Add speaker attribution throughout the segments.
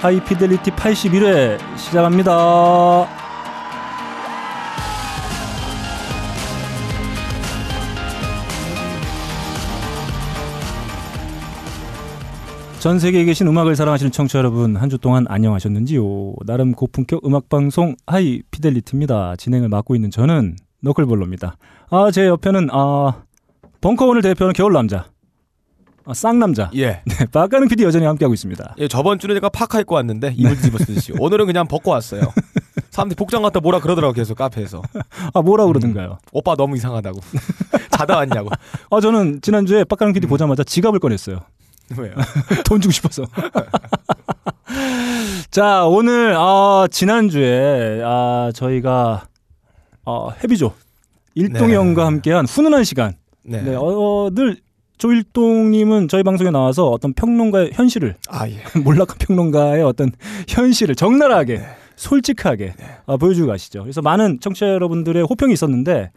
Speaker 1: 하이피델리티 81회 시작합니다. 전 세계에 계신 음악을 사랑하시는 청취자 여러분 한 주 동안 안녕하셨는지요? 나름 고품격 음악 방송 하이 피델리티입니다. 진행을 맡고 있는 저는 너클볼로입니다. 아 제 옆에는 아 벙커 오늘 대표는 겨울 남자, 아, 쌍 남자,
Speaker 2: 예.
Speaker 1: 네, 박가능 PD 여전히 함께하고 있습니다.
Speaker 2: 예, 저번 주는 제가 파카 입고
Speaker 1: 네.
Speaker 2: 왔는데 이불 뒤집어쓰듯이 오늘은 그냥 벗고 왔어요. 사람들이 복장 같다 뭐라 그러더라고 계속 카페에서
Speaker 1: 아 뭐라 그러던가요?
Speaker 2: 오빠 너무 이상하다고 자다 왔냐고
Speaker 1: 아 저는 지난주에 박가능
Speaker 2: 음.
Speaker 1: PD 보자마자 지갑을 꺼냈어요.
Speaker 2: 왜요?
Speaker 1: 돈 주고 싶어서. 자, 오늘 아 지난주에 아 저희가 어 해비조 일동이
Speaker 2: 네.
Speaker 1: 형과 함께한 훈훈한 시간.
Speaker 2: 네.
Speaker 1: 네. 어, 늘 조일동님은 저희 방송에 나와서 어떤 평론가의 현실을
Speaker 2: 아 예.
Speaker 1: 몰락한 평론가의 어떤 현실을 적나라하게
Speaker 2: 네.
Speaker 1: 솔직하게 아, 보여주고 가시죠. 그래서 많은 청취자 여러분들의 호평이 있었는데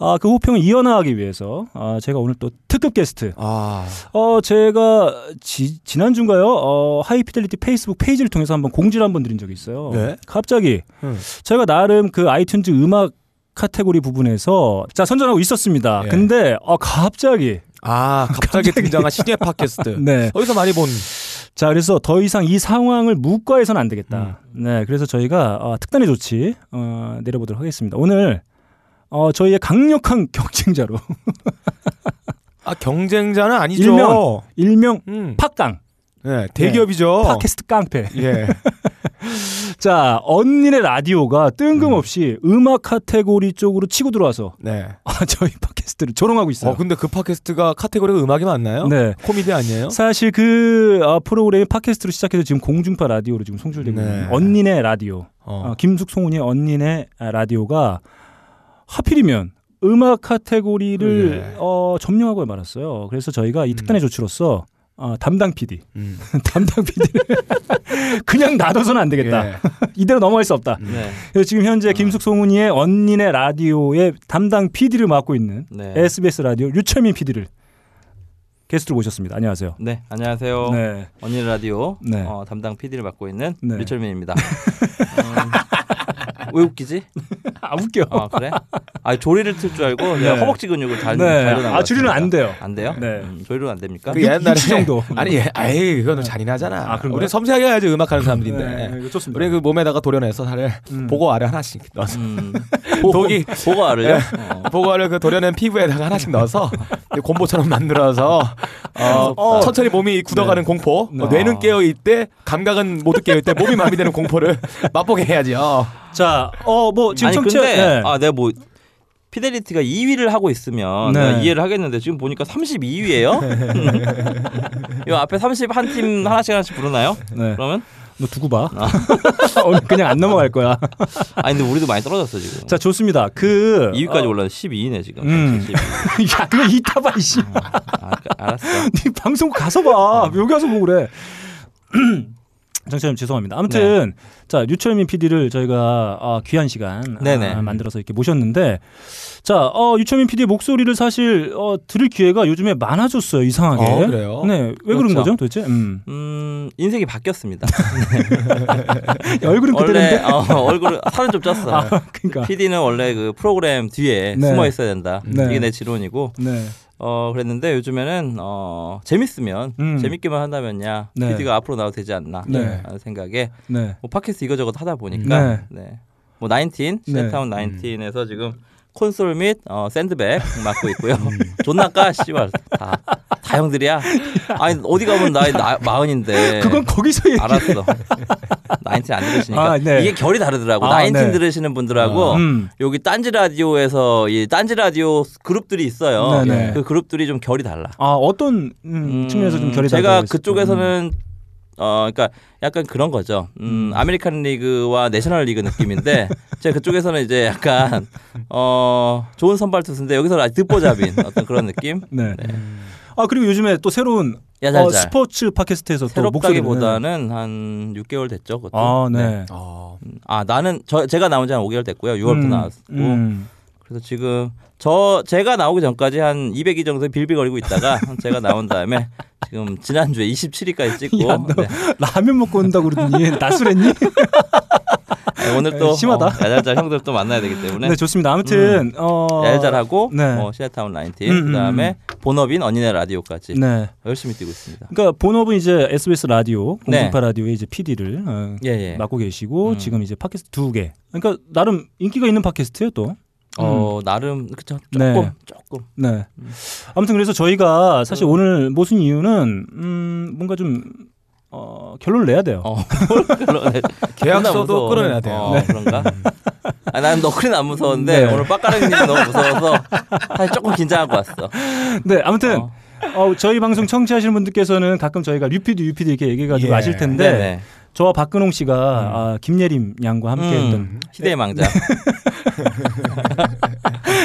Speaker 1: 아, 그 호평을 이어나가기 위해서 아, 제가 오늘 또 특급 게스트
Speaker 2: 아
Speaker 1: 어, 제가 지, 지난주인가요? 어, 하이피델리티 페이스북 페이지를 통해서 한번 공지를 한번 드린 적이 있어요.
Speaker 2: 네.
Speaker 1: 갑자기
Speaker 2: 음.
Speaker 1: 제가 나름 그 아이튠즈 음악 카테고리 부분에서 자 선전하고 있었습니다.
Speaker 2: 예.
Speaker 1: 근데 어 갑자기
Speaker 2: 아 갑자기 등장한 신예 팟캐스트.
Speaker 1: 네.
Speaker 2: 어디서 많이 본
Speaker 1: 자 그래서 더 이상 이 상황을 묵과해서는 안 되겠다.
Speaker 2: 음.
Speaker 1: 네. 그래서 저희가 어, 특단의 조치 어, 내려보도록 하겠습니다. 오늘 어, 저희의 강력한 경쟁자로
Speaker 2: 아, 경쟁자는 아니죠.
Speaker 1: 일명. 일명
Speaker 2: 음.
Speaker 1: 팟깡
Speaker 2: 네, 대기업이죠.
Speaker 1: 팟캐스트 깡패
Speaker 2: 예.
Speaker 1: 자, 언니네 라디오가 뜬금없이 음. 악 카테고리 쪽으로 치고 들어와서
Speaker 2: 네.
Speaker 1: 아, 저희 팟캐스트를 조롱하고 있어요.
Speaker 2: 어 근데 그 팟캐스트가 카테고리가 음악이 맞나요?
Speaker 1: 네.
Speaker 2: 코미디 아니에요?
Speaker 1: 사실 그 아, 프로그램이 팟캐스트로 시작해서 지금 공중파 라디오로 지금 송출되고
Speaker 2: 네.
Speaker 1: 있는 언니네 라디오.
Speaker 2: 어.
Speaker 1: 아, 김숙 송은이의 언니네 라디오가 하필이면 음악 카테고리를
Speaker 2: 네.
Speaker 1: 어, 점령하고 말았어요. 그래서 저희가 이 특단의 조치로서 아, 담당 PD,
Speaker 2: 음.
Speaker 1: 담당 PD를 그냥 놔둬서는 안 되겠다.
Speaker 2: 예.
Speaker 1: 이대로 넘어갈 수 없다.
Speaker 3: 네.
Speaker 1: 그래서 지금 현재 김숙송은이의 언니네 라디오의 담당 PD를 맡고 있는
Speaker 3: 네.
Speaker 1: SBS 라디오 유철민 PD를 게스트로 모셨습니다. 안녕하세요.
Speaker 3: 네, 안녕하세요.
Speaker 1: 네.
Speaker 3: 언니 라디오
Speaker 1: 네.
Speaker 3: 어, 담당 PD를 맡고 있는
Speaker 1: 네.
Speaker 3: 류철민입니다. 음, 왜 웃기지?
Speaker 1: 아 웃겨.
Speaker 3: 아 그래? 아 조리를 틀 줄 알고 내가
Speaker 1: 네.
Speaker 3: 허벅지 근육을 잘
Speaker 1: 네.
Speaker 3: 잘려나
Speaker 1: 아, 줄이는 안 돼요.
Speaker 3: 안 돼요?
Speaker 1: 네. 예.
Speaker 3: 음, 조리로 안 됩니까?
Speaker 2: 그
Speaker 1: 육-
Speaker 2: 옛날에
Speaker 1: 육십 정도.
Speaker 2: 아니 예, 아이 그거는 잔인하잖아.
Speaker 1: 아, 그런가요?
Speaker 2: 우리 섬세하게 해야지 음악하는 사람들인데.
Speaker 1: 네.
Speaker 3: 네.
Speaker 1: 이거 좋습니다.
Speaker 2: 우리 그 몸에다가 도려내서 살을 보고 알을 하나씩 넣어서
Speaker 3: 음,
Speaker 2: 독이
Speaker 3: 보고 알을요?
Speaker 1: 네.
Speaker 3: 어.
Speaker 2: 보고 알을 그 도려낸 피부에다가 하나씩 넣어서 이제 곰보처럼 만들어서 어,
Speaker 1: 어.
Speaker 2: 천천히 몸이 굳어가는 공포
Speaker 1: 네.
Speaker 2: 어, 뇌는 깨어 있대 감각은 모두 깨어 있대 몸이 마비되는 공포를 맛보게 해야죠.
Speaker 1: 자, 어 뭐 지금
Speaker 3: 그- 아니
Speaker 1: 청취자
Speaker 3: 근데
Speaker 1: 네.
Speaker 3: 아 내가 뭐 피델리티가 2위를 하고 있으면
Speaker 1: 네.
Speaker 3: 내가 이해를 하겠는데 지금 보니까 32위예요. 이 앞에 31 팀 하나씩 하나씩 부르나요?
Speaker 1: 네.
Speaker 3: 그러면
Speaker 1: 너 두고 봐.
Speaker 3: 아.
Speaker 1: 오늘 그냥 안 넘어갈 거야.
Speaker 3: 아니 근데 우리도 많이 떨어졌어 지금.
Speaker 1: 자, 좋습니다. 그
Speaker 3: 2위까지
Speaker 1: 어,
Speaker 3: 올라서 12위네 지금.
Speaker 1: 음.
Speaker 3: 12위.
Speaker 1: 야, 그거 이따 봐 이씨.
Speaker 3: 아, 까- 알았어.
Speaker 1: 네 방송 가서 봐. 여기 와서 보고 그래. 어. 정치님 죄송합니다. 아무튼 자 유철민 PD를 저희가 아, 귀한 시간
Speaker 3: 네네.
Speaker 1: 아, 만들어서 이렇게 모셨는데 자 어, 유철민 PD의 목소리를 사실 어, 들을 기회가 요즘에 많아졌어요 이상하게.
Speaker 2: 어, 그래요?
Speaker 1: 네왜 그런
Speaker 3: 그렇죠.
Speaker 1: 거죠 도대체? 음.
Speaker 3: 음 인생이 바뀌었습니다.
Speaker 1: 야, 얼굴은
Speaker 3: 원래
Speaker 1: 그대로인데.
Speaker 3: 어, 얼굴 살은 좀 쪘어.
Speaker 1: 네. 아, 그러니까.
Speaker 3: PD는 원래 그 프로그램 뒤에
Speaker 1: 네.
Speaker 3: 숨어 있어야 된다.
Speaker 1: 네.
Speaker 3: 이게 내 지론이고
Speaker 1: 네.
Speaker 3: 어 그랬는데 요즘에는 어 재밌으면
Speaker 1: 음.
Speaker 3: 재밌기만 한다면야
Speaker 1: 네.
Speaker 3: PD가 앞으로 나와도 되지 않나
Speaker 1: 네.
Speaker 3: 하는 생각에
Speaker 1: 네.
Speaker 3: 뭐 팟캐스트 이거저것 하다 보니까 네. 뭐 나인틴
Speaker 1: 네.
Speaker 3: 시네타운 나인틴에서 지금 콘솔 및 어, 샌드백 맡고 있고요.
Speaker 1: 음.
Speaker 3: 존나 까 씨발 다, 다 형들이야. 아니 어디 가면 나이 나, 마흔인데
Speaker 1: 그건 거기서 얘기.
Speaker 3: 알았어. 나인틴 안 들으시니까
Speaker 1: 아, 네.
Speaker 3: 이게 결이 다르더라고.
Speaker 1: 아,
Speaker 3: 나인틴
Speaker 1: 네.
Speaker 3: 들으시는 분들하고
Speaker 1: 음.
Speaker 3: 여기 딴지 라디오에서 이 딴지 라디오 그룹들이 있어요.
Speaker 1: 네네.
Speaker 3: 그 그룹들이 좀 결이 달라.
Speaker 1: 아 어떤 음,
Speaker 3: 음,
Speaker 1: 측면에서 좀 결이
Speaker 3: 제가
Speaker 1: 다르다고 했을까요?
Speaker 3: 그쪽에서는 어 그러니까 약간 그런 거죠. 음, 아메리칸 리그와 내셔널 리그 느낌인데 제가 그쪽에서는 이제 약간 어 좋은 선발 투수인데 여기서 아직 듣보잡인 어떤 그런 느낌.
Speaker 1: 네. 아 그리고 요즘에 또 새로운
Speaker 3: 야잘잘.
Speaker 1: 어, 스포츠 팟캐스트에서 또 목소리를
Speaker 3: 새롭다기보다는 한 6개월 됐죠. 그것도.
Speaker 1: 아, 네.
Speaker 2: 어.
Speaker 3: 아 나는 저 제가 나온 지 한 5개월 됐고요. 6월부터
Speaker 1: 음,
Speaker 3: 나왔고
Speaker 1: 음.
Speaker 3: 그래서 지금 저 제가 나오기 전까지 한 200위 정도 빌빌거리고 있다가 제가 나온 다음에 지금 지난주에 27위까지 찍고
Speaker 1: 야, 너
Speaker 3: 네.
Speaker 1: 라면 먹고 온다 그러더니 낮술했니?
Speaker 3: 아, 오늘 또
Speaker 1: 에이, 네, 심하다.
Speaker 3: 어, 야잘잘 형들 또 만나야 되기 때문에
Speaker 1: 네, 좋습니다. 아무튼 어
Speaker 3: 음. 야잘하고
Speaker 1: 네.
Speaker 3: 뭐 시네타운 라인팀
Speaker 1: 음, 음,
Speaker 3: 그다음에 본업인 언니네 라디오까지
Speaker 1: 네.
Speaker 3: 열심히 뛰고 있습니다.
Speaker 1: 그러니까 본업은 이제 SBS 라디오
Speaker 3: 네.
Speaker 1: 공중파 라디오의 이제 PD를 어,
Speaker 3: 예 예.
Speaker 1: 맡고 계시고
Speaker 3: 음.
Speaker 1: 지금 이제 팟캐스트 두 개. 그러니까 나름 인기가 있는 팟캐스트예요 또.
Speaker 3: 어 나름 그쵸 조금
Speaker 1: 음. 네.
Speaker 3: 조금
Speaker 1: 네.
Speaker 3: 음.
Speaker 1: 아무튼 그래서 저희가 사실 오늘 모순 이유는 음, 뭔가 좀 어, 결론을 내야 돼요.
Speaker 3: 어 물론, 네.
Speaker 2: 계약서도
Speaker 3: 무서워.
Speaker 2: 끌어내야 돼요.
Speaker 3: 어, 그런가? 아, 나는 너클이 안 무서운데
Speaker 1: 네.
Speaker 3: 오늘 빠까랑님 너무 무서워서 사실 조금 긴장하고 왔어.
Speaker 1: 네. 아무튼
Speaker 3: 어,
Speaker 1: 어, 저희 방송 청취하시는 분들께서는 가끔 저희가 류피디 유피디 이렇게 얘기해가지고
Speaker 2: 예.
Speaker 1: 아실 텐데
Speaker 3: 네네.
Speaker 1: 저와 박근홍 씨가 아, 김예림 양과 함께했던 네.
Speaker 3: 음, 희대의 망자.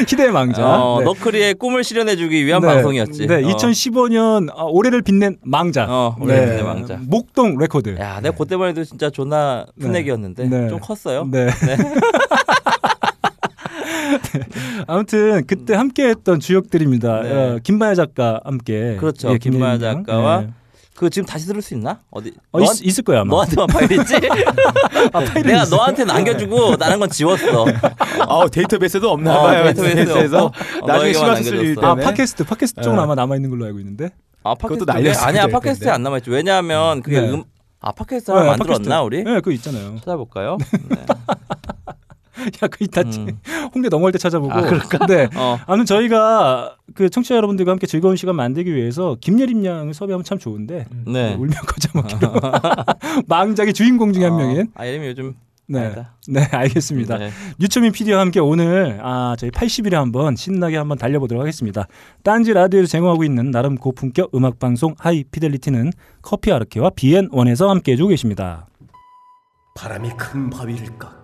Speaker 1: 희대의 망자.
Speaker 3: 어,
Speaker 1: 네.
Speaker 3: 너클이의 꿈을 실현해주기 위한
Speaker 1: 네.
Speaker 3: 방송이었지.
Speaker 1: 네,
Speaker 3: 어.
Speaker 1: 2015년 아, 올해를 빛낸 망자. 네.
Speaker 3: 어, 올해를 빛낸 망자.
Speaker 1: 목동 레코드.
Speaker 3: 야, 내가 그때만 해도 진짜 존나 풋내기였는데
Speaker 1: 네.
Speaker 3: 좀 컸어요.
Speaker 1: 네.
Speaker 3: 네.
Speaker 1: 아무튼 그때 함께했던 주역들입니다.
Speaker 3: 네.
Speaker 1: 어, 김바야 작가 함께. 예,
Speaker 3: 그렇죠. 김바야 작가와 그 지금 다시 들을 수 있나? 어디?
Speaker 1: 네. 어,
Speaker 3: 너한-
Speaker 1: 있, 을 거야 아마. 아,
Speaker 3: 너한테만 파일 있지? 내가 너한테 남겨주고 다른 건 지웠어.
Speaker 2: 아우 데이터베이스도 없나
Speaker 3: 어,
Speaker 2: 봐요.
Speaker 3: 데이터베이스도
Speaker 2: 데이터베이스에서
Speaker 3: 없고.
Speaker 2: 나중에
Speaker 3: 너에게만
Speaker 2: 심화수술 일
Speaker 3: 남겨줬어.
Speaker 1: 아
Speaker 2: 때문에
Speaker 1: 팟캐스트 팟캐스트 쪽은
Speaker 2: 어.
Speaker 3: 네.
Speaker 1: 아마 남아 있는 걸로 알고 있는데.
Speaker 3: 아
Speaker 2: 그것도
Speaker 3: 팟캐스트 쪽에?
Speaker 2: 날렸어야
Speaker 3: 아니야
Speaker 2: 될
Speaker 3: 팟캐스트에
Speaker 2: 텐데.
Speaker 3: 안 남아있죠. 왜냐하면 그게
Speaker 1: 네.
Speaker 3: 음, 아 팟캐스트 하나
Speaker 1: 네,
Speaker 3: 만들었나
Speaker 1: 팟캐스트.
Speaker 3: 우리?
Speaker 1: 네, 그거 있잖아요.
Speaker 3: 찾아볼까요? 네.
Speaker 1: 야, 그거 있다.
Speaker 3: 음.
Speaker 1: 홍대 넘어갈 때 찾아보고.
Speaker 3: 아, 그럴까?
Speaker 1: 네.
Speaker 3: 어.
Speaker 1: 아무튼 저희가 그 청취자 여러분들과 함께 즐거운 시간 만들기 위해서 김예림 양을 섭외하면 참 좋은데 그
Speaker 3: 네.
Speaker 1: 울며 거자먹기로 망작의 주인공 중에 한 명인
Speaker 3: 아, 이름이 요즘
Speaker 1: 네.
Speaker 3: 아니다.
Speaker 1: 네, 알겠습니다.
Speaker 3: 네.
Speaker 1: 유초민 PD와 함께 오늘 아, 저희 80일에 한번 신나게 한번 달려보도록 하겠습니다. 딴지 라디오에서 제공하고 있는 나름 고품격 음악 방송 하이 피델리티는 커피 아르케와 BN1에서 함께 해주고 계십니다.
Speaker 4: 바람이 큰 바위를 깎고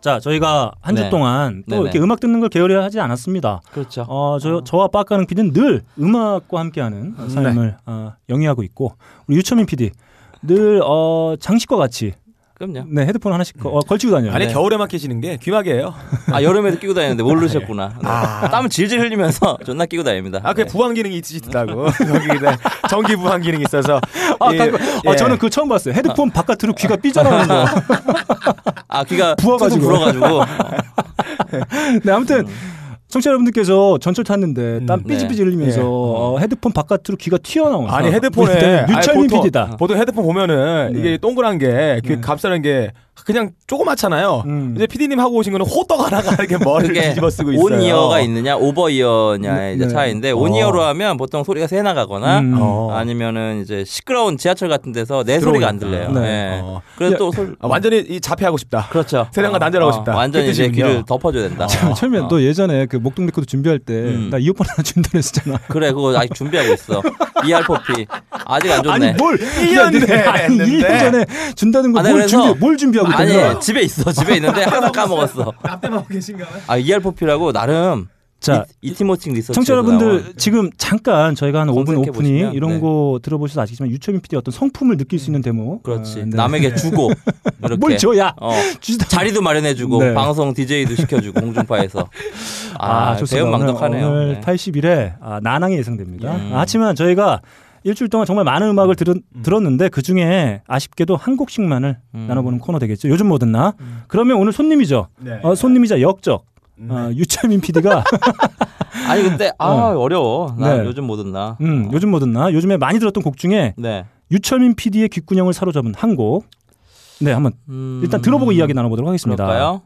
Speaker 1: 자, 저희가 한 주
Speaker 3: 네.
Speaker 1: 동안 또
Speaker 3: 네네.
Speaker 1: 이렇게 음악 듣는 걸 게으려 하지 않았습니다.
Speaker 3: 그렇죠.
Speaker 1: 어, 저, 저와 빠까는 PD는 늘 음악과 함께하는
Speaker 2: 네.
Speaker 1: 삶을 어, 영위하고 있고 우리 유초민 PD 늘 어, 장식과 같이
Speaker 3: 그럼요.
Speaker 1: 네, 헤드폰 하나씩 거- 어, 걸치고 다녀요.
Speaker 2: 아니
Speaker 3: 네.
Speaker 2: 겨울에만 끼시는 게 귀마개예요.
Speaker 3: 아 여름에도 끼고 다니는데 모르셨구나. 네.
Speaker 1: 아.
Speaker 3: 땀을 질질 흘리면서 존나 끼고 다닙니다.
Speaker 2: 아, 그
Speaker 3: 네.
Speaker 2: 부항 기능이 있지 있다고. 여기 네. 전기 부항 기능이 있어서.
Speaker 1: 아,
Speaker 2: 예,
Speaker 1: 가끔- 어,
Speaker 2: 예. 아.
Speaker 1: 저는 그거 처음 봤어요. 헤드폰 바깥으로 귀가 삐져나오는 거.
Speaker 3: 아 귀가
Speaker 1: 부어가지고.
Speaker 3: 부어가지고 불어가지고 어,
Speaker 1: 네, 아무튼 청취자 여러분들께서 전철 탔는데 땀
Speaker 2: 음,
Speaker 3: 네.
Speaker 1: 삐질삐질 흘리면서
Speaker 2: 예.
Speaker 1: 어, 헤드폰 바깥으로 귀가 튀어나오는
Speaker 2: 아니
Speaker 1: 네,
Speaker 2: 헤드폰에 아니,
Speaker 1: 유철민
Speaker 2: 보통- 어.
Speaker 1: PD다. 네.
Speaker 2: 보통 헤드폰 보면은 이게 동그란 게 귀에 값싸는 게 그냥 조그맣잖아요.
Speaker 1: 음.
Speaker 2: 이제 PD님 하고 오신 거는 호떡 하나가 이렇게 머리를
Speaker 3: 그게
Speaker 2: 뒤집어 쓰고 있어요.
Speaker 3: 온 이어가 있느냐 오버 이어냐의 이제
Speaker 1: 네.
Speaker 3: 차이인데 온
Speaker 2: 어.
Speaker 3: 이어로 하면 보통 소리가 새 나가거나
Speaker 1: 음.
Speaker 2: 어.
Speaker 3: 아니면은 이제 시끄러운 지하철 같은 데서 내 소리가 안 들려요.
Speaker 1: 네.
Speaker 3: 네.
Speaker 2: 어.
Speaker 3: 그래서 또 소리
Speaker 2: 아, 완전히 이 자폐하고 싶다.
Speaker 3: 그렇죠.
Speaker 2: 세상과
Speaker 3: 어,
Speaker 2: 단절하고
Speaker 3: 어,
Speaker 2: 싶다.
Speaker 3: 완전히
Speaker 2: 그
Speaker 3: 이제
Speaker 2: 뜻이군요.
Speaker 3: 귀를 덮어줘야 된다. 어,
Speaker 1: 철민,
Speaker 3: 어.
Speaker 1: 너 예전에 그 목동 레코드 준비할 때 나
Speaker 3: 음.
Speaker 1: 이어폰 하나 준다 했었잖아.
Speaker 3: 그래 그거 아직 준비하고 있어. ER포피 아직 안 줬네.
Speaker 1: 아니 뭘
Speaker 2: 1년 전에
Speaker 1: 아니 1년
Speaker 2: 했는데.
Speaker 1: 전에 준다는
Speaker 3: 아, 네,
Speaker 1: 거 뭘
Speaker 3: 그래서-
Speaker 1: 준비 뭘 준비하고 있다는 거야?
Speaker 3: 아니 집에 있어 집에 있는데 항상 까먹었어.
Speaker 2: 앞에만 하고 계신가요?
Speaker 3: 아 ER포피라고 나름
Speaker 1: 자,
Speaker 3: 이, 이티모팅 리서치
Speaker 1: 청취자 여러분들 지금 잠깐 저희가 한 5분
Speaker 3: 검색해
Speaker 1: 오프닝
Speaker 3: 보시면,
Speaker 1: 이런
Speaker 3: 네. 음.
Speaker 1: 거 들어보셔서 아시겠지만 유철민 PD 의 어떤 성품을 느낄 수 있는 데모.
Speaker 3: 그렇지
Speaker 1: 아, 네.
Speaker 3: 남에게 주고 이렇게
Speaker 1: 뭘 줘야
Speaker 3: 어,
Speaker 1: 주지도
Speaker 3: 자리도 마련해주고
Speaker 1: 네.
Speaker 3: 방송 DJ도 시켜주고 공중파에서
Speaker 1: 아,
Speaker 3: 아,
Speaker 1: 좋습니다.
Speaker 3: 대응 망덕하네요.
Speaker 1: 오늘,
Speaker 3: 네.
Speaker 1: 81회 아, 난항이 예상됩니다.
Speaker 3: 음.
Speaker 1: 아, 하지만 저희가 일주일 동안 정말 많은 음악을 들, 었는데그 중에 아쉽게도 한 곡씩만을
Speaker 3: 음.
Speaker 1: 나눠보는 코너 되겠죠. 요즘 뭐듣나 그러면 오늘 손님이죠. 어, 손님이자 역적 어, 유철민 PD가
Speaker 3: 아니 근데 아 어려워. 난
Speaker 1: 네.
Speaker 3: 요즘 못 듣나.
Speaker 1: 음, 요즘 뭐듣나 요즘에 많이 들었던 곡 중에
Speaker 3: 네.
Speaker 1: 유철민 PD의 귓구녕을 사로잡은 한 곡. 네, 한번
Speaker 3: 음,
Speaker 1: 일단 들어보고 이야기 나눠보도록 하겠습니다.
Speaker 3: 그럴까요?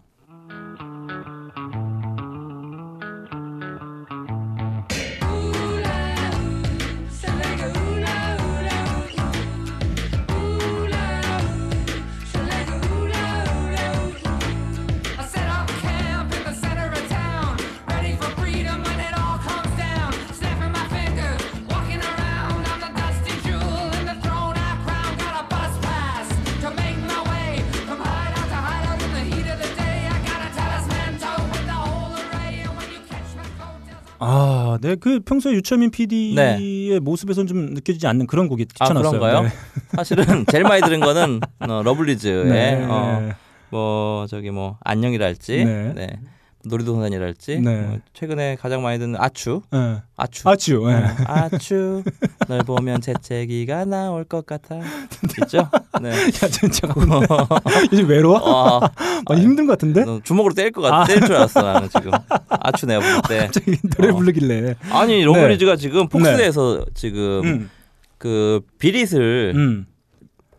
Speaker 5: I set up camp in the center of town, ready
Speaker 1: 네, 그 평소에 유철민 PD의
Speaker 3: 네.
Speaker 1: 모습에선 좀 느껴지지 않는 그런 곡이
Speaker 3: 아
Speaker 1: 추천했어요. 네.
Speaker 3: 그런가요? 사실은 제일 많이 들은 거는 어, 러블리즈의
Speaker 1: 네.
Speaker 3: 어, 뭐 저기 뭐 안녕이랄지
Speaker 1: 네.
Speaker 3: 네. 놀이동산이랄지
Speaker 1: 네.
Speaker 3: 뭐 최근에 가장 많이 듣는 아추
Speaker 1: 네.
Speaker 3: 아추
Speaker 1: 아주. 예.
Speaker 3: 어, 아추 널 보면 재채기가 나올 것 같아 있죠? 네.
Speaker 1: 야, 진짜 요즘 외로워?
Speaker 3: 어, 네.
Speaker 1: 많이 힘든 것 같은데?
Speaker 3: 너 주먹으로 때릴 것 같아. 때릴 줄 알았어 나는 지금. 아추 내가 볼 때.
Speaker 1: 갑자기 노래
Speaker 3: 어.
Speaker 1: 부르길래.
Speaker 3: 아니 러브리즈가 지금 폭스에서 지금
Speaker 1: 음.
Speaker 3: 그 비릿을
Speaker 1: 음.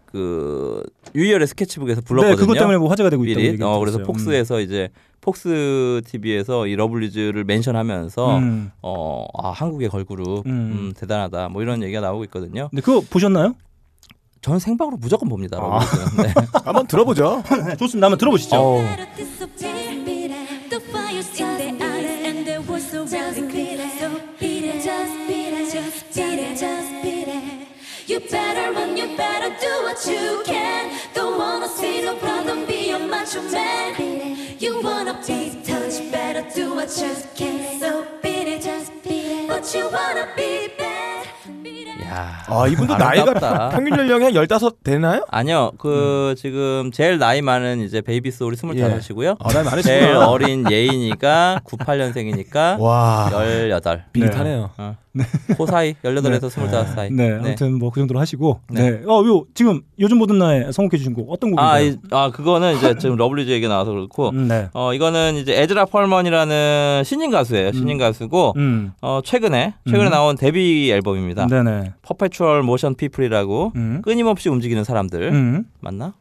Speaker 3: 그 유희열의 스케치북에서
Speaker 1: 네,
Speaker 3: 불렀거든요.
Speaker 1: 그것 때문에 뭐 화제가 되고 음. 있다고
Speaker 3: 비릿.
Speaker 1: 얘기
Speaker 3: 어, 그래서 폭스에서 이제 폭스 TV에서 이 러블리즈를 멘션하면서
Speaker 1: 음.
Speaker 3: 어, 아, 한국의 걸그룹
Speaker 1: 음.
Speaker 3: 음. 대단하다 뭐 이런 얘기가 나오고 있거든요.
Speaker 1: 근데 음. 네, 그거 보셨나요?
Speaker 3: 저는 생방으로 무조건 봅니다.
Speaker 1: 아.
Speaker 3: 러블리즈. 네.
Speaker 2: 한번 들어보죠.
Speaker 1: 네, 좋습니다. 한번 들어보시죠. 네.
Speaker 3: 어우.
Speaker 6: You better run, you better do what you can. Don't wanna see no problem, be a macho man. You wanna be touched, better do what you can. So beat it, just beat it. But you wanna be bad. Beat it.
Speaker 3: 야,
Speaker 1: 어,
Speaker 2: 아 이분도
Speaker 3: 아름답다.
Speaker 2: 나이가 평균 연령이 한 열다섯 되나요?
Speaker 3: 아니요, 그
Speaker 1: 음.
Speaker 3: 지금 제일 나이 많은 이제 베이비
Speaker 1: 예.
Speaker 3: 소울이 스물다섯이고요.
Speaker 2: 아, 나이 많으시구나.
Speaker 3: 제일 어린 예인이가 98년생이니까
Speaker 2: 와.
Speaker 3: 네. 18.
Speaker 2: 비릿하네요.
Speaker 3: 어. 그 사이 18에서 25 사이.
Speaker 1: 네, 아무튼 뭐 그 정도로 하시고. 네.
Speaker 3: 네.
Speaker 1: 어, 요 지금 요즘 모든 나에 선곡해 주신 곡 어떤 곡인가요?
Speaker 3: 아, 이, 아 그거는 이제 지금 러블리즈 얘기 나와서 그렇고
Speaker 1: 음, 네.
Speaker 3: 어 이거는 이제 에즈라 펄먼이라는 신인 가수예요. 신인 가수고
Speaker 1: 음.
Speaker 3: 어 최근에 최근에
Speaker 1: 음.
Speaker 3: 나온 데뷔 앨범입니다.
Speaker 1: 네, 네.
Speaker 3: 퍼페추얼 모션 피플이라고
Speaker 1: 음.
Speaker 3: 끊임없이 움직이는 사람들
Speaker 1: 음.
Speaker 3: 맞나?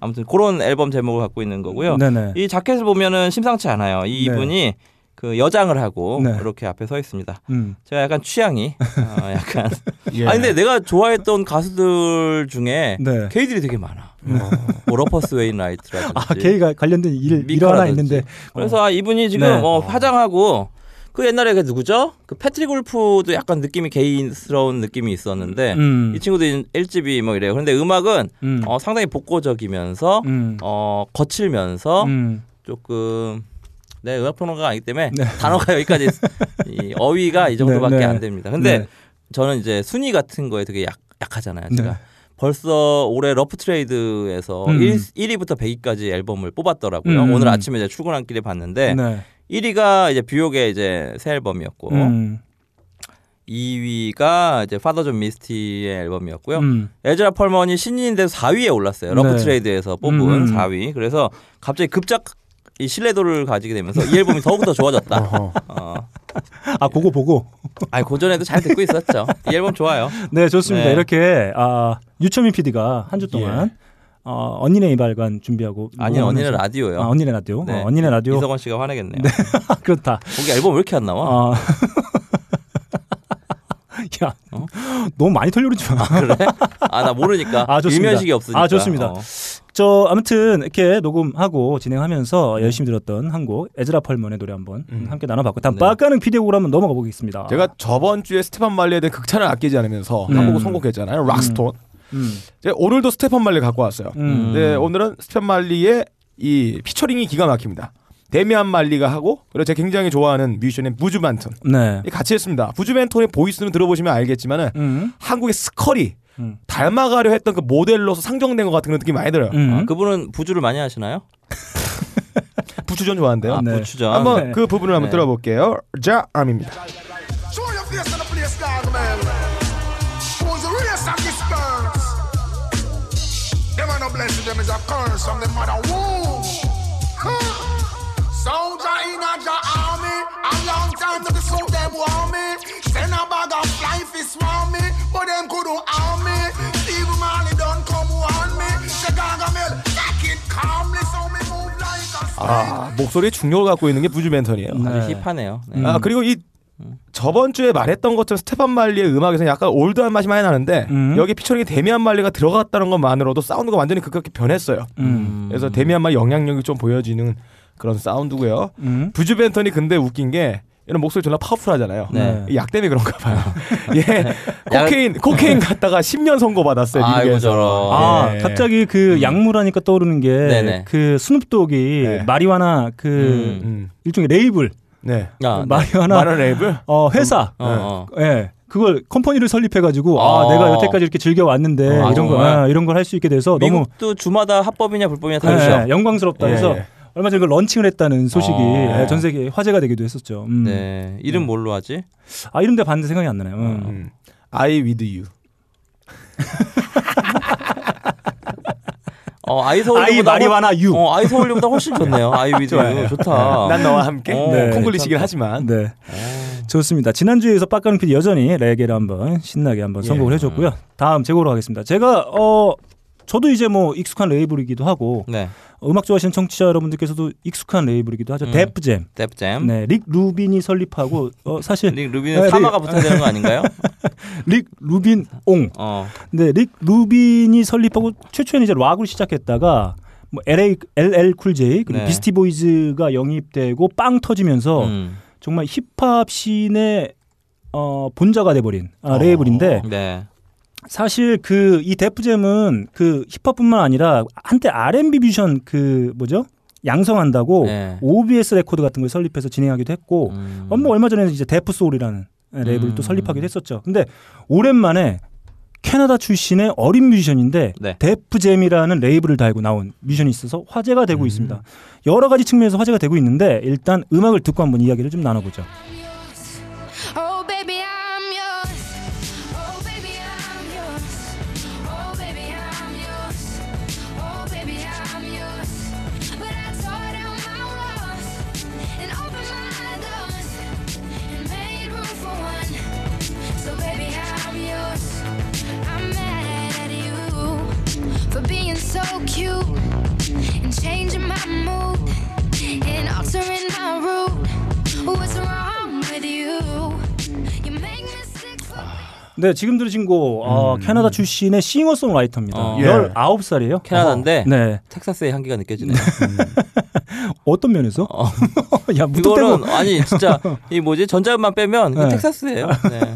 Speaker 3: 아무튼 그런 앨범 제목을 갖고 있는 거고요.
Speaker 1: 네, 네.
Speaker 3: 이 자켓을 보면은 심상치 않아요. 이
Speaker 1: 네.
Speaker 3: 이분이 그 여장을 하고
Speaker 1: 네.
Speaker 3: 이렇게 앞에 서 있습니다.
Speaker 1: 음.
Speaker 3: 제가 약간 취향이 어, 약간
Speaker 2: 예.
Speaker 3: 아 근데 내가 좋아했던 가수들 중에
Speaker 1: 네.
Speaker 3: 게이들이 되게 많아. 뭐 러퍼스 웨인 라이트라든지. 음,
Speaker 1: 아, 게이가 관련된 일 일화 하나
Speaker 3: 미카라든지.
Speaker 1: 있는데.
Speaker 3: 그래서 아, 이분이 지금
Speaker 1: 네.
Speaker 3: 어, 화장하고 그 옛날에 그 누구죠? 그 패트릭 울프도 약간 느낌이 게이스러운 느낌이 있었는데
Speaker 1: 음.
Speaker 3: 네. 이 친구도 이제 LGB 뭐 이래요. 그런데 음악은
Speaker 1: 음.
Speaker 3: 어, 상당히 복고적이면서
Speaker 1: 음.
Speaker 3: 어, 거칠면서
Speaker 1: 음.
Speaker 3: 조금 네 음악 평론가가 아니기 때문에
Speaker 1: 네.
Speaker 3: 단어가 여기까지 이 어휘가 이 정도밖에
Speaker 1: 네, 네.
Speaker 3: 안 됩니다. 근데
Speaker 1: 네.
Speaker 3: 저는 이제 순위 같은 거에 되게 약, 약하잖아요. 제가
Speaker 1: 네.
Speaker 3: 벌써 올해 러프 트레이드에서
Speaker 1: 음.
Speaker 3: 1, 1위부터 100위까지 앨범을 뽑았더라고요.
Speaker 1: 음.
Speaker 3: 오늘 아침에 이제 출근한길에 봤는데
Speaker 1: 네.
Speaker 3: 1위가 이제 뷰옥의 이제 새 앨범이었고
Speaker 1: 음.
Speaker 3: 2위가 이제 파더 존 미스티의 앨범이었고요.
Speaker 1: 음.
Speaker 3: 에즈라 펄먼이 신인인데 4위에 올랐어요. 러브
Speaker 1: 네.
Speaker 3: 트레이드에서 뽑은
Speaker 1: 음.
Speaker 3: 4위. 그래서 갑자기 급작 이 신뢰도를 가지게 되면서 이 앨범이 더욱더 좋아졌다. 어.
Speaker 1: 아, 그거 보고.
Speaker 3: 아니 고전에도 잘 듣고 있었죠. 이 앨범 좋아요.
Speaker 1: 네, 좋습니다.
Speaker 3: 네. 예.
Speaker 1: 이렇게 아, 유철민 PD가 한 주 동안 어, 언니네 이발관 준비하고
Speaker 3: 아니 언니는
Speaker 1: 뭐 녹음하면서-
Speaker 3: 라디오요.
Speaker 1: 아, 언니네 라디오.
Speaker 3: 네.
Speaker 1: 어, 언니네 라디오.
Speaker 3: 이석원 씨가 화내겠네요.
Speaker 1: 아, 그렇다.
Speaker 3: 거기 앨범 왜 이렇게 안
Speaker 1: 아.
Speaker 3: 나와?
Speaker 1: 야,
Speaker 3: 어?
Speaker 1: 너무 많이 털려오르지 마.
Speaker 3: 그래? 아 나 모르니까.
Speaker 1: 아, 좋습니다.
Speaker 3: 유면식이 없으니까.
Speaker 1: 아, 좋습니다.
Speaker 3: 어.
Speaker 1: 저 아무튼 이렇게 녹음하고 진행하면서
Speaker 3: 네.
Speaker 1: 열심히 들었던 한 곡 에즈라 펄먼의 노래 한번 함께 나눠봤고 다음
Speaker 3: 네.
Speaker 1: 빠까는 피디오로 한번 넘어가 보겠습니다.
Speaker 2: 아. 제가 저번 주에 스테판 말리에 대해 극찬을 아끼지 않으면서
Speaker 1: 음.
Speaker 2: 한국을 선곡했잖아요. 락스톤.
Speaker 1: 음.
Speaker 2: 제가 오늘도 스테판 말리 갖고 왔어요.
Speaker 1: 음.
Speaker 2: 네, 오늘은 스테판 말리의 이 피처링이 기가 막힙니다. 데미안 말리가 하고 그리고 제가 굉장히 좋아하는 뮤지션인 부즈 만튼
Speaker 1: 네.
Speaker 2: 같이 했습니다. 부즈 만톤의 보이스는 들어보시면 알겠지만은
Speaker 1: 음.
Speaker 2: 한국의 스컬이
Speaker 1: 음.
Speaker 2: 닮아가려 했던 그 모델로서 상정된 것 같은 그런 느낌이 많이 들어요.
Speaker 1: 음.
Speaker 3: 아, 그분은 부주를 많이 하시나요?
Speaker 2: 부추전 좋아한대요.
Speaker 3: 아,
Speaker 1: 네.
Speaker 3: 부추전.
Speaker 2: 한번
Speaker 1: 네.
Speaker 2: 그 부분을 한번
Speaker 3: 네.
Speaker 2: 들어볼게요. 자, 암입니다.
Speaker 5: Show your face in the place, dog, man. Who's the race of these birds? Them are no blessing, them is a curse from the mother womb. Huh. Soldier in a ja army, a long time to the suit them warm me. Send a bag of fly fish swarm me, but them couldn't harm me. Steve Marley don't come warn me. The Gargamel, take it calmly, so me move like a snake.
Speaker 2: 아, 목소리에 중력을 갖고 있는 게 부즈 만톤이에요.
Speaker 3: 아주 힙하네요. 네.
Speaker 1: 음.
Speaker 2: 아 그리고 이 저번 주에 말했던 것처럼 스테판 말리의 음악에서 약간 올드한 맛이 많이 나는데
Speaker 1: 음.
Speaker 2: 여기 피처링에 데미안 말리가 들어갔다는 것만으로도 사운드가 완전히 그렇게 변했어요.
Speaker 1: 음.
Speaker 2: 그래서 데미안 말리 영향력이 좀 보여지는 그런 사운드고요.
Speaker 1: 음.
Speaker 2: 부즈 벤턴이 근데 웃긴 게 이런 목소리 전라 파워풀하잖아요.
Speaker 1: 네.
Speaker 2: 약 때문에 그런가 봐요. 예, 코케인 코케인 갖다가 10년 선고 받았어요.
Speaker 3: 아이고
Speaker 2: 미국에서.
Speaker 3: 저런.
Speaker 1: 아
Speaker 2: 예.
Speaker 1: 갑자기 그 약물하니까 떠오르는
Speaker 3: 네네.
Speaker 1: 게 그 스눕독이
Speaker 2: 네.
Speaker 1: 마리화나 그
Speaker 3: 음.
Speaker 2: 음.
Speaker 1: 일종의 레이블
Speaker 2: 네.
Speaker 3: 아, 네.
Speaker 1: 마리화나
Speaker 2: 만원 앱을
Speaker 1: 어, 회사
Speaker 3: 어, 어.
Speaker 1: 예. 그걸 컴퍼니를 설립해 가지고 아,
Speaker 3: 아.
Speaker 1: 내가 여태까지 이렇게 즐겨 왔는데
Speaker 3: 아,
Speaker 1: 이런 거
Speaker 3: 정말?
Speaker 1: 아, 이런 걸 할 수 있게 돼서 너무
Speaker 3: 미국도 주마다 합법이냐 불법이냐
Speaker 1: 예,
Speaker 3: 다르죠. 네.
Speaker 1: 영광스럽다
Speaker 2: 예,
Speaker 1: 해서
Speaker 2: 예.
Speaker 1: 얼마 전에 그걸 런칭을 했다는 소식이
Speaker 3: 어.
Speaker 1: 예, 전 세계에 화제가 되기도 했었죠. 음.
Speaker 3: 네. 이름 뭘로 하지?
Speaker 1: 아 이런 데 봤는데 생각이 안 나네요. 음.
Speaker 2: 음. I with you.
Speaker 3: 어, 아이
Speaker 1: 아이
Speaker 3: 서울보다
Speaker 1: 마리와나 유.
Speaker 3: 어, 아이 서울보다 훨씬 좋네요. 아이 위드 유. 좋다.
Speaker 2: 난 너와 함께
Speaker 3: 어,
Speaker 1: 네.
Speaker 2: 콩글리시긴 하지만
Speaker 1: 네. 좋습니다. 지난주에서 빡가는 PD 여전히 레게를 한번 신나게 한번 선곡을 해줬고요. 다음 제고로 가겠습니다. 제가 어 저도 이제 뭐 익숙한 레이블이기도 하고
Speaker 3: 네.
Speaker 1: 음악 좋아하시는 청취자 여러분들께서도 익숙한 레이블이기도 하죠.
Speaker 3: 음.
Speaker 1: 데프잼.
Speaker 3: 뎁잼.
Speaker 1: 네, 릭 루빈이 설립하고 어, 사실
Speaker 3: 릭
Speaker 1: 네,
Speaker 3: 루비는 사마가
Speaker 1: 릭-
Speaker 3: 붙어야 되는 거 아닌가요?
Speaker 1: 릭 루빈 옹.
Speaker 3: 어.
Speaker 1: 네, 릭 루빈이 설립하고 최초에는 이제 락을 시작했다가 뭐 LA LL 쿨제이 그리고
Speaker 3: 네.
Speaker 1: 비스티 보이즈가 영입되고 빵 터지면서
Speaker 3: 음.
Speaker 1: 정말 힙합 씬의 어, 본자가 돼버린 아, 레이블인데
Speaker 3: 네.
Speaker 1: 사실 그 이 데프잼은 그 힙합뿐만 아니라 한때 R&B 뮤지션 그 뭐죠 양성한다고
Speaker 3: 네.
Speaker 1: OBS 레코드 같은 걸 설립해서 진행하기도 했고
Speaker 3: 음.
Speaker 1: 어, 뭐 얼마 전에는 이제 데프 소울이라는 랩을 또
Speaker 3: 음.
Speaker 1: 설립하기도 했었죠. 근데 오랜만에 캐나다 출신의 어린 뮤지션인데
Speaker 3: 네.
Speaker 1: 데프잼이라는 레이블을 달고 나온 뮤지션이 있어서 화제가
Speaker 3: 음.
Speaker 1: 되고 있습니다. 여러 가지 측면에서 화제가 되고 있는데 일단 음악을 듣고 한번 이야기를 좀 나눠보죠.
Speaker 5: Oh baby, I'm yours. Oh baby, I'm yours. Oh baby, I'm yours. Oh baby, I'm yours. But I tore down my walls and opened my doors and made room for one. So baby, I'm yours. I'm mad at you for being so cute and changing my mood and altering my route. What's wrong with you? You make me sick for
Speaker 1: 네, 지금 들으신 곡 어, 캐나다 출신의 싱어송라이터입니다.
Speaker 3: 음. 어.
Speaker 2: 예.
Speaker 1: 19살이에요.
Speaker 3: 캐나다인데
Speaker 1: 네.
Speaker 3: 텍사스의 향기가 느껴지네요.
Speaker 1: 어떤 면에서?
Speaker 3: 어.
Speaker 1: 야, 무뚝대고
Speaker 3: 이거는 아니 진짜 이 뭐지 전자음만 빼면 이거
Speaker 1: 네.
Speaker 3: 텍사스예요. 네.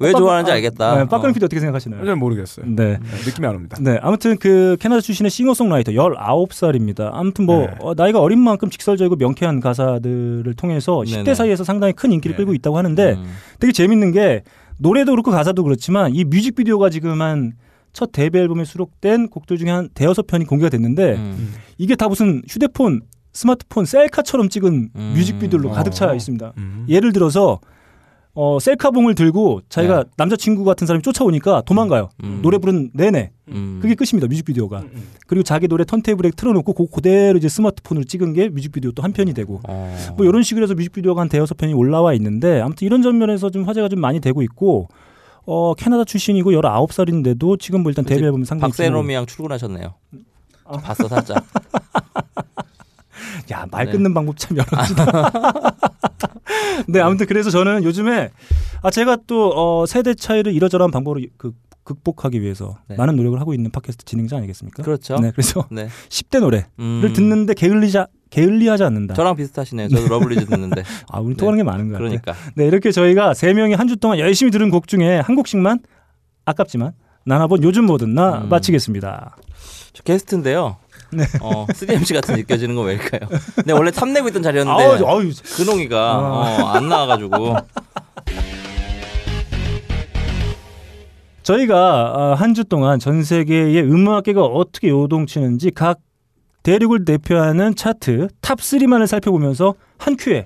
Speaker 3: 왜 좋아하는지 알겠다.
Speaker 1: 네, 빡가는
Speaker 3: 어.
Speaker 1: 피디 어떻게 생각하시나요?
Speaker 2: 전혀 모르겠어요.
Speaker 1: 네.
Speaker 2: 네, 느낌이 안 옵니다.
Speaker 1: 네, 아무튼 그 캐나다 출신의 싱어송라이터 19살입니다. 아무튼 뭐
Speaker 2: 네.
Speaker 1: 어, 나이가 어린 만큼 직설적이고 명쾌한 가사들을 통해서
Speaker 3: 네네.
Speaker 1: 10대 사이에서 상당히 큰 인기를
Speaker 2: 네.
Speaker 1: 끌고 있다고 하는데
Speaker 3: 음.
Speaker 1: 되게 재밌는 게 노래도 그렇고 가사도 그렇지만 이 뮤직비디오가 지금 한 첫 데뷔 앨범에 수록된 곡들 중에 한 대여섯 편이 공개가 됐는데
Speaker 3: 음.
Speaker 1: 이게 다 무슨 휴대폰, 스마트폰 셀카처럼 찍은
Speaker 3: 음.
Speaker 1: 뮤직비디오로 가득 차
Speaker 2: 어.
Speaker 1: 있습니다.
Speaker 2: 음.
Speaker 1: 예를 들어서 어, 셀카봉을 들고 자기가 남자친구 같은 사람이 쫓아오니까 도망가요.
Speaker 3: 네. 음.
Speaker 1: 노래 부른 내내
Speaker 3: 음.
Speaker 1: 그게 끝입니다 뮤직비디오가 그리고 자기 노래 턴테이블에 틀어놓고 그 그대로 이제 스마트폰으로 찍은 게 뮤직비디오 또 한 편이 되고
Speaker 3: 어.
Speaker 1: 뭐 이런 식으로 해서 뮤직비디오가 한 대여섯 편이 올라와 있는데 아무튼 이런 전면에서 좀 화제가 좀 많이 되고 있고 어 캐나다 출신이고 19살인데도 지금 뭐 일단 데뷔 앨범 상당히
Speaker 3: 박세롬이 양 출근하셨네요.
Speaker 1: 아.
Speaker 3: 좀 봤어 살짝.
Speaker 1: 야말
Speaker 3: 네.
Speaker 1: 끊는 방법 참 여러 가지다 네 아무튼 그래서 저는 요즘에 아 제가 또 어 세대 차이를 이러저러한 방법으로 그 극복하기 위해서
Speaker 3: 네.
Speaker 1: 많은 노력을 하고 있는 팟캐스트 진행자 아니겠습니까?
Speaker 3: 그렇죠.
Speaker 1: 네, 그래서
Speaker 3: 네.
Speaker 1: 10대 노래를
Speaker 3: 음.
Speaker 1: 듣는데 게을리자 게을리하지 않는다.
Speaker 3: 저랑 비슷하시네요. 저도 러블리즈 듣는데.
Speaker 1: 아, 우리
Speaker 3: 네.
Speaker 1: 통하는 게 많은 것 같아요.
Speaker 3: 그러니까.
Speaker 1: 네, 이렇게 저희가 세 명이 한 주 동안 열심히 들은 곡 중에 한 곡씩만 아깝지만 나눠본 요즘 뭐든 나
Speaker 3: 음.
Speaker 1: 마치겠습니다.
Speaker 3: 저 게스트인데요.
Speaker 1: 네.
Speaker 3: 어, 3MC 같은 느껴지는 건 왜일까요? 네, 원래 탐내고 있던 자리였는데
Speaker 1: 아우, 아우,
Speaker 3: 근홍이가
Speaker 1: 아.
Speaker 3: 어, 안 나와가지고
Speaker 1: 저희가 아, 한 주 동안 전 세계의 음악계가 어떻게 요동치는지 각 대륙을 대표하는 차트 탑 3만을 살펴보면서 한 큐에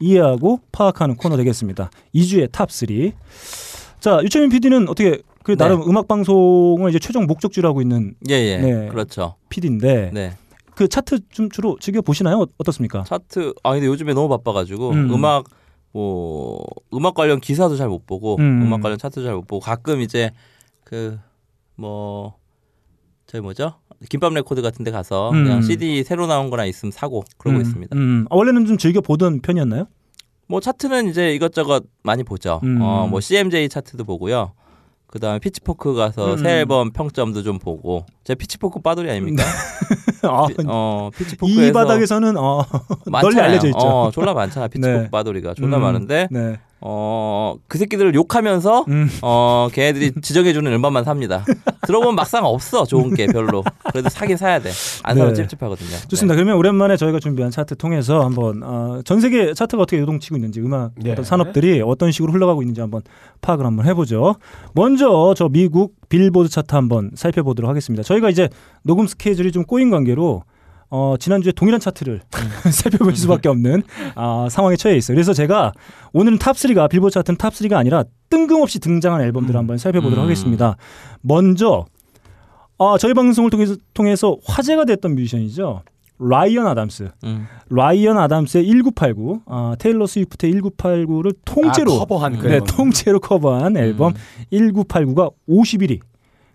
Speaker 1: 이해하고 파악하는 코너 되겠습니다. 2주의 탑 3. 자, 유채민 PD는 어떻게 그
Speaker 3: 네.
Speaker 1: 나름 음악 방송을 이제 최종 목적지로 하고 있는
Speaker 3: 예예
Speaker 1: 네.
Speaker 3: 그렇죠.
Speaker 1: PD인데
Speaker 3: 네
Speaker 1: 그 차트 좀 주로 즐겨 보시나요? 어- 어떻습니까?
Speaker 3: 차트 아 근데 요즘에 너무 바빠가지고
Speaker 1: 음.
Speaker 3: 음. 악뭐 음악 관련 기사도 잘 못 보고
Speaker 1: 음.
Speaker 3: 음. 악 관련 차트도 잘 못 보고 가끔 이제 그 뭐 저희 뭐죠 김밥 레코드 같은데 가서
Speaker 1: 음.
Speaker 3: 그냥 CD 새로 나온 거나 있으면 사고 그러고
Speaker 1: 음,
Speaker 3: 있습니다.
Speaker 1: 음. 아, 원래는 좀 즐겨 보던 편이었나요?
Speaker 3: 뭐 차트는 이제 이것저것 많이 보죠.
Speaker 1: 음.
Speaker 3: 어, 뭐 CMJ 차트도 보고요. 그다음에 피치포크 가서
Speaker 1: 음.
Speaker 3: 새 앨범 평점도 좀 보고 제 피치포크 빠돌이 아닙니까?
Speaker 1: 아,
Speaker 3: 피- 어, 피치포크에서
Speaker 1: 이 바닥에서는 어, 널리
Speaker 3: 많잖아요.
Speaker 1: 알려져 있죠.
Speaker 3: 어, 졸라 많잖아. 피치포크
Speaker 1: 네.
Speaker 3: 빠돌이가 졸라
Speaker 1: 음,
Speaker 3: 많은데
Speaker 1: 네.
Speaker 3: 어, 그 새끼들을 욕하면서
Speaker 1: 음.
Speaker 3: 어, 걔네들이 지정해주는 음반만 삽니다. 들어보면 막상 없어 좋은 게 별로. 그래도 사긴 사야 돼. 안 사면
Speaker 1: 네.
Speaker 3: 찝찝하거든요.
Speaker 1: 좋습니다. 그러면 오랜만에 저희가 준비한 차트 통해서 한번 어, 전 세계 차트가 어떻게 요동치고 있는지 음악
Speaker 2: 네.
Speaker 1: 어떤 산업들이 어떤 식으로 흘러가고 있는지 한번 파악을 한번 해보죠. 먼저 저 미국 빌보드 차트 한번 살펴보도록 하겠습니다. 저희가 이제 녹음 스케줄이 좀 꼬인 관계로 어, 지난주에 동일한 차트를 살펴볼 수밖에 없는 아, 상황에 처해 있어요. 그래서 제가 오늘은 탑3가 빌보드 차트는 탑3가 아니라 뜬금없이 등장한 앨범들을 한번 살펴보도록
Speaker 3: 음.
Speaker 1: 하겠습니다. 먼저 아, 저희 방송을 통해서, 통해서 화제가 됐던 뮤지션이죠. 라이언 아담스.
Speaker 3: 네. 음.
Speaker 1: 라이언 아담스의 1989, 아, 테일러 스위프트의 1989를 통째로
Speaker 2: 아, 커버한 그
Speaker 1: 네,
Speaker 2: 앨범.
Speaker 1: 통째로 커버한 앨범 1989가 51위.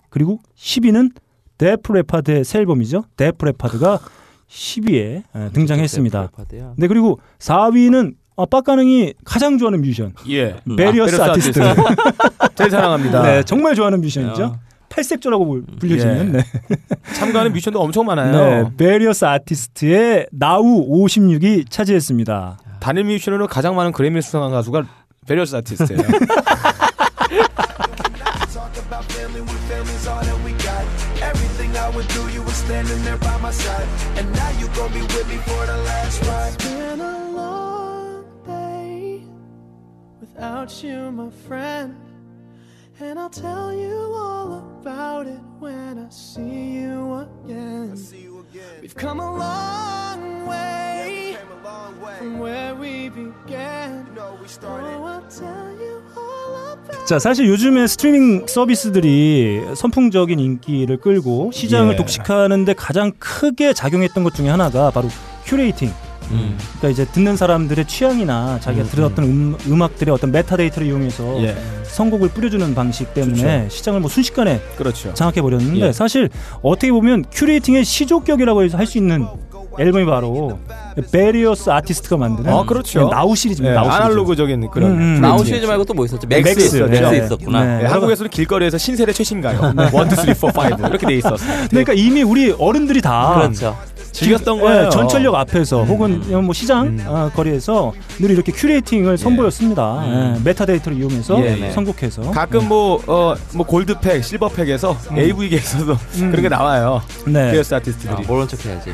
Speaker 1: 그리고 10위는 데프레파드의 새 앨범이죠. 데프레파드가 10위에 등장했습니다.
Speaker 3: 레파드야.
Speaker 1: 네, 그리고 4위는 아, 빡가능이 가장 좋아하는 뮤지션
Speaker 2: 예.
Speaker 3: 음.
Speaker 1: 베리어스
Speaker 2: 아, 베리어스
Speaker 1: 아티스트.
Speaker 2: 제일 사랑합니다.
Speaker 1: 네, 정말 좋아하는 어. 뮤지션이죠.
Speaker 3: 야.
Speaker 1: 팔색조라고 불- 불려지는
Speaker 2: 예.
Speaker 1: 네.
Speaker 2: 참가하는 뮤지션도 엄청 많아요.
Speaker 1: 네, 베리어스 아티스트의 나우 56이 차지했습니다.
Speaker 2: 단일 뮤지션으로 가장 많은 그래미를 수상한 가수가 베리어스 아티스트예요.
Speaker 7: Talk about family when family's all that we got. Everything I would do, you were standing there by my side. And now you gon' be with me for the last ride.
Speaker 8: It's been a long day without you, my friend. And I'll tell you all about it when I see you again.
Speaker 7: See you again.
Speaker 8: We've come a long way
Speaker 7: Came a long
Speaker 8: from
Speaker 7: way.
Speaker 8: where we began.
Speaker 7: No, we started.
Speaker 8: Oh, I'll tell you all about
Speaker 1: 자, 사실 요즘에 스트리밍 서비스들이 선풍적인 인기를 끌고 시장을
Speaker 2: 예.
Speaker 1: 독식하는데 가장 크게 작용했던 것 중에 하나가 바로 큐레이팅.
Speaker 2: 음.
Speaker 1: 그러니까 이제 듣는 사람들의 취향이나 자기가 들었던 음, 음악들의 어떤 메타데이터를 이용해서
Speaker 2: 예.
Speaker 1: 선곡을 뿌려주는 방식 때문에 시장을 뭐 순식간에
Speaker 2: 그렇죠.
Speaker 1: 장악해 버렸는데
Speaker 2: 예.
Speaker 1: 사실 어떻게 보면 큐레이팅의 시조격이라고 할 수 있는 앨범이 바로 베리어스 아티스트가 만드는
Speaker 2: 아, 그렇죠.
Speaker 1: 나우 시리즈입니다.
Speaker 2: 예,
Speaker 1: 나우 시리즈.
Speaker 2: 아날로그적인 그런.
Speaker 1: 음, 음.
Speaker 2: 플레이팅.
Speaker 3: 나우 시리즈 말고 또 뭐 있었지? 맥스,
Speaker 2: 맥스
Speaker 3: 맥스,
Speaker 2: 있었죠. 네.
Speaker 3: 있었구나.
Speaker 1: 네.
Speaker 2: 네, 한국에서는 길거리에서 신세대 최신가요. 원, 투, 쓰리, 포, 파이브 이렇게 돼 있었어.
Speaker 1: 그러니까 이미 우리 어른들이 다
Speaker 3: 그렇죠.
Speaker 2: 즐겼던
Speaker 1: 예,
Speaker 2: 거예요. 음.
Speaker 1: 전철역 앞에서 혹은 뭐 시장 아, 거리에서 늘 이렇게 큐레이팅을 선보였습니다. 예, 메타데이터를 이용해서
Speaker 2: 음. 예, 네.
Speaker 1: 선곡해서
Speaker 2: 가끔 뭐, 어, 뭐 골드팩, 실버팩에서 AV계에서도 그런 게 나와요.
Speaker 1: 음. 네.
Speaker 2: 베리어스
Speaker 3: 아,
Speaker 2: 아티스트들이.
Speaker 3: 모른 척 해야지.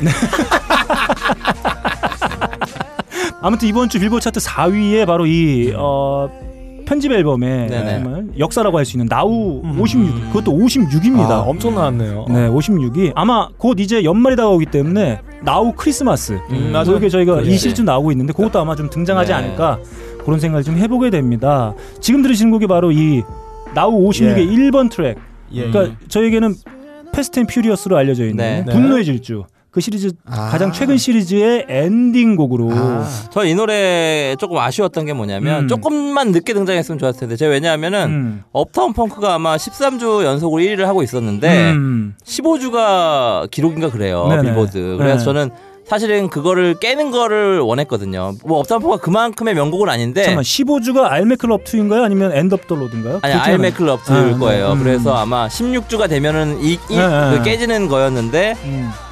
Speaker 1: 아무튼 이번 주 빌보드 차트 4위에 바로
Speaker 2: 음.
Speaker 1: 이 어, 편집 앨범의
Speaker 3: 네네.
Speaker 1: 정말 역사라고 할 수 있는 나우 56 그것도 56입니다.
Speaker 2: 음. 아, 엄청 나왔네요.
Speaker 1: 네, 56이 아마 곧 이제 연말이 다가오기 때문에 나우 크리스마스.
Speaker 3: 음,
Speaker 1: 음, 그게 저희가
Speaker 3: 그래.
Speaker 1: 이 시즌 나오고 있는데 그것도 아마 좀 등장하지
Speaker 3: 네.
Speaker 1: 않을까 그런 생각을 좀 해보게 됩니다. 지금 들으시는 곡이 바로 이 나우 56의
Speaker 2: 예.
Speaker 1: 1번 트랙.
Speaker 2: 예,
Speaker 1: 그러니까 저에게는 패스트 앤 퓨리어스로 알려져 있는
Speaker 3: 음. 네. 아.
Speaker 1: 분노의 질주. 그 시리즈 가장 최근 시리즈의 엔딩 곡으로
Speaker 3: 저 이 노래 조금 아쉬웠던 게 뭐냐면
Speaker 1: 음.
Speaker 3: 조금만 늦게 등장했으면 좋았을 텐데 제가 왜냐하면은
Speaker 1: 음.
Speaker 3: 업타운 펑크가 아마 13주 연속으로 1위를 하고 있었는데
Speaker 1: 음.
Speaker 3: 15주가 기록인가 그래요
Speaker 1: 네네.
Speaker 3: 빌보드 그래서
Speaker 1: 네.
Speaker 3: 저는 사실은 그거를 깨는 거를 원했거든요 뭐 업타운 펑크가 그만큼의 명곡은 아닌데
Speaker 1: 잠깐만 15주가 알메클럽 2인가요? 아니면 엔더블로드인가요?
Speaker 3: 네. 아니 알맥클럽
Speaker 1: 아,
Speaker 3: 들을
Speaker 1: 네.
Speaker 3: 거예요
Speaker 1: 음.
Speaker 3: 그래서 아마 16주가 되면은 이,
Speaker 1: 네,
Speaker 3: 이-
Speaker 1: 네,
Speaker 3: 그
Speaker 1: 네.
Speaker 3: 깨지는 거였는데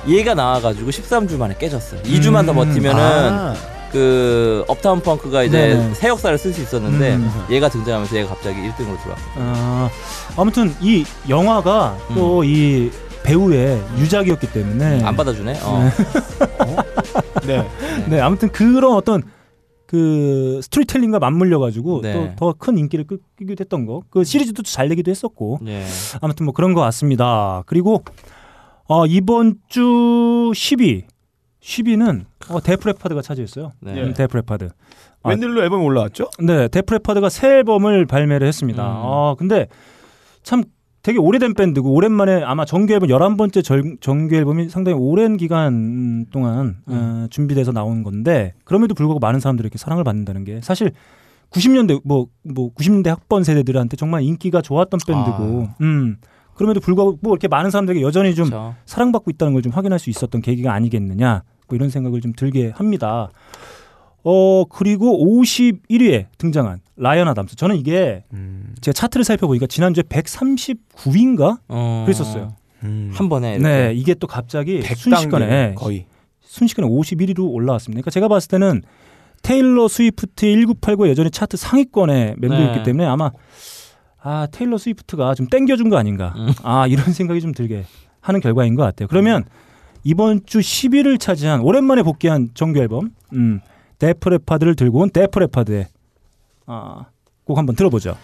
Speaker 3: 얘가 나와가지고 13주 만에 깨졌어요 2주만 더
Speaker 1: 음.
Speaker 3: 버티면은
Speaker 2: 아,
Speaker 3: 그 업타운 펑크가 이제
Speaker 1: 네네.
Speaker 3: 새 역사를 쓸 수 있었는데
Speaker 1: 음.
Speaker 3: 얘가 등장하면서 얘가 갑자기 1등으로 들어왔어.
Speaker 1: 아, 아무튼 이 영화가 또 이 배우의 유작이었기 때문에
Speaker 3: 음. 안 받아주네. 어.
Speaker 2: 네.
Speaker 1: 네, 아무튼 그런 어떤 그 스토리텔링과 맞물려 가지고
Speaker 3: 네.
Speaker 1: 또 더 큰 인기를 끌기도 했던 거. 그 시리즈도 잘 내기도 했었고.
Speaker 3: 예.
Speaker 1: 아무튼 뭐 그런 것 같습니다. 그리고 어, 이번 주 10위 10위는 어, 데프레파드가 차지했어요.
Speaker 3: 네.
Speaker 1: 음, 데프레파드. 아.
Speaker 2: 웬일로 앨범이 올라왔죠?
Speaker 1: 네, 데프레파드가 새 앨범을 발매를 했습니다.
Speaker 3: 음.
Speaker 1: 아, 근데 참 되게 오래된 밴드고 오랜만에 아마 정규 앨범 11번째 절- 정규 앨범이 상당히 오랜 기간 동안
Speaker 3: 음.
Speaker 1: 어, 준비돼서 나온 건데 그럼에도 불구하고 많은 사람들이 이렇게 사랑을 받는다는 게 사실 90년대 뭐 뭐 90년대 학번 세대들한테 정말 인기가 좋았던 밴드고 음. 그럼에도 불구하고 뭐 이렇게 많은 사람들에게 여전히 좀
Speaker 3: 아. 그렇죠.
Speaker 1: 사랑받고 있다는 걸 좀 확인할 수 있었던 계기가 아니겠느냐 뭐 이런 생각을 좀 들게 합니다. 어 그리고 51위에 등장한 라이언 아담스 저는 이게 제가 차트를 살펴보니까 지난주에 139위인가
Speaker 3: 어.
Speaker 1: 그랬었어요.
Speaker 3: 한 번에 이렇게.
Speaker 1: 네 이게 또 갑자기
Speaker 2: 백단계
Speaker 1: 순식간에
Speaker 2: 거의.
Speaker 1: 순식간에 51위로 올라왔습니다. 그러니까 제가 봤을 때는 테일러 스위프트 1989가 여전히 차트 상위권에 맴돌기
Speaker 3: 네.
Speaker 1: 때문에 아마 아 테일러 스위프트가 좀 땡겨준 거 아닌가 아 이런 생각이 좀 들게 하는 결과인 것 같아요. 그러면 이번 주 10위를 차지한 오랜만에 복귀한 정규 앨범 음, 데프레파드를 들고 온 데프레파드의 아, 곡 한번 들어보죠.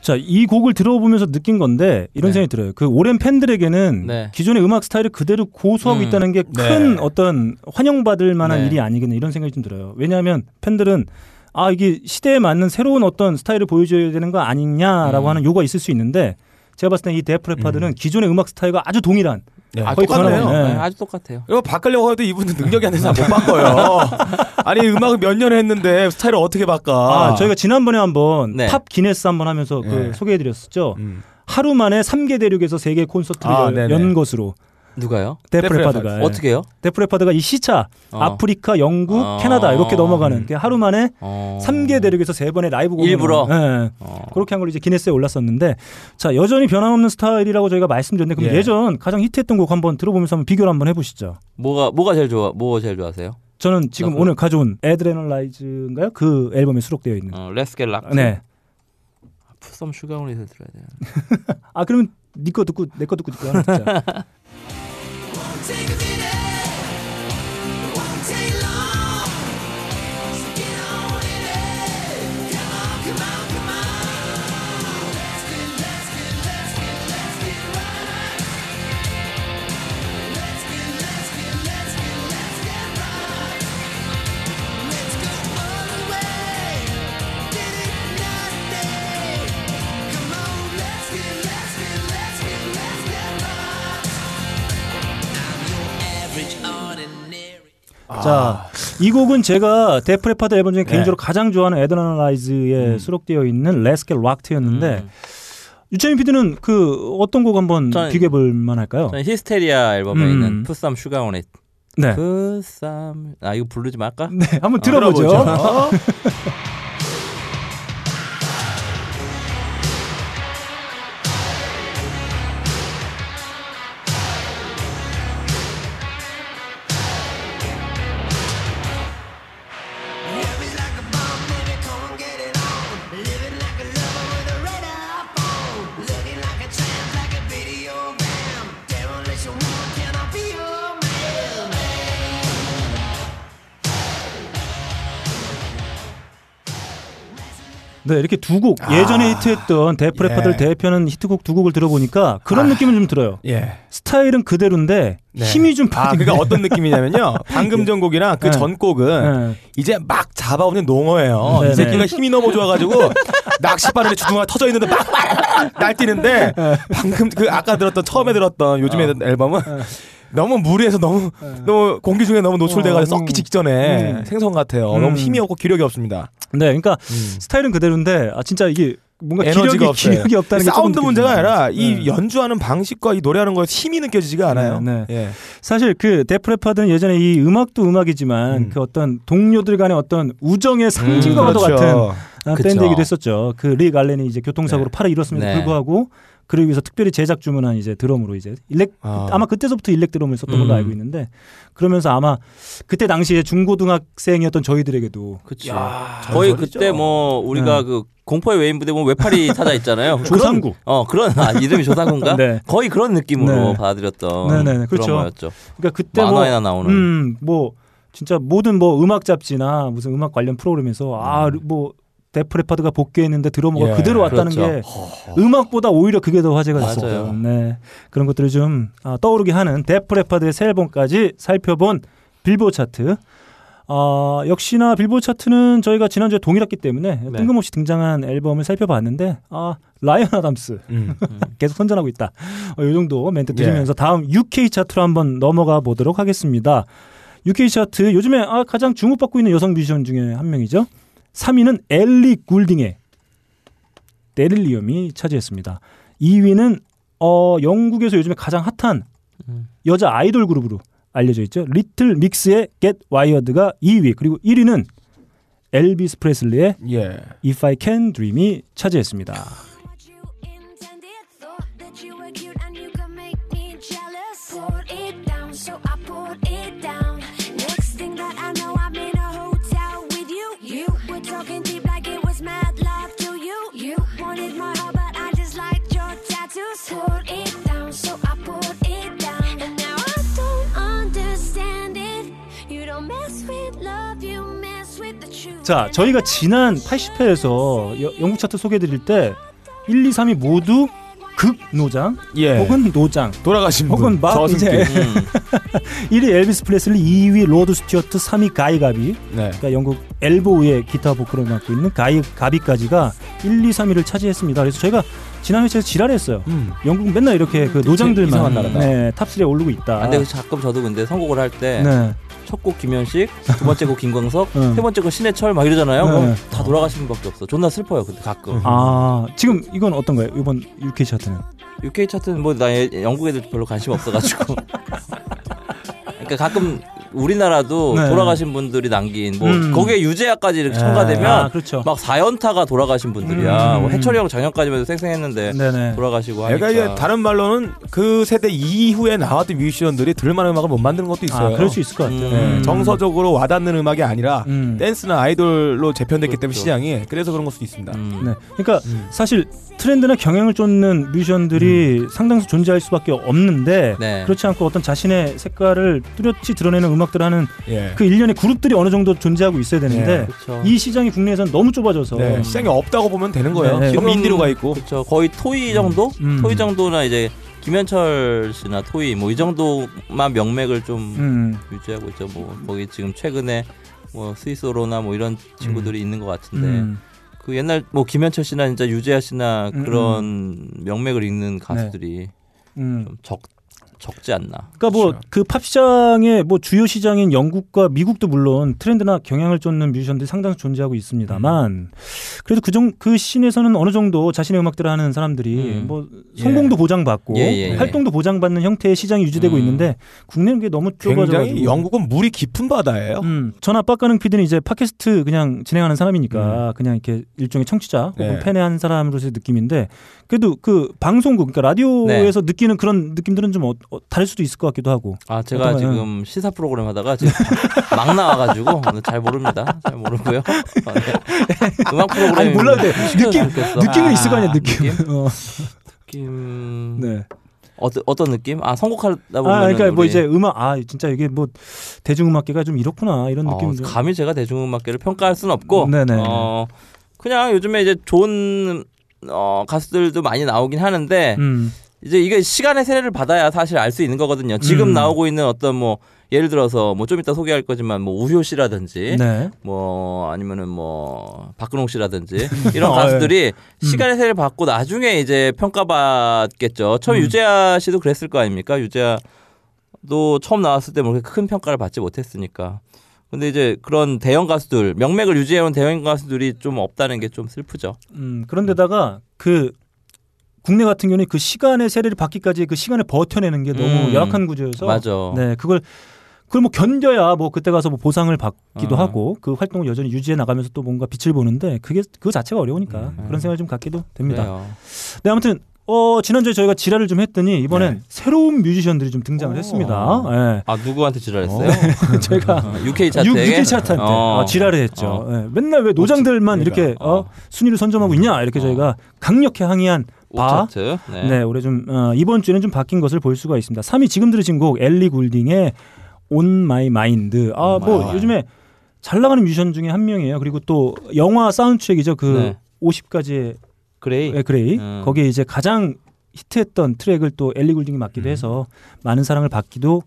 Speaker 1: 자, 이 곡을 들어보면서 느낀 건데 이런
Speaker 3: 네.
Speaker 1: 생각이 들어요. 그 오랜 팬들에게는
Speaker 3: 네.
Speaker 1: 기존의 음악 스타일을 그대로 고수하고
Speaker 3: 음,
Speaker 1: 있다는 게 큰 어떤 환영받을 만한
Speaker 3: 네.
Speaker 1: 일이 아니겠나 이런 생각이 좀 들어요. 왜냐하면 팬들은 아 이게 시대에 맞는 새로운 어떤 스타일을 보여줘야 되는 거 아니냐라고
Speaker 3: 음.
Speaker 1: 하는 요구가 있을 수 있는데 제가 봤을 때 이 데프레파드는 기존의 음악 스타일과 아주 동일한
Speaker 2: 아,
Speaker 1: 거의
Speaker 2: 똑같네요.
Speaker 1: 변함없네.
Speaker 3: 네,
Speaker 1: 네.
Speaker 3: 아주 똑같아요.
Speaker 2: 이거 바꾸려고 해도 이분은 능력이 안 돼서 못 바꿔요. 아니 음악을 몇 년 했는데 스타일을 어떻게 바꿔?
Speaker 1: 아, 저희가 지난번에 한번
Speaker 9: 네.
Speaker 1: 팝 기네스 한번 하면서 그
Speaker 2: 네.
Speaker 1: 소개해드렸었죠.
Speaker 2: 음.
Speaker 1: 하루 만에 3개 대륙에서 세계 콘서트를
Speaker 2: 아,
Speaker 1: 연-
Speaker 2: 네네.
Speaker 1: 연 것으로
Speaker 3: 누가요?
Speaker 1: 데프레파드가 예.
Speaker 3: 어떻게요?
Speaker 1: 데프레파드가 이 시차
Speaker 3: 어.
Speaker 1: 아프리카, 영국,
Speaker 3: 어.
Speaker 1: 캐나다 이렇게 넘어가는 그 하루 만에
Speaker 3: 어...
Speaker 1: 삼 3개 대륙에서 세번의 라이브 공연
Speaker 3: 일부러?
Speaker 1: 예.
Speaker 3: 어.
Speaker 1: 그렇게 한 걸로 이제 기네스에 올랐었는데 자 여전히 변함없는 스타일이라고 저희가 말씀드렸는데 그럼
Speaker 2: 예.
Speaker 1: 예. 전 가장 히트했던 곡 한번 들어보면서 한번 비교를 한번 해보시죠.
Speaker 3: 뭐가 뭐가 제일 좋아? 뭐가 제일 좋아하세요?
Speaker 1: 저는 지금
Speaker 3: 나-
Speaker 1: 오늘 가져온 에드레널라이즈인가요? 그 앨범에 수록되어 있는.
Speaker 3: 어, Let's Get Lucky.
Speaker 1: 네.
Speaker 3: 풋썸 슈가온에서 들어야 돼.
Speaker 1: 아 그러면 네 거 듣고 내 거 듣고 듣고 하나 듣자.
Speaker 2: 아.
Speaker 1: 자, 이 곡은 제가 데프레파드 앨범 중에
Speaker 2: 네.
Speaker 1: 개인적으로 가장 좋아하는 에드나라이즈에
Speaker 2: 음.
Speaker 1: 수록되어 있는 Let's Get Rocked였는데 유채민 PD는 그 어떤 곡 한번
Speaker 9: 저는-
Speaker 1: 비교해 볼 만할까요?
Speaker 9: 저는 히스테리아 앨범에
Speaker 1: 음.
Speaker 9: 있는 풋삼 슈가온의
Speaker 1: 네.
Speaker 2: 그
Speaker 9: 풋삼 아 이거 부르지 말까?
Speaker 1: 네, 한번 들어보죠.
Speaker 2: 아, 들어보죠.
Speaker 1: 네, 이렇게 두 곡 예전에 히트했던 데프레파드를
Speaker 2: 아. 예.
Speaker 1: 대표하는 히트곡 두 곡을 들어보니까 그런
Speaker 2: 아.
Speaker 1: 느낌은 좀 들어요.
Speaker 2: 예.
Speaker 1: 스타일은 그대로인데
Speaker 2: 네.
Speaker 1: 힘이 좀
Speaker 2: 아,
Speaker 1: 빠진
Speaker 2: 그러니까 어떤 느낌이냐면요. 방금 전 곡이랑 그
Speaker 1: 네.
Speaker 2: 전 곡은
Speaker 1: 네.
Speaker 2: 이제 막 잡아오는 농어예요.
Speaker 1: 네네.
Speaker 2: 이 새끼가 힘이 너무 좋아가지고 낚싯바늘에 주둥이가 터져 있는데 막 날뛰는데
Speaker 1: 네.
Speaker 2: 방금 그 아까 들었던 처음에 들었던 요즘에
Speaker 1: 어.
Speaker 2: 앨범은
Speaker 1: 네.
Speaker 2: 너무 무리해서 너무 너무 공기 중에 너무 노출돼가지고
Speaker 1: 어,
Speaker 2: 썩기 직전에
Speaker 1: 음.
Speaker 2: 생선 같아요.
Speaker 1: 음.
Speaker 2: 너무 힘이 없고 기력이 없습니다.
Speaker 1: 네, 그러니까 스타일은 그대로인데 아 진짜 이게 뭔가 기력이
Speaker 2: 음. 에너지가 없어요.
Speaker 1: 기력이 없다는 게 조금
Speaker 2: 사운드 문제가
Speaker 1: 느껴집니다.
Speaker 2: 아니라 이
Speaker 1: 네.
Speaker 2: 연주하는 방식과 이 노래하는 거에 힘이 느껴지지가 않아요.
Speaker 1: 네,
Speaker 2: 예.
Speaker 1: 사실 그 데프레파드는 예전에 이 음악도 음악이지만
Speaker 2: 음.
Speaker 1: 그 어떤 동료들 간의 어떤 우정의 상징과도 같은 아,
Speaker 3: 그쵸.
Speaker 1: 밴드이기도 했었죠. 그리 갈렌이 이제 교통사고로 팔을 잃었음에도
Speaker 3: 네.
Speaker 1: 불구하고 그러기 위해서 특별히 제작 주문한 이제 드럼으로 이제 일렉
Speaker 2: 아.
Speaker 1: 아마 그때서부터 일렉 드럼을 썼던 걸로
Speaker 3: 음.
Speaker 1: 알고 있는데 그러면서 아마 그때 당시에 중고등학생이었던 저희들에게도
Speaker 9: 그치. 거의 그때 뭐 우리가 그 공포의 외인 부대 보면 외파리 타자 있잖아요. 그런-
Speaker 1: 네. 조상구.
Speaker 9: 어 그런 아, 이름이 조상군가?
Speaker 1: 네.
Speaker 9: 거의 그런 느낌으로
Speaker 1: 네.
Speaker 9: 받아들였던
Speaker 1: 네, 네, 네.
Speaker 9: 그런
Speaker 1: 그렇죠.
Speaker 9: 거였죠.
Speaker 1: 그러니까 그때 뭐
Speaker 9: 만화에나 나오는.
Speaker 1: 음, 뭐 진짜 모든 뭐 음악 잡지나 무슨 음악 관련 프로그램에서 아 뭐 데프레파드가 복귀했는데 드러머가
Speaker 2: 예,
Speaker 1: 그대로 왔다는
Speaker 9: 그렇죠.
Speaker 1: 게 어. 음악보다 오히려 그게 더 화제가
Speaker 9: 맞아요.
Speaker 1: 됐었죠. 네. 그런 것들을 좀 아, 떠오르게 하는 데프레파드의 새 앨범까지 살펴본 빌보드 차트. 아, 역시나 빌보드 차트는 저희가 지난주에 동일했기 때문에
Speaker 9: 네.
Speaker 1: 뜬금없이 등장한 앨범을 살펴봤는데 아, 라이언 아담스
Speaker 2: 음.
Speaker 1: 계속 선전하고 있다. 어, 이 정도 멘트
Speaker 2: 예.
Speaker 1: 드리면서 다음 UK 차트로 한번 넘어가 보도록 하겠습니다. UK 차트 요즘에 아, 가장 주목받고 있는 여성 뮤지션 중에 한 명이죠. 3위는 엘리 굴딩의 데릴리엄이 차지했습니다. 2위는 어, 영국에서 요즘에 가장 핫한 여자 아이돌 그룹으로 알려져 있죠. 리틀 믹스의 Get Wired가 2위 그리고 1위는 엘비스 프레슬리의
Speaker 2: 예.
Speaker 1: If I Can Dream이 차지했습니다.
Speaker 5: What you intended, thought that you were cute and you could make me jealous. Poured it down, so I poured it down. Next thing that I know, I'm in a hotel with you. You were talking deep like it was mad love to you. You wanted my heart, but I just liked your tattoos. Poured it down, so I poured it down. And now I don't understand it. You don't mess with love, you mess with the truth.
Speaker 1: 자, 저희가 지난 80회에서 영국 차트 소개해드릴 때 1, 2, 3위 모두 극노장
Speaker 2: 예.
Speaker 1: 혹은 노장
Speaker 2: 돌아가신 분.
Speaker 1: 혹은 막
Speaker 2: 저승길.
Speaker 1: 이제
Speaker 3: 음.
Speaker 1: 1위 엘비스 프레슬리, 2위 로드 스튜어트, 3위 가이 가비
Speaker 2: 네.
Speaker 1: 그러니까 영국 엘보우의 기타 보컬을 맡고 있는 가이 가비까지가 1, 2, 3위를 차지했습니다. 그래서 저희가 지난 회차에서 지랄했어요.
Speaker 2: 음.
Speaker 1: 영국 맨날 이렇게 그 노장들만
Speaker 2: 이상한 나라다.
Speaker 1: 네, 탑3에 오르고 있다.
Speaker 3: 안 돼. 아, 가끔 저도 근데 선곡을 할 때 첫 곡
Speaker 1: 네.
Speaker 3: 김현식, 두 번째 곡 김광석,
Speaker 1: 음.
Speaker 3: 세 번째 곡 신해철 막 이러잖아요.
Speaker 1: 네.
Speaker 3: 그럼 다 돌아가시는 밖에 없어. 존나 슬퍼요. 근데 가끔.
Speaker 1: 아, 지금 이건 어떤가요? 이번 UK 차트는.
Speaker 3: UK 차트는 뭐 나 영국 애들 별로 관심 없어가지고. 그러니까 가끔 우리나라도
Speaker 1: 네.
Speaker 3: 돌아가신 분들이 남긴 뭐
Speaker 1: 음.
Speaker 3: 거기에 유재하까지 이렇게 첨가되면
Speaker 1: 아, 그렇죠.
Speaker 3: 막 4연타가 돌아가신 분들이야.
Speaker 1: 음.
Speaker 3: 뭐 해철이 형 작년까지만 해도 쌩쌩했는데
Speaker 1: 네네.
Speaker 3: 돌아가시고 하니까.
Speaker 2: 그러니까 이게 다른 말로는 그 세대 이후에 나왔던 뮤지션들이 들만한 음악을 못 만드는 것도 있어요.
Speaker 1: 아, 그럴 수 있을 것 같아요.
Speaker 2: 네,
Speaker 1: 음.
Speaker 2: 정서적으로 와닿는 음악이 아니라
Speaker 1: 음. 그렇죠.
Speaker 2: 댄스나 아이돌로 재편됐기 때문에 시장이 그래서 그런 걸 수도 있습니다.
Speaker 3: 음.
Speaker 1: 네. 그러니까 사실 트렌드나 경향을 쫓는 뮤지션들이
Speaker 2: 음.
Speaker 1: 상당수 존재할 수밖에 없는데
Speaker 3: 네.
Speaker 1: 그렇지 않고 어떤 자신의 색깔을 뚜렷이 드러내는 음악들을 하는
Speaker 2: 예.
Speaker 1: 그 일련의 그룹들이 어느 정도 존재하고 있어야 되는데
Speaker 2: 네,
Speaker 3: 그렇죠.
Speaker 1: 이 시장이 국내에서는 너무 좁아져서
Speaker 2: 네, 시장이 없다고 보면 되는 거예요.
Speaker 1: 그렇죠. 네, 네.
Speaker 2: 지금 인디로 가 있고.
Speaker 3: 그렇죠. 거의 토이 정도?
Speaker 1: 음.
Speaker 3: 토이 정도나 이제 김현철 씨나 토이 뭐 이 정도만 명맥을 좀
Speaker 1: 음.
Speaker 3: 유지하고 있죠. 뭐 거기 지금 최근에 뭐 스위스로나 뭐 이런 친구들이 있는 것 같은데
Speaker 1: 음.
Speaker 3: 그 옛날 뭐 김현철 씨나 진짜 유재하 씨나
Speaker 1: 음,
Speaker 3: 그런 명맥을 잇는 가수들이
Speaker 1: 음.
Speaker 3: 좀 적 적지 않나.
Speaker 1: 그러니까 뭐 그 팝 시장의 뭐 주요 시장인 영국과 미국도 물론 트렌드나 경향을 쫓는 뮤지션들이 상당수 존재하고 있습니다만 그래도 그정 그 씬에서는 어느 정도 자신의 음악들을 하는 사람들이
Speaker 3: 음.
Speaker 1: 뭐 성공도 보장받고
Speaker 3: 예, 예, 예.
Speaker 1: 활동도 보장받는 형태의 시장이 유지되고
Speaker 3: 음.
Speaker 1: 있는데 국내는 그게 너무
Speaker 2: 굉장히
Speaker 1: 좁아져가지고
Speaker 2: 영국은 물이 깊은 바다예요.
Speaker 1: 음, 전 아빠가능 피디는 이제 팟캐스트 그냥 진행하는 사람이니까 그냥 이렇게 일종의 청취자 혹은
Speaker 2: 네.
Speaker 1: 팬의 한 사람으로서의 느낌인데 그래도 그 방송국 그러니까 라디오에서 느끼는 그런 느낌들은 좀 어- 어, 다를 수도 있을 것 같기도 하고
Speaker 3: 아 제가
Speaker 1: 어떤가요?
Speaker 3: 지금 시사 프로그램 하다가 지금 막 나와가지고 잘 모릅니다. 잘 모르고요. 아, 네. 음악 프로그램
Speaker 1: 아니 몰라도 돼. 느낌
Speaker 3: 좋겠어.
Speaker 1: 느낌은
Speaker 3: 아,
Speaker 1: 있을 거 아니야 느낌. 어,
Speaker 3: 느낌
Speaker 1: 네.
Speaker 3: 어떤 어떤 느낌? 아 선곡하다 보면
Speaker 1: 아 그러니까 뭐 이제 음악 아 진짜 이게 뭐 대중음악계가 좀 이렇구나 이런
Speaker 3: 어,
Speaker 1: 느낌.
Speaker 3: 감히 제가 대중음악계를 평가할 수는 없고
Speaker 1: 네네.
Speaker 3: 어, 그냥 요즘에 이제 좋은 어, 가수들도 많이 나오긴 하는데
Speaker 1: 음.
Speaker 3: 이제 이게 시간의 세례를 받아야 사실 알 수 있는 거거든요. 지금
Speaker 1: 음.
Speaker 3: 나오고 있는 어떤 뭐 예를 들어서 뭐 좀 이따 소개할 거지만 뭐 우효 씨라든지
Speaker 1: 네.
Speaker 3: 뭐 아니면은 뭐 박근홍 씨라든지 이런
Speaker 1: 어,
Speaker 3: 가수들이 시간의 세를 받고 나중에 이제 평가받겠죠. 처음 유재하 씨도 그랬을 거 아닙니까? 유재하도 처음 나왔을 때뭐 그렇게 큰 평가를 받지 못했으니까. 근데 이제 그런 대형 가수들 명맥을 유지해온 대형 가수들이 좀 없다는 게 좀 슬프죠.
Speaker 1: 음, 그런데다가 그 국내 같은 경우는 그 시간의 세례를 받기까지 그 시간을 버텨내는 게 너무
Speaker 3: 음.
Speaker 1: 열악한 구조여서
Speaker 3: 맞아.
Speaker 1: 네 그걸 그걸 뭐 견뎌야 뭐 그때 가서 뭐 보상을 받기도
Speaker 3: 어.
Speaker 1: 하고 그 활동을 여전히 유지해 나가면서 또 뭔가 빛을 보는데 그게 그 자체가 어려우니까 그런 생각을 좀 갖기도 됩니다.
Speaker 3: 음, 그래요.
Speaker 1: 네 아무튼 어 지난주에 저희가 지랄을 좀 했더니
Speaker 3: 네.
Speaker 1: 이번엔 새로운 뮤지션들이 좀 등장을 했습니다. 예.
Speaker 3: 아 누구한테 지랄했어요?
Speaker 1: 제가
Speaker 3: 어, UK 차트에
Speaker 1: 육 6일 차트한테
Speaker 3: 어.
Speaker 1: 어, 지랄을 했죠.
Speaker 3: 어.
Speaker 1: 예. 맨날 왜 노장들만
Speaker 2: 그러니까.
Speaker 1: 이렇게 어,
Speaker 3: 어.
Speaker 1: 순위를 선점하고 있냐 이렇게 저희가 강력히 항의한
Speaker 3: 옥
Speaker 1: 바
Speaker 3: 차트. 네.
Speaker 1: 네, 올해 좀 어, 이번 주에는 좀 바뀐 것을 볼 수가 있습니다. 3위 지금 들으신 곡 엘리 굴딩의 On My Mind. 아,
Speaker 3: On My
Speaker 1: 뭐
Speaker 3: Mind.
Speaker 1: 요즘에 잘 나가는 뮤지션 중에 한 명이에요. 그리고 또 영화 사운드트랙이죠. 그
Speaker 3: 네.
Speaker 1: 50가지의
Speaker 3: 그레이.
Speaker 1: 그레이.
Speaker 3: 음.
Speaker 1: 거기에 이제 가장 히트했던 트랙을 또 엘리 굴딩이 맡기도 해서 많은 사랑을 받기도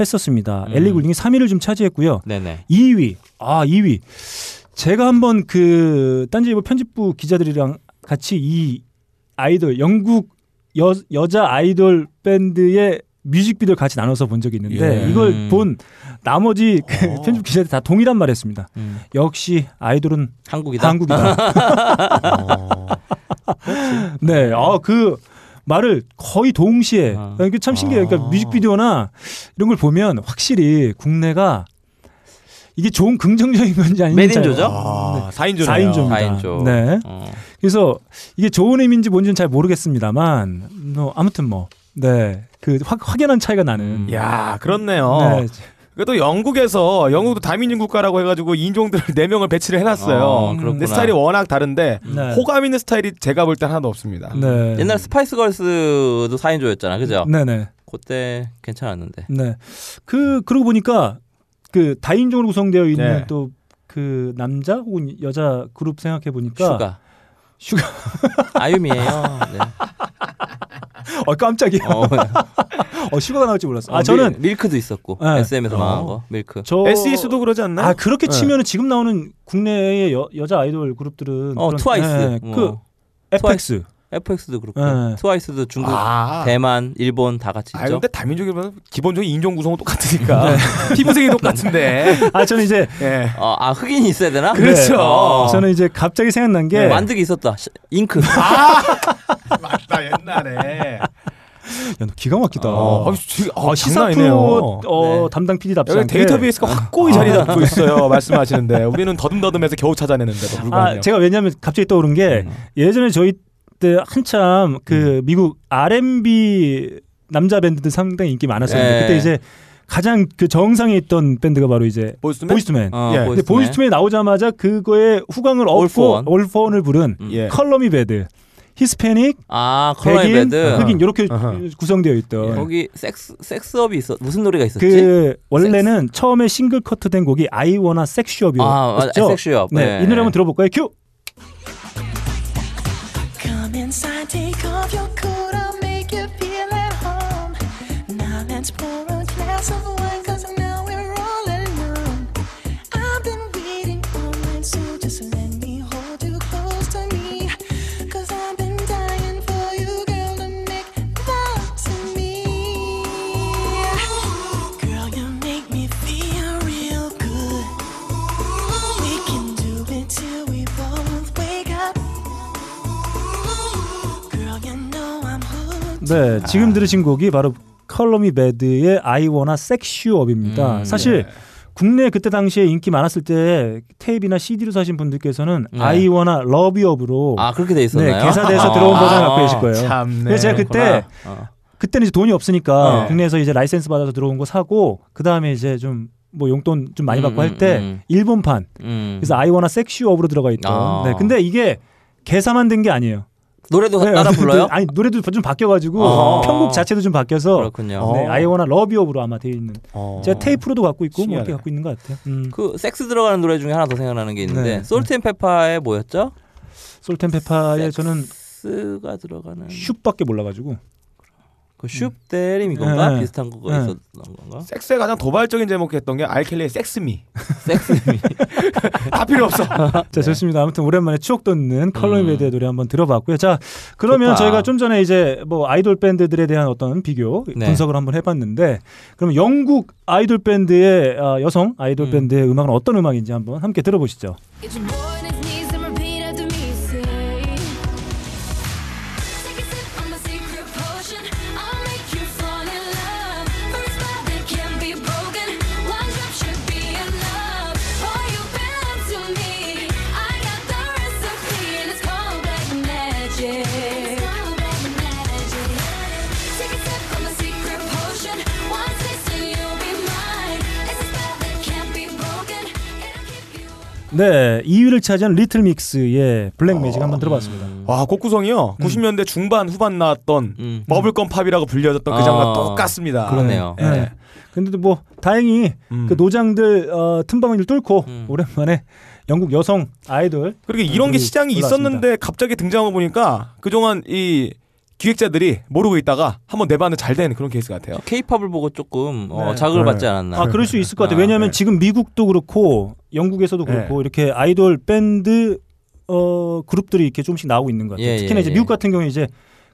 Speaker 1: 했었습니다.
Speaker 3: 음.
Speaker 1: 엘리 굴딩이 3위를 좀 차지했고요.
Speaker 3: 네네.
Speaker 1: 2위. 아, 2위. 제가 한번 그 딴지일보 편집부 기자들이랑 같이 이 아이돌 영국 여, 여자 아이돌 밴드의 뮤직비디오를 같이 나눠서 본 적이 있는데
Speaker 2: 예.
Speaker 1: 이걸 본 나머지 그 편집 기자들 다 동일한 말 했습니다. 역시 아이돌은
Speaker 3: 한국이다.
Speaker 1: 한국이다. 어, 네, 아, 그 말을 거의 동시에
Speaker 3: 아.
Speaker 1: 이게 참 신기해요. 그러니까 뮤직비디오나 이런 걸 보면 확실히 국내가 이게 좋은 긍정적인 건지 아닌지
Speaker 3: 메인 조죠?
Speaker 2: 아, 4인조네요.
Speaker 1: 4인조입니다.
Speaker 3: 사인조.
Speaker 1: 네.
Speaker 3: 어.
Speaker 1: 그래서 이게 좋은 의미인지 뭔지는 잘 모르겠습니다만 뭐 아무튼 뭐 네. 그 확, 확연한 차이가
Speaker 3: 음.
Speaker 1: 나는
Speaker 2: 야, 그렇네요.
Speaker 3: 어.
Speaker 1: 네.
Speaker 2: 그래도 영국에서 영국도 다민족 국가라고 해가지고 인종들을 네 명을 배치를 해놨어요.
Speaker 1: 아,
Speaker 3: 어,
Speaker 2: 근데
Speaker 3: 그렇구나.
Speaker 2: 스타일이 워낙 다른데
Speaker 1: 네.
Speaker 2: 호감 있는 스타일이 제가 볼 땐 하나도 없습니다.
Speaker 1: 네.
Speaker 3: 옛날 스파이스 걸스도 4인조였잖아. 그죠?
Speaker 1: 네, 네.
Speaker 3: 그때 괜찮았는데.
Speaker 1: 네. 그 그러고 보니까 그 다인종으로 구성되어 있는
Speaker 2: 네.
Speaker 1: 또 그 남자 혹은 여자 그룹 생각해 보니까
Speaker 3: 슈가. 아유미예요. 네.
Speaker 1: 어 깜짝이야. 어,
Speaker 3: 어,
Speaker 1: 슈가가 나올지 몰랐어. 아
Speaker 3: 어,
Speaker 1: 저는
Speaker 3: 밀, 크도 있었고
Speaker 1: 네.
Speaker 3: SM에서 나온 거 밀크.
Speaker 1: 저
Speaker 2: SES도 그러지 않나요?
Speaker 1: 아 그렇게
Speaker 2: E 네.
Speaker 1: 치면은 지금 나오는 국내의 여, 여자 아이돌 그룹들은
Speaker 3: 어
Speaker 1: 그런-
Speaker 3: 트와이스.
Speaker 1: 네,
Speaker 3: 뭐.
Speaker 1: 그
Speaker 3: 트와이스.
Speaker 1: FX.
Speaker 3: FX도 그렇고
Speaker 1: 네.
Speaker 3: 트와이스도 중국,
Speaker 2: 아.
Speaker 3: 대만, 일본 다 같이
Speaker 2: 아,
Speaker 3: 있죠.
Speaker 2: 근데 다민족이면 기본적인 인종 구성은 똑같으니까
Speaker 1: 네.
Speaker 2: 피부색이 똑같은데.
Speaker 1: 아 저는 이제 네.
Speaker 2: 예.
Speaker 3: 어, 아 흑인이 있어야 되나?
Speaker 2: 그렇죠. 네,
Speaker 3: 어.
Speaker 1: 저는 이제 갑자기 생각난 게
Speaker 3: 만득이 있었다. 시- 잉크.
Speaker 2: 맞다 옛날에.
Speaker 1: 야, 너 기가 막히다.
Speaker 2: 어, 아, 지금,
Speaker 1: 아,
Speaker 2: 어, 장난
Speaker 1: 시사
Speaker 2: 아니네요.
Speaker 1: 프로 어, 담당 PD답지
Speaker 2: 여기
Speaker 1: 않게 아.
Speaker 2: 데이터베이스가 확고히 자리 잡고 있어요. 말씀하시는데 우리는 더듬더듬해서 겨우 찾아내는데도
Speaker 1: 아,
Speaker 2: 불구하고.
Speaker 1: 제가 왜냐하면 갑자기 떠오른 게 예전에 저희 때 한참 그 미국 R&B 남자 밴드들 상당히 인기 많았었는데
Speaker 3: 예.
Speaker 1: 그때 이제 가장 그 정상에 있던 밴드가 바로 이제
Speaker 2: 보이스맨?
Speaker 1: 보이스맨.
Speaker 3: 어,
Speaker 2: 예.
Speaker 1: 아, 근데 보이스맨에 나오자마자 그거에 후광을
Speaker 3: All for
Speaker 1: 얻고
Speaker 3: One.
Speaker 1: 올포원을 부른
Speaker 2: 예.
Speaker 1: 컬러미 베드, 히스패닉,
Speaker 3: 아 컬러의
Speaker 1: 백인,
Speaker 3: 배드.
Speaker 1: 흑인 이렇게
Speaker 2: 아하.
Speaker 1: 어, 구성되어 있던.
Speaker 3: 거기 섹스 섹스업이 있어 무슨 노래가 있었지?
Speaker 1: 그 원래는 처음에 싱글 커트된 곡이 I Wanna Sexual이었죠.
Speaker 3: 아, 맞아. Sexual.
Speaker 1: 네,
Speaker 3: 네.
Speaker 1: 이 노래 한번 들어볼까요? 큐.
Speaker 6: Come inside, take off your coat, I'll make you feel at home. Now let's pour a glass of wine, cause now we're all alone. I've been waiting all night, so just let me hold you close to me. Cause I've been dying for you, girl, to make love to me. Girl, you make me feel real good. We can do it till we both wake up. Girl, you know I'm hooked.
Speaker 1: 네,
Speaker 3: 아.
Speaker 1: 지금 들으신 곡이 바로 컬러미 베드의 I Wanna Sex You
Speaker 3: 음,
Speaker 1: Up입니다. 사실
Speaker 3: 네.
Speaker 1: 국내 그때 당시에 인기 많았을 때 테이프나 CD로 사신 분들께서는 I Wanna Love You Up으로
Speaker 3: 네. 아 그렇게 돼 있었나요? 아,
Speaker 1: 네, 개사돼서 들어온 버전 갖고 계실 거예요.
Speaker 2: 참네.
Speaker 1: 그래서 제가 그때
Speaker 3: 그렇구나. 어.
Speaker 1: 그때는 이제 돈이 없으니까
Speaker 2: 네.
Speaker 1: 국내에서 이제 라이센스 받아서 들어온 거 사고 그 다음에 이제 좀 뭐 용돈 좀 많이
Speaker 3: 음,
Speaker 1: 받고
Speaker 3: 음,
Speaker 1: 할 때
Speaker 3: 음.
Speaker 1: 일본판
Speaker 3: 음.
Speaker 1: 그래서 I Wanna Sex You Up으로 들어가 있던.
Speaker 3: 아.
Speaker 1: 네, 근데 이게 개사만 된 게 아니에요.
Speaker 3: 노래도
Speaker 1: 네,
Speaker 3: 따라 불러요?
Speaker 1: 아니 노래도 좀 바뀌어가지고
Speaker 3: 어.
Speaker 1: 편곡 자체도 좀 바뀌어서
Speaker 3: 그렇군요.
Speaker 1: 네, 아이오나 러비업으로 아마 되어 있는.
Speaker 2: 어.
Speaker 1: 제가 테이프로도 갖고 있고 뭐
Speaker 2: 신기하네.
Speaker 1: 이렇게 갖고 있는 것 같아요. 음.
Speaker 3: 그 섹스 들어가는 노래 중에 하나 더 생각나는 게 있는데
Speaker 1: 네.
Speaker 3: 솔트앤페파의 뭐였죠?
Speaker 1: 솔텐페파에 예, 저는
Speaker 3: 스가 들어가는
Speaker 1: 슛밖에 몰라가지고.
Speaker 3: 그슈 때림 이건가
Speaker 1: 네.
Speaker 3: 비슷한 거가
Speaker 1: 네.
Speaker 3: 있었던 건가?
Speaker 2: 섹스의 가장 도발적인 제목했던 게 알켈리의 섹스미.
Speaker 3: 섹스미.
Speaker 2: 다 필요 없어.
Speaker 3: 네.
Speaker 1: 자 좋습니다. 아무튼 오랜만에 추억 돋는 컬러미베드의 노래 한번 들어봤고요. 자 그러면
Speaker 3: 음. 좋다.
Speaker 1: 저희가 좀 전에 이제 뭐 아이돌 밴드들에 대한 어떤 비교
Speaker 3: 네.
Speaker 1: 분석을 한번 해봤는데 그럼 영국 아이돌 밴드의 아, 여성 아이돌 밴드의 음악은 어떤 음악인지 한번 함께 들어보시죠.
Speaker 5: Get your boy on his knees and repeat after me, say. Take a sip on my secret potion. I'll make you fall in love. First spell that can't be broken. One drop should be enough. Oh, you've been up to me. I got the recipe and it's called black magic. It's called black magic. Take a sip on my secret potion. One taste and you'll be mine. It's a spell that can't be broken. It'll keep you.
Speaker 1: 네 2위를 차지한 리틀 믹스의 블랙 매직 한번 들어봤습니다.
Speaker 2: 와 곡구성이요. 90년대 중반 후반 나왔던
Speaker 3: 음.
Speaker 2: 버블건 팝이라고 불려졌던 그
Speaker 3: 아,
Speaker 2: 장르 똑같습니다. 음.
Speaker 3: 그러네요.
Speaker 1: 예. 근데도 뭐 다행히 그 노장들 어, 틈바구니를 뚫고 오랜만에 영국 여성 아이돌
Speaker 2: 그리고 이런 게
Speaker 1: 음,
Speaker 2: 시장이
Speaker 1: 올라왔습니다.
Speaker 2: 있었는데 갑자기 등장하고 보니까 그동안 이 기획자들이 모르고 있다가 한번 내봤는데 잘 된 그런 케이스 같아요.
Speaker 3: 어, 케이팝을 보고 조금 어,
Speaker 2: 네.
Speaker 3: 자극을
Speaker 2: 네.
Speaker 3: 받지 않았나.
Speaker 1: 아 그럴 수 있을 것 같아요.
Speaker 3: 아,
Speaker 1: 왜냐하면
Speaker 2: 네.
Speaker 1: 지금 미국도 그렇고 영국에서도 그렇고 이렇게 아이돌 밴드 어 그룹들이 이렇게 조금씩 나오고 있는 것 같아요.
Speaker 3: 예,
Speaker 1: 특히나
Speaker 3: 예,
Speaker 1: 이제
Speaker 3: 예.
Speaker 1: 미국 같은 경우에 이제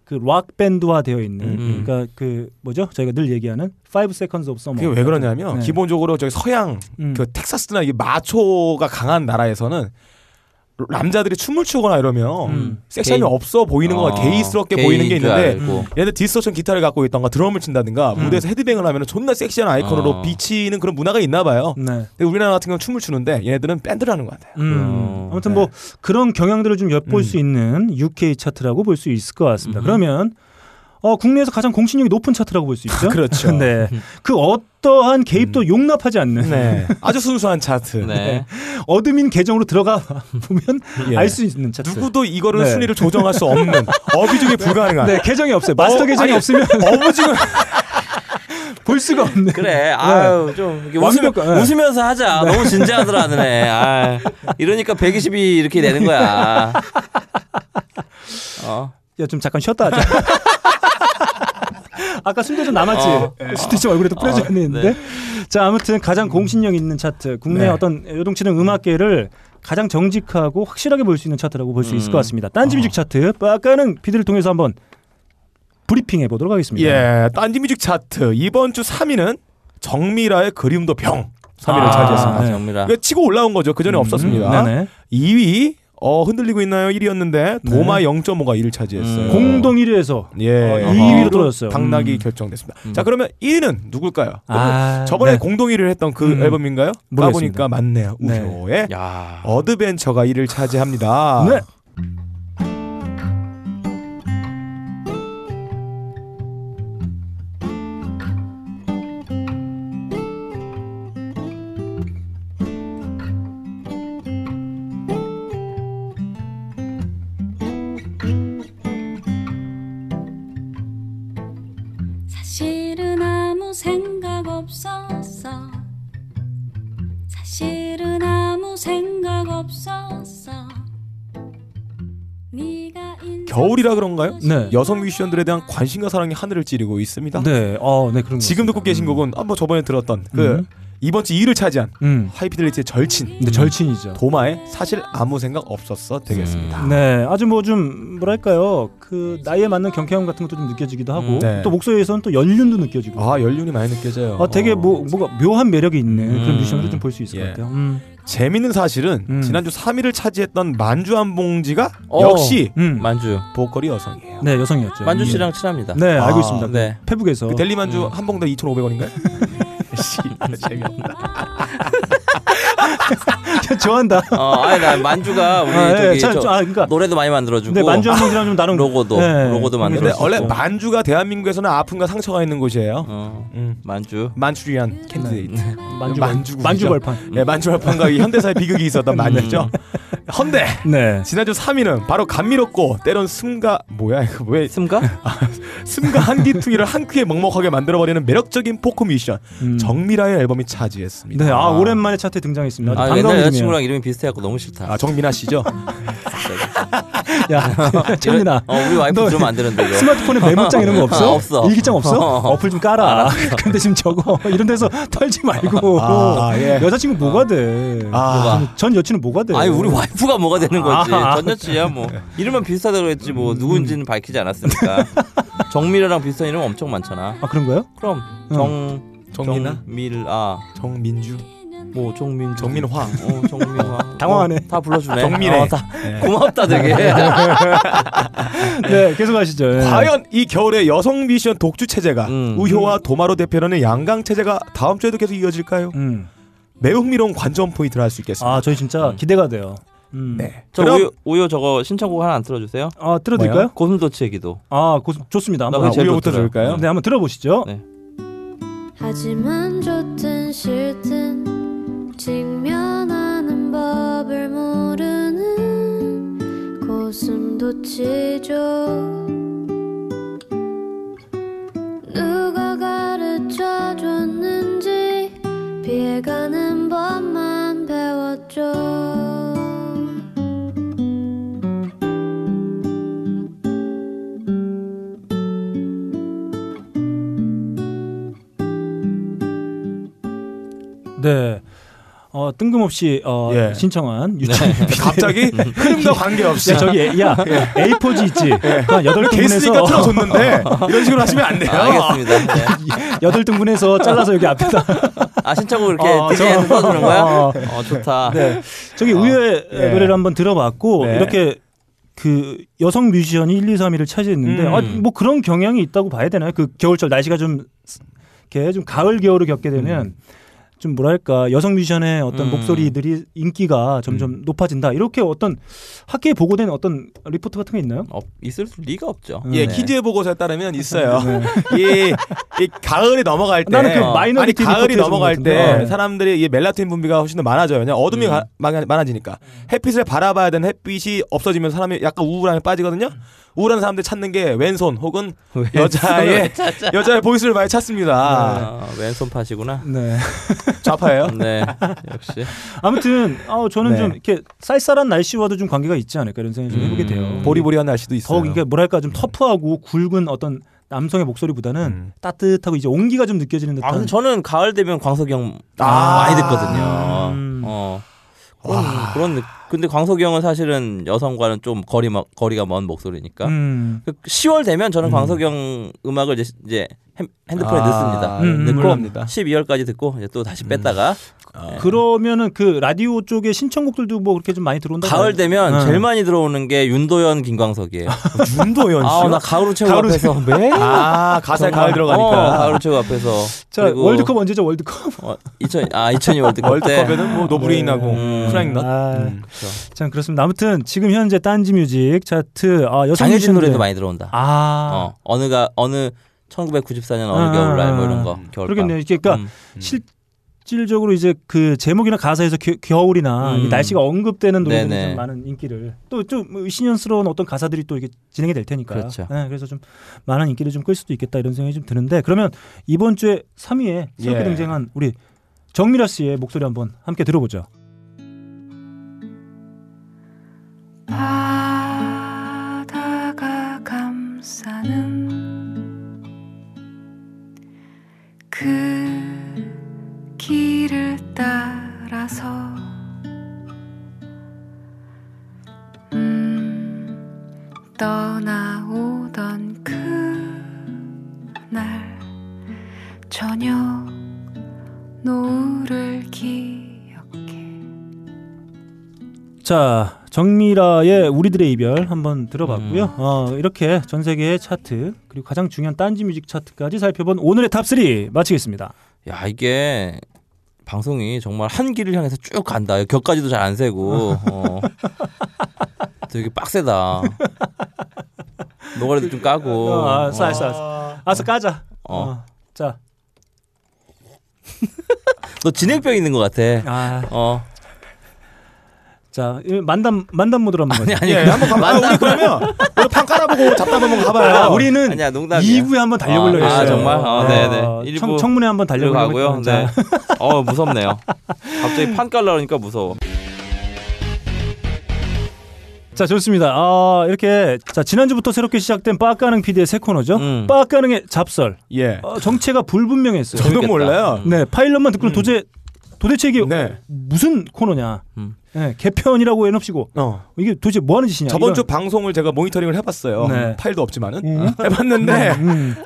Speaker 1: 그 락 밴드화 되어 있는
Speaker 3: 음.
Speaker 1: 그러니까 그 뭐죠? 저희가 늘 얘기하는 5 seconds of summer.
Speaker 2: 그게 왜 그러냐면
Speaker 1: 네.
Speaker 2: 기본적으로 저기 서양
Speaker 1: 음.
Speaker 2: 그 텍사스나 이게 마초가 강한 나라에서는 남자들이 춤을 추거나 이러면
Speaker 1: 음.
Speaker 2: 섹션이
Speaker 3: 게이-
Speaker 2: 없어 보이는 거가
Speaker 3: 아,
Speaker 2: 게이스럽게 보이는 게
Speaker 3: 게이인 그러니까 줄
Speaker 2: 있는데
Speaker 3: 알고.
Speaker 2: 얘네들 디스토션 기타를 갖고 있던가 드럼을 친다든가
Speaker 1: 음.
Speaker 2: 무대에서 헤드뱅을 하면 존나 섹시한 아이콘으로
Speaker 3: 어.
Speaker 2: 비치는 그런 문화가 있나 봐요.
Speaker 1: 네.
Speaker 2: 근데 우리나라 같은 경우는 춤을 추는데 얘네들은 밴드를 하는 것 같아요. 네. 음.
Speaker 1: 음.
Speaker 3: 그럼,
Speaker 1: 아무튼 뭐 그런 경향들을 좀 엿볼 수 있는 UK 차트라고 볼 수 있을 것 같습니다. 그러면 어, 국내에서 가장 공신력이 높은 차트라고 볼 수 있죠.
Speaker 2: 그렇죠. 음.
Speaker 1: 네. 그 어떠한 개입도 용납하지 않는
Speaker 2: 네. 아주 순수한 차트.
Speaker 3: 네.
Speaker 1: 어드민 계정으로 들어가 보면
Speaker 2: 예.
Speaker 1: 알 수 있는 차트.
Speaker 2: 누구도 이거를
Speaker 1: 네.
Speaker 2: 순위를 조정할 수 없는 어비중이 불가능한
Speaker 1: 네, 계정이 없어요. 마스터
Speaker 2: 어,
Speaker 1: 계정이
Speaker 2: 아니,
Speaker 1: 없으면
Speaker 2: 어부지금
Speaker 1: 볼 수가 없는.
Speaker 3: 그래. 아유, 좀 이렇게 웃으면,
Speaker 1: 네. 완벽한, 네.
Speaker 3: 웃으면서 하자. 너무 진지하더라, 너네. 아, 이러니까 120이 이렇게 되는 거야. 어.
Speaker 1: 야, 좀 잠깐 쉬었다 하자. 아까 순대 좀 남았지?
Speaker 3: 어.
Speaker 2: 예.
Speaker 1: 순대 좀 얼굴에 또 뿌려져
Speaker 2: 네.
Speaker 3: 어,
Speaker 1: 있는데. 자, 아무튼 가장 공신력 있는 차트, 국내
Speaker 2: 네.
Speaker 1: 어떤 요동치는 음악계를 가장 정직하고 확실하게 볼 수 있는 차트라고 볼 수 있을
Speaker 2: 음.
Speaker 1: 것 같습니다. 딴지
Speaker 2: 어.
Speaker 1: 뮤직 차트, 빠까는 피드를 통해서 한번 브리핑해 보도록 하겠습니다.
Speaker 2: 예, 딴지 뮤직 차트 이번 주 3위는 정미라의 그리움도 병 3위를
Speaker 1: 아,
Speaker 2: 차지했습니다.
Speaker 1: 네.
Speaker 3: 정미라.
Speaker 2: 그 치고 올라온 거죠. 그 전에 없었습니다.
Speaker 1: 네네.
Speaker 2: 2위 어 흔들리고 있나요? 1위였는데 도마
Speaker 1: 네.
Speaker 2: 0.5가 1위를 차지했어요.
Speaker 3: 음.
Speaker 1: 공동 1위에서
Speaker 2: 예,
Speaker 1: 어,
Speaker 2: 2위로
Speaker 1: 떨어졌어요.
Speaker 2: 당락이
Speaker 1: 음.
Speaker 2: 결정됐습니다. 자, 그러면 1위는 누굴까요?
Speaker 1: 아,
Speaker 2: 저번에
Speaker 1: 네.
Speaker 2: 공동 1위를 했던 그
Speaker 1: 음.
Speaker 2: 앨범인가요?
Speaker 1: 모르겠습니다.
Speaker 2: 까보니까 맞네요.
Speaker 1: 네.
Speaker 2: 우효의
Speaker 3: 야.
Speaker 2: 어드벤처가 1위를 차지합니다.
Speaker 1: 네.
Speaker 5: 사실은 아무 생각 없었어 사실은 아무 생각 없었어 네가 있는
Speaker 2: 겨울이라 그런가요?
Speaker 1: 네.
Speaker 2: 여성 뮤지션들에 대한 관심과 사랑이 하늘을 찌르고 있습니다.
Speaker 1: 네, 어, 네, 그런 거.
Speaker 2: 지금 듣고 계신 곡은 한번 저번에 들었던 그
Speaker 1: 음.
Speaker 2: 이번 주 2위를 차지한
Speaker 1: 음.
Speaker 2: 하이피델리티의 절친
Speaker 1: 근데 절친이죠.
Speaker 2: 도마의 사실 아무 생각 없었어 되겠습니다.
Speaker 1: 네, 아주 뭐 좀 뭐랄까요, 그 나이에 맞는 경쾌함 같은 것도 좀 느껴지기도 하고
Speaker 2: 음, 네.
Speaker 1: 또 목소리에서는 또 연륜도 느껴지고.
Speaker 2: 아 연륜이 많이 느껴져요.
Speaker 1: 어, 되게 뭐 뭐가 묘한 매력이 있는 그런
Speaker 3: 음.
Speaker 1: 뮤지션으로 좀 볼 수 있을
Speaker 2: 예.
Speaker 1: 것 같아요. 음.
Speaker 2: 재밌는 사실은
Speaker 1: 음.
Speaker 2: 지난주 3위를 차지했던 만주 한 봉지가
Speaker 3: 어.
Speaker 2: 역시
Speaker 1: 음.
Speaker 3: 만주.
Speaker 2: 보컬이 여성이에요.
Speaker 1: 네, 여성이었죠.
Speaker 3: 만주 씨랑 친합니다.
Speaker 1: 네,
Speaker 2: 아,
Speaker 1: 알고 있습니다.
Speaker 3: 네.
Speaker 1: 페북에서.
Speaker 2: 그 델리
Speaker 1: 음.
Speaker 2: 만주 한 봉당 2,500원인가요? 씨, 재미없다.
Speaker 1: 좋아한다.
Speaker 3: 어, 아니 나 만주가 우리
Speaker 1: 아, 예,
Speaker 3: 저기
Speaker 1: 참,
Speaker 3: 저
Speaker 1: 아, 그러니까.
Speaker 3: 노래도 많이 만들어 주고
Speaker 1: 네, 만주 한 분이랑 좀 나름
Speaker 3: 로고도
Speaker 1: 네.
Speaker 2: 근데
Speaker 3: 로고도 만들어
Speaker 1: 그랬었고.
Speaker 2: 원래 만주가 대한민국에서는 아픔과 상처가 있는 곳이에요.
Speaker 3: 어,
Speaker 2: 음.
Speaker 3: 만주.
Speaker 2: 만추리안 캔디데이트.
Speaker 1: 음. 만주 음.
Speaker 2: 만주국이죠.
Speaker 1: 만주 벌판.
Speaker 2: 예, 만주 발판과 이 현대사의 비극이 있었던 만주죠. 헌데
Speaker 1: 네.
Speaker 2: 지난주 3위는 바로 감미롭고 때론 숨가 뭐야 이거 왜
Speaker 3: 슴가?
Speaker 1: 아,
Speaker 2: 숨가 한기퉁이를 한 큐에 먹먹하게 만들어버리는 매력적인 포크 뮤지션
Speaker 1: 음.
Speaker 2: 정미라의 앨범이 차지했습니다.
Speaker 1: 네, 아, 오랜만에 차트에 등장했습니다.
Speaker 3: 아,
Speaker 1: 아주
Speaker 3: 옛날
Speaker 1: 반가운 이름이에요.
Speaker 3: 여자친구랑 이름이 비슷해갖고 너무 싫다.
Speaker 2: 아 정미나 씨죠?
Speaker 1: 야, 천민아.
Speaker 3: 어, 우리 와이프
Speaker 1: 너-
Speaker 3: 들으면 안 되는데 이거.
Speaker 1: 스마트폰에 메모장 이런 거 없어?
Speaker 3: 아, 없어.
Speaker 1: 일기장 없어?
Speaker 3: 어.
Speaker 1: 어플 좀 깔아. 근데 지금 저거 이런 데서 털지 말고
Speaker 2: 아, 예.
Speaker 1: 여자친구 뭐가 돼?
Speaker 2: 아,
Speaker 1: 전 여친은 뭐가 돼?
Speaker 3: 아니 우리 와이프가 뭐가 되는 건지
Speaker 1: 네. 아. 음,
Speaker 3: 전 여친이야 뭐 이름만 비슷하다고 했지 뭐 누군지는 밝히지 않았으니까 정미라랑 비슷한 이름 엄청 많잖아
Speaker 1: 아 그런가요?
Speaker 3: 그럼 정
Speaker 2: 정미나?
Speaker 3: 정밀아
Speaker 2: 정민주,
Speaker 3: 뭐 정민
Speaker 2: 정민화.
Speaker 3: 어 정민화
Speaker 1: 당황하네.
Speaker 3: 어, 다 불러주네
Speaker 2: 정민애.
Speaker 3: 어, 다- 고맙다 되게
Speaker 1: 네, 계속하시죠. 예.
Speaker 2: 과연 이 겨울의 여성 미션 독주 체제가
Speaker 3: 음.
Speaker 2: 우효와 도마로 대표하는 양강 체제가 다음 주에도 계속 이어질까요?
Speaker 1: 음.
Speaker 2: 매우 흥미로운 관전 포인트를 할 수 있겠습니다.
Speaker 1: 아 저희 진짜 기대가 돼요. 음.
Speaker 2: 네.
Speaker 3: 저
Speaker 2: 그럼 네?
Speaker 3: 우유 우유 저거 신청곡 하나 안 틀어주세요
Speaker 1: 아 들어드릴까요?
Speaker 3: 고슴도치의 기도
Speaker 1: 아 고, 좋습니다.
Speaker 3: 나
Speaker 1: 한번
Speaker 3: 그 제일
Speaker 2: 우효부터
Speaker 3: 들어요.
Speaker 2: 들을까요?
Speaker 1: 네, 한번 들어보시죠.
Speaker 3: 네.
Speaker 5: 하지만 좋든 싫든 직면하는 법을 모르는 고슴도치죠 누가 가르쳐줬는지 피해가는 법만 배웠죠
Speaker 1: 네. 어, 뜬금없이 어,
Speaker 2: 예. 아,
Speaker 1: 신청한 유치원
Speaker 3: 네.
Speaker 2: 갑자기 흐름과 관계없이
Speaker 1: 야 저기 야 A4지 있지 한 여덟
Speaker 2: 게스니까
Speaker 1: 등분해서
Speaker 2: 틀어줬는데 이런 식으로 하시면 안 돼요.
Speaker 3: 네. 아, 알겠습니다. 네.
Speaker 1: 여덟 등분해서 잘라서 여기 앞에다
Speaker 3: 아 신청곡 이렇게
Speaker 2: 어, 네.
Speaker 3: DJ에서
Speaker 2: 저-
Speaker 3: 써주는 거야?
Speaker 1: 어.
Speaker 3: 어, 좋다.
Speaker 1: 저기 우유의
Speaker 2: 예.
Speaker 1: 노래를 한번 들어봤고
Speaker 2: 네.
Speaker 1: 이렇게 그 여성 뮤지션이 1, 2, 3위를 차지했는데
Speaker 2: 음.
Speaker 1: 아, 뭐 그런 경향이 있다고 봐야 되나요? 그 겨울철 날씨가 좀 이렇게 좀 가을 겨울을 겪게 되면
Speaker 2: 음.
Speaker 1: 좀 뭐랄까 여성 뮤지션의 어떤
Speaker 3: 음.
Speaker 1: 목소리들이 인기가 점점
Speaker 2: 음.
Speaker 1: 높아진다 이렇게 어떤 학계에 보고된 어떤 리포트 같은 게 있나요?
Speaker 3: 어, 있을 수- 리가 없죠. 네.
Speaker 2: 예,
Speaker 1: 네.
Speaker 2: 키즈의 보고서에 따르면 있어요. 이, 이 가을이 넘어갈 때
Speaker 1: 나는 그
Speaker 2: 어.
Speaker 1: 마이너리티
Speaker 2: 아니 가을이
Speaker 1: 리포트에서 본
Speaker 2: 넘어갈
Speaker 1: 것
Speaker 2: 때
Speaker 1: 같은데. 네. 음.
Speaker 2: 사람들이 이 멜라토닌 분비가 훨씬 더 많아져요. 왜냐 어둠이 가- 많- 많아지니까 햇빛을 바라봐야 되는 햇빛이 없어지면 사람이 약간 우울함에 빠지거든요. 우울한 사람들 찾는 게 왼손 혹은 여자의 여자의 보이스를 많이 찾습니다.
Speaker 3: 아, 왼손 파시구나.
Speaker 1: 네. 음.
Speaker 2: 좌파예요.
Speaker 3: 네, 역시.
Speaker 1: 아무튼 어, 저는
Speaker 2: 네.
Speaker 1: 좀 이렇게 쌀쌀한 날씨와도 좀 관계가 있지 않을까 이런 생각이 좀 해보게
Speaker 2: 음.
Speaker 1: 돼요.
Speaker 2: 보리보리한 날씨도 있어요.
Speaker 1: 더욱 그러니까 뭐랄까
Speaker 3: 음.
Speaker 1: 좀 터프하고 굵은 어떤 남성의 목소리보다는
Speaker 2: 음.
Speaker 1: 따뜻하고 이제 온기가 좀 느껴지는 듯한
Speaker 3: 아, 근데 저는 가을 되면 광석이 형
Speaker 2: 아.
Speaker 3: 많이 듣거든요.
Speaker 1: 음.
Speaker 3: 어. 그런, 그런, 느- 근데 광석이 형은 사실은 여성과는 좀 거리, 마- 거리가 먼 목소리니까.
Speaker 1: 음.
Speaker 3: 그 10월 되면 저는 광석이 형 음악을 이제, 이제 핸- 핸드폰에
Speaker 2: 아,
Speaker 3: 넣습니다.
Speaker 1: 음,
Speaker 3: 네, 넣고 음.
Speaker 2: 물론입니다.
Speaker 3: 12월까지 듣고 이제 또 다시 뺐다가 네.
Speaker 1: 그러면은 그 라디오 쪽에 신청곡들도 뭐 그렇게 좀 많이 들어온다.
Speaker 3: 가을 되면
Speaker 1: 음.
Speaker 3: 제일 많이 들어오는 게 윤도현, 김광석이에요.
Speaker 2: 윤도현 씨.
Speaker 3: 아나 가을 최고
Speaker 2: 가을
Speaker 3: 앞에서 매
Speaker 2: 아 가사에 가을 들어가니까.
Speaker 3: 가을 최고 앞에서
Speaker 1: 자
Speaker 3: 그리고
Speaker 1: 월드컵 언제죠 월드컵?
Speaker 3: 어, 2000, 아 2002 월드컵 때
Speaker 2: 월드컵에는 뭐 노브레인하고
Speaker 3: 음.
Speaker 2: 프랭넛.
Speaker 1: 아,
Speaker 2: 음.
Speaker 1: 참 그렇습니다. 아무튼 지금 현재 딴지뮤직 차트 아, 여성
Speaker 3: 장혜진
Speaker 1: 뮤지션들.
Speaker 3: 노래도 많이 들어온다.
Speaker 1: 아
Speaker 3: 어 어느가 어느 1994년 어느
Speaker 1: 아,
Speaker 3: 겨울날 뭐 이런 거
Speaker 2: 음.
Speaker 3: 겨울
Speaker 1: 그러겠네요. 이게 그러니까
Speaker 3: 음.
Speaker 1: 실질적으로 이제 그 제목이나 가사에서 겨, 겨울이나
Speaker 3: 음.
Speaker 1: 이 날씨가 언급되는 노래들이
Speaker 3: 네네.
Speaker 1: 좀 많은 인기를 또 좀 신년스러운 어떤 가사들이 또 이게 진행이 될 테니까
Speaker 3: 그렇죠.
Speaker 1: 네, 그래서 좀 많은 인기를 좀 끌 수도 있겠다 이런 생각이 좀 드는데 그러면 이번 주에 3위에 새롭게
Speaker 2: 예.
Speaker 1: 등장한 우리 정미라 씨의 목소리 한번 함께 들어보죠.
Speaker 10: 바다가 감싸는 그 길을 따라서 음, 떠나오던 그날 저녁 노을을 기억해
Speaker 1: 자, 정미라의 우리들의 이별 한번 들어봤고요.
Speaker 3: 음.
Speaker 1: 어, 이렇게 전 세계의 차트 그리고 가장 중요한 딴지 뮤직 차트까지 살펴본 오늘의 탑3 마치겠습니다.
Speaker 3: 야 이게 방송이 정말 한 길을 향해서 쭉 간다. 격까지도 잘 안 세고 어. 되게 빡세다. 노가리도 좀
Speaker 1: 아,
Speaker 3: 까고. 어.
Speaker 1: 알았어, 알았어. 알았어, 까자.
Speaker 2: 아.
Speaker 3: 어.
Speaker 1: 어. 자,
Speaker 3: 너 진행병 있는 것 같아.
Speaker 1: 아,
Speaker 3: 어.
Speaker 1: 자, 이 만담 만담 모드로 한번 가죠.
Speaker 3: 아니
Speaker 2: 예, 한번 가봐. 아, 우리 그러면 우리 판 깔아보고 잡담 한번 가봐요.
Speaker 1: 아, 우리는
Speaker 3: 아니야, 농담이야.
Speaker 1: 2부에 한번 달려보려고
Speaker 3: 아,
Speaker 1: 했어요.
Speaker 3: 아, 정말? 아,
Speaker 1: 어,
Speaker 3: 네네.
Speaker 1: 청,
Speaker 3: 일부
Speaker 1: 청문회 한번 달려보려고
Speaker 3: 들어가고요.
Speaker 1: 했고요.
Speaker 3: 네. 어 무섭네요. 갑자기 판 깔라니까 그러니까 무서워.
Speaker 1: 자, 좋습니다. 아, 이렇게 자, 지난주부터 새롭게 시작된 빠까능 PD의 새 코너죠.
Speaker 3: 음.
Speaker 1: 빠까능의 잡설.
Speaker 2: 예.
Speaker 1: 어, 정체가 불분명했어요.
Speaker 2: 저도
Speaker 3: 재밌겠다.
Speaker 2: 몰라요.
Speaker 1: 네, 파일럿만 듣고는 도대체 도대체 이게
Speaker 2: 네.
Speaker 1: 무슨 코너냐?
Speaker 3: 음.
Speaker 1: 네, 개편이라고 해놓으시고
Speaker 2: 어.
Speaker 1: 이게 도대체 뭐 하는 짓이냐?
Speaker 2: 저번
Speaker 1: 이런-
Speaker 2: 주 방송을 제가 모니터링을 해봤어요.
Speaker 1: 네.
Speaker 2: 파일도 없지만은
Speaker 1: 음.
Speaker 2: 해봤는데
Speaker 1: 음.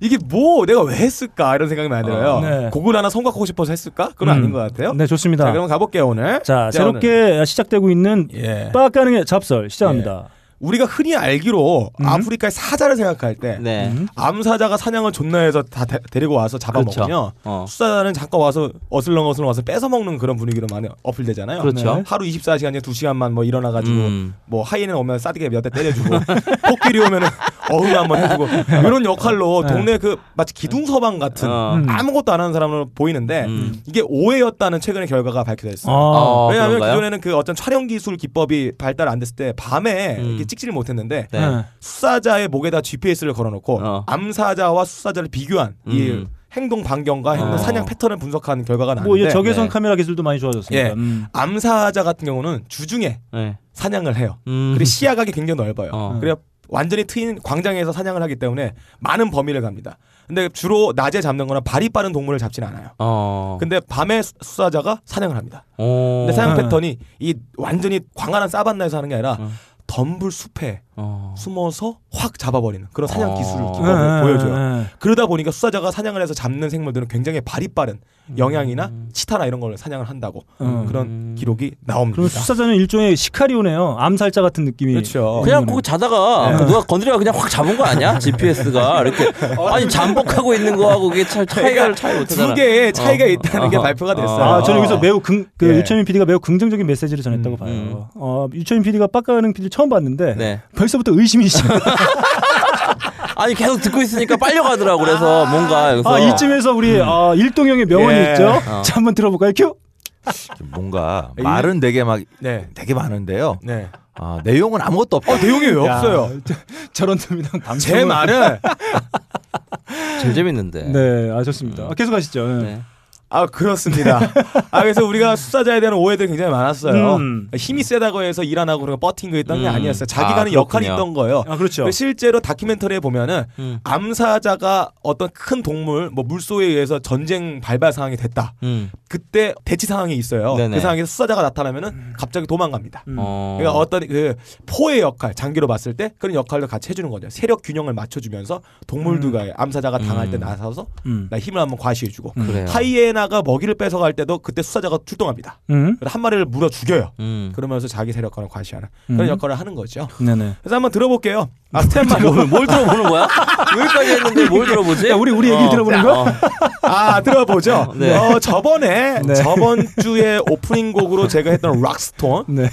Speaker 2: 이게 뭐 내가 왜 했을까 이런 생각이 많이 들어요.
Speaker 1: 어, 네.
Speaker 2: 곡을 하나 선곡하고 싶어서 했을까? 그건
Speaker 1: 음.
Speaker 2: 아닌 것 같아요.
Speaker 1: 네, 좋습니다.
Speaker 2: 자, 그럼 가볼게요 오늘.
Speaker 1: 자, 새롭게 시작되고 있는
Speaker 2: 오늘. 예.
Speaker 1: 빠까능의 잡설 시작합니다.
Speaker 2: 우리가 흔히 알기로
Speaker 1: 음.
Speaker 2: 아프리카의 사자를 생각할 때
Speaker 3: 네.
Speaker 2: 암사자가 사냥을 존나해서 다 데, 리고 와서 잡아먹거든요.
Speaker 3: 어.
Speaker 2: 수사자는 잠깐 와서 어슬렁어슬렁 와서 뺏어먹는 그런 분위기로 많이 어필되잖아요.
Speaker 3: 그렇죠.
Speaker 1: 네.
Speaker 2: 하루 24시간 중에 2시간만 뭐 일어나가지고
Speaker 3: 음.
Speaker 2: 뭐 하이에는 오면 싸대기 몇 대 때려주고 코끼리 오면은 어흥 한번 해주고 이런 역할로 동네 그 마치 기둥서방 같은
Speaker 3: 어.
Speaker 1: 음.
Speaker 2: 아무것도 안 하는 사람으로 보이는데
Speaker 3: 음.
Speaker 2: 이게 오해였다는 최근의 결과가 밝혀졌어요.
Speaker 1: 아,
Speaker 3: 어,
Speaker 2: 왜냐하면
Speaker 3: 그런가요?
Speaker 2: 기존에는 그 어떤 촬영 기술 기법이 발달 안 됐을 때 밤에
Speaker 3: 음.
Speaker 2: 이렇게 찍지를 못했는데
Speaker 3: 네.
Speaker 1: 네.
Speaker 2: 수사자의 목에다 GPS를 걸어놓고
Speaker 3: 어.
Speaker 2: 암사자와 수사자를 비교한 이
Speaker 3: 음.
Speaker 2: 행동 반경과 행동
Speaker 3: 어.
Speaker 2: 사냥 패턴을 분석한 결과가
Speaker 1: 뭐
Speaker 2: 나왔는데
Speaker 1: 이제 적외선
Speaker 3: 네.
Speaker 1: 카메라 기술도 많이 좋아졌습니다.
Speaker 2: 예.
Speaker 1: 음.
Speaker 2: 암사자 같은 경우는 주중에
Speaker 3: 네.
Speaker 2: 사냥을 해요.
Speaker 3: 음.
Speaker 2: 그리고 시야각이 굉장히 넓어요.
Speaker 3: 어.
Speaker 2: 그래서 완전히 트인 광장에서 사냥을 하기 때문에 많은 범위를 갑니다. 근데 주로 낮에 잡는 거나 발이 빠른 동물을 잡진 않아요.
Speaker 3: 어.
Speaker 2: 근데 밤에 수- 수사자가 사냥을 합니다.
Speaker 3: 어.
Speaker 2: 근데 사냥
Speaker 1: 어.
Speaker 2: 패턴이 이 완전히 광활한 사반나에서 하는 게 아니라
Speaker 3: 어.
Speaker 2: 덤불 숲에
Speaker 3: 어.
Speaker 2: 숨어서 확 잡아버리는 그런 사냥
Speaker 3: 어.
Speaker 2: 기술을
Speaker 11: 네,
Speaker 3: 어.
Speaker 2: 기법을 네, 보여줘요.
Speaker 1: 예,
Speaker 2: 그러다 보니까 수사자가 사냥을 해서 잡는 생물들은 굉장히 발이 빠른
Speaker 11: 음.
Speaker 2: 영양이나 치타나 이런 걸 사냥을 한다고
Speaker 1: 음.
Speaker 2: 그런 기록이 나옵니다.
Speaker 1: 그럼 수사자는 일종의 시카리오네요. 암살자 같은 네. 느낌이.
Speaker 2: 그렇죠.
Speaker 3: 그냥
Speaker 1: 있는
Speaker 3: 거기 자다가 누가 건드려 그냥 확 잡은 거 아니야? GPS가 이렇게 아니 잠복하고 있는 거하고 이게 차, 차이를 차이
Speaker 2: 두
Speaker 3: 못하잖아.
Speaker 2: 개의 차이가
Speaker 3: 어.
Speaker 2: 있다는 게
Speaker 3: 어.
Speaker 2: 발표가 됐어요.
Speaker 1: 아, 저는 여기서 매우 긍, 그
Speaker 2: 예.
Speaker 1: 유채민 PD가 매우 긍정적인 메시지를 전했다고
Speaker 2: 음,
Speaker 1: 봐요.
Speaker 3: 음.
Speaker 1: 어, 유채민 PD가 빡가는 PD를 처음 봤는데
Speaker 3: 네.
Speaker 1: 벌써부터 의심이 시작.
Speaker 3: 아니 계속 듣고 있으니까 빨려가더라고 그래서 뭔가 여기서
Speaker 1: 아, 이쯤에서 우리 아, 일동형의 명언이
Speaker 2: 음. 예.
Speaker 1: 있죠. 자, 한번 들어볼까요? 큐.
Speaker 11: 뭔가 말은 되게 막
Speaker 2: 네.
Speaker 11: 되게 많은데요.
Speaker 2: 네.
Speaker 11: 아, 내용은 아무것도 없어.
Speaker 2: 어, 내용이 왜 없어요?
Speaker 1: 저런 놈이랑 방송.
Speaker 2: 제 말은
Speaker 3: 제일 재밌는데.
Speaker 1: 네, 아
Speaker 2: 음.
Speaker 1: 좋습니다. 아, 계속 하시죠. 네.
Speaker 3: 네.
Speaker 2: 아 그렇습니다. 아 그래서 우리가 수사자에 대한 오해들이 굉장히 많았어요. 그러니까
Speaker 1: 음.
Speaker 2: 힘이 세다고 해서 일 안 하고 그런 버틴 거 있던 게
Speaker 3: 음.
Speaker 2: 아니었어요. 자기가
Speaker 3: 아,
Speaker 2: 하는 역할이
Speaker 3: 그렇군요.
Speaker 2: 있던 거예요.
Speaker 1: 아 그렇죠.
Speaker 2: 그래서 실제로 다큐멘터리에 보면은
Speaker 3: 음.
Speaker 2: 암사자가 어떤 큰 동물, 뭐 물소에 의해서 전쟁 발발 상황이 됐다.
Speaker 3: 음.
Speaker 2: 그때 대치 상황이 있어요.
Speaker 3: 네네. 음.
Speaker 2: 그 상황에서 수사자가 나타나면은 갑자기 도망갑니다.
Speaker 1: 음.
Speaker 3: 어.
Speaker 2: 그러니까 어떤 그 포의 역할, 장기로 봤을 때 그런 역할도 같이 해주는 거죠. 세력 균형을 맞춰주면서 동물들과의 암사자가 당할 때
Speaker 3: 음.
Speaker 2: 나서서
Speaker 1: 음.
Speaker 2: 나 힘을 한번 과시해주고
Speaker 3: 그래요.
Speaker 2: 하이에나가 먹이를 뺏어갈 때도 그때 수사자가 출동합니다.
Speaker 1: 음.
Speaker 2: 그래서 한 마리를 물어 죽여요.
Speaker 3: 음.
Speaker 2: 그러면서 자기 세력과는 과시하는 그런
Speaker 1: 음.
Speaker 2: 역할을 하는 거죠.
Speaker 1: 네네.
Speaker 2: 그래서 한번 들어볼게요.
Speaker 3: 뭐,
Speaker 2: 아, 스탠바이로.
Speaker 3: 뭘 들어보는 거야? 여기까지 했는데 뭘 들어보지?
Speaker 1: 야, 우리 우리 얘기 를 들어보는 거야?
Speaker 3: 어.
Speaker 2: 아, 들어보죠.
Speaker 3: 네.
Speaker 2: 어, 저번에,
Speaker 1: 네.
Speaker 2: 저번 주에 오프닝 곡으로 제가 했던 락스톤.
Speaker 1: 네.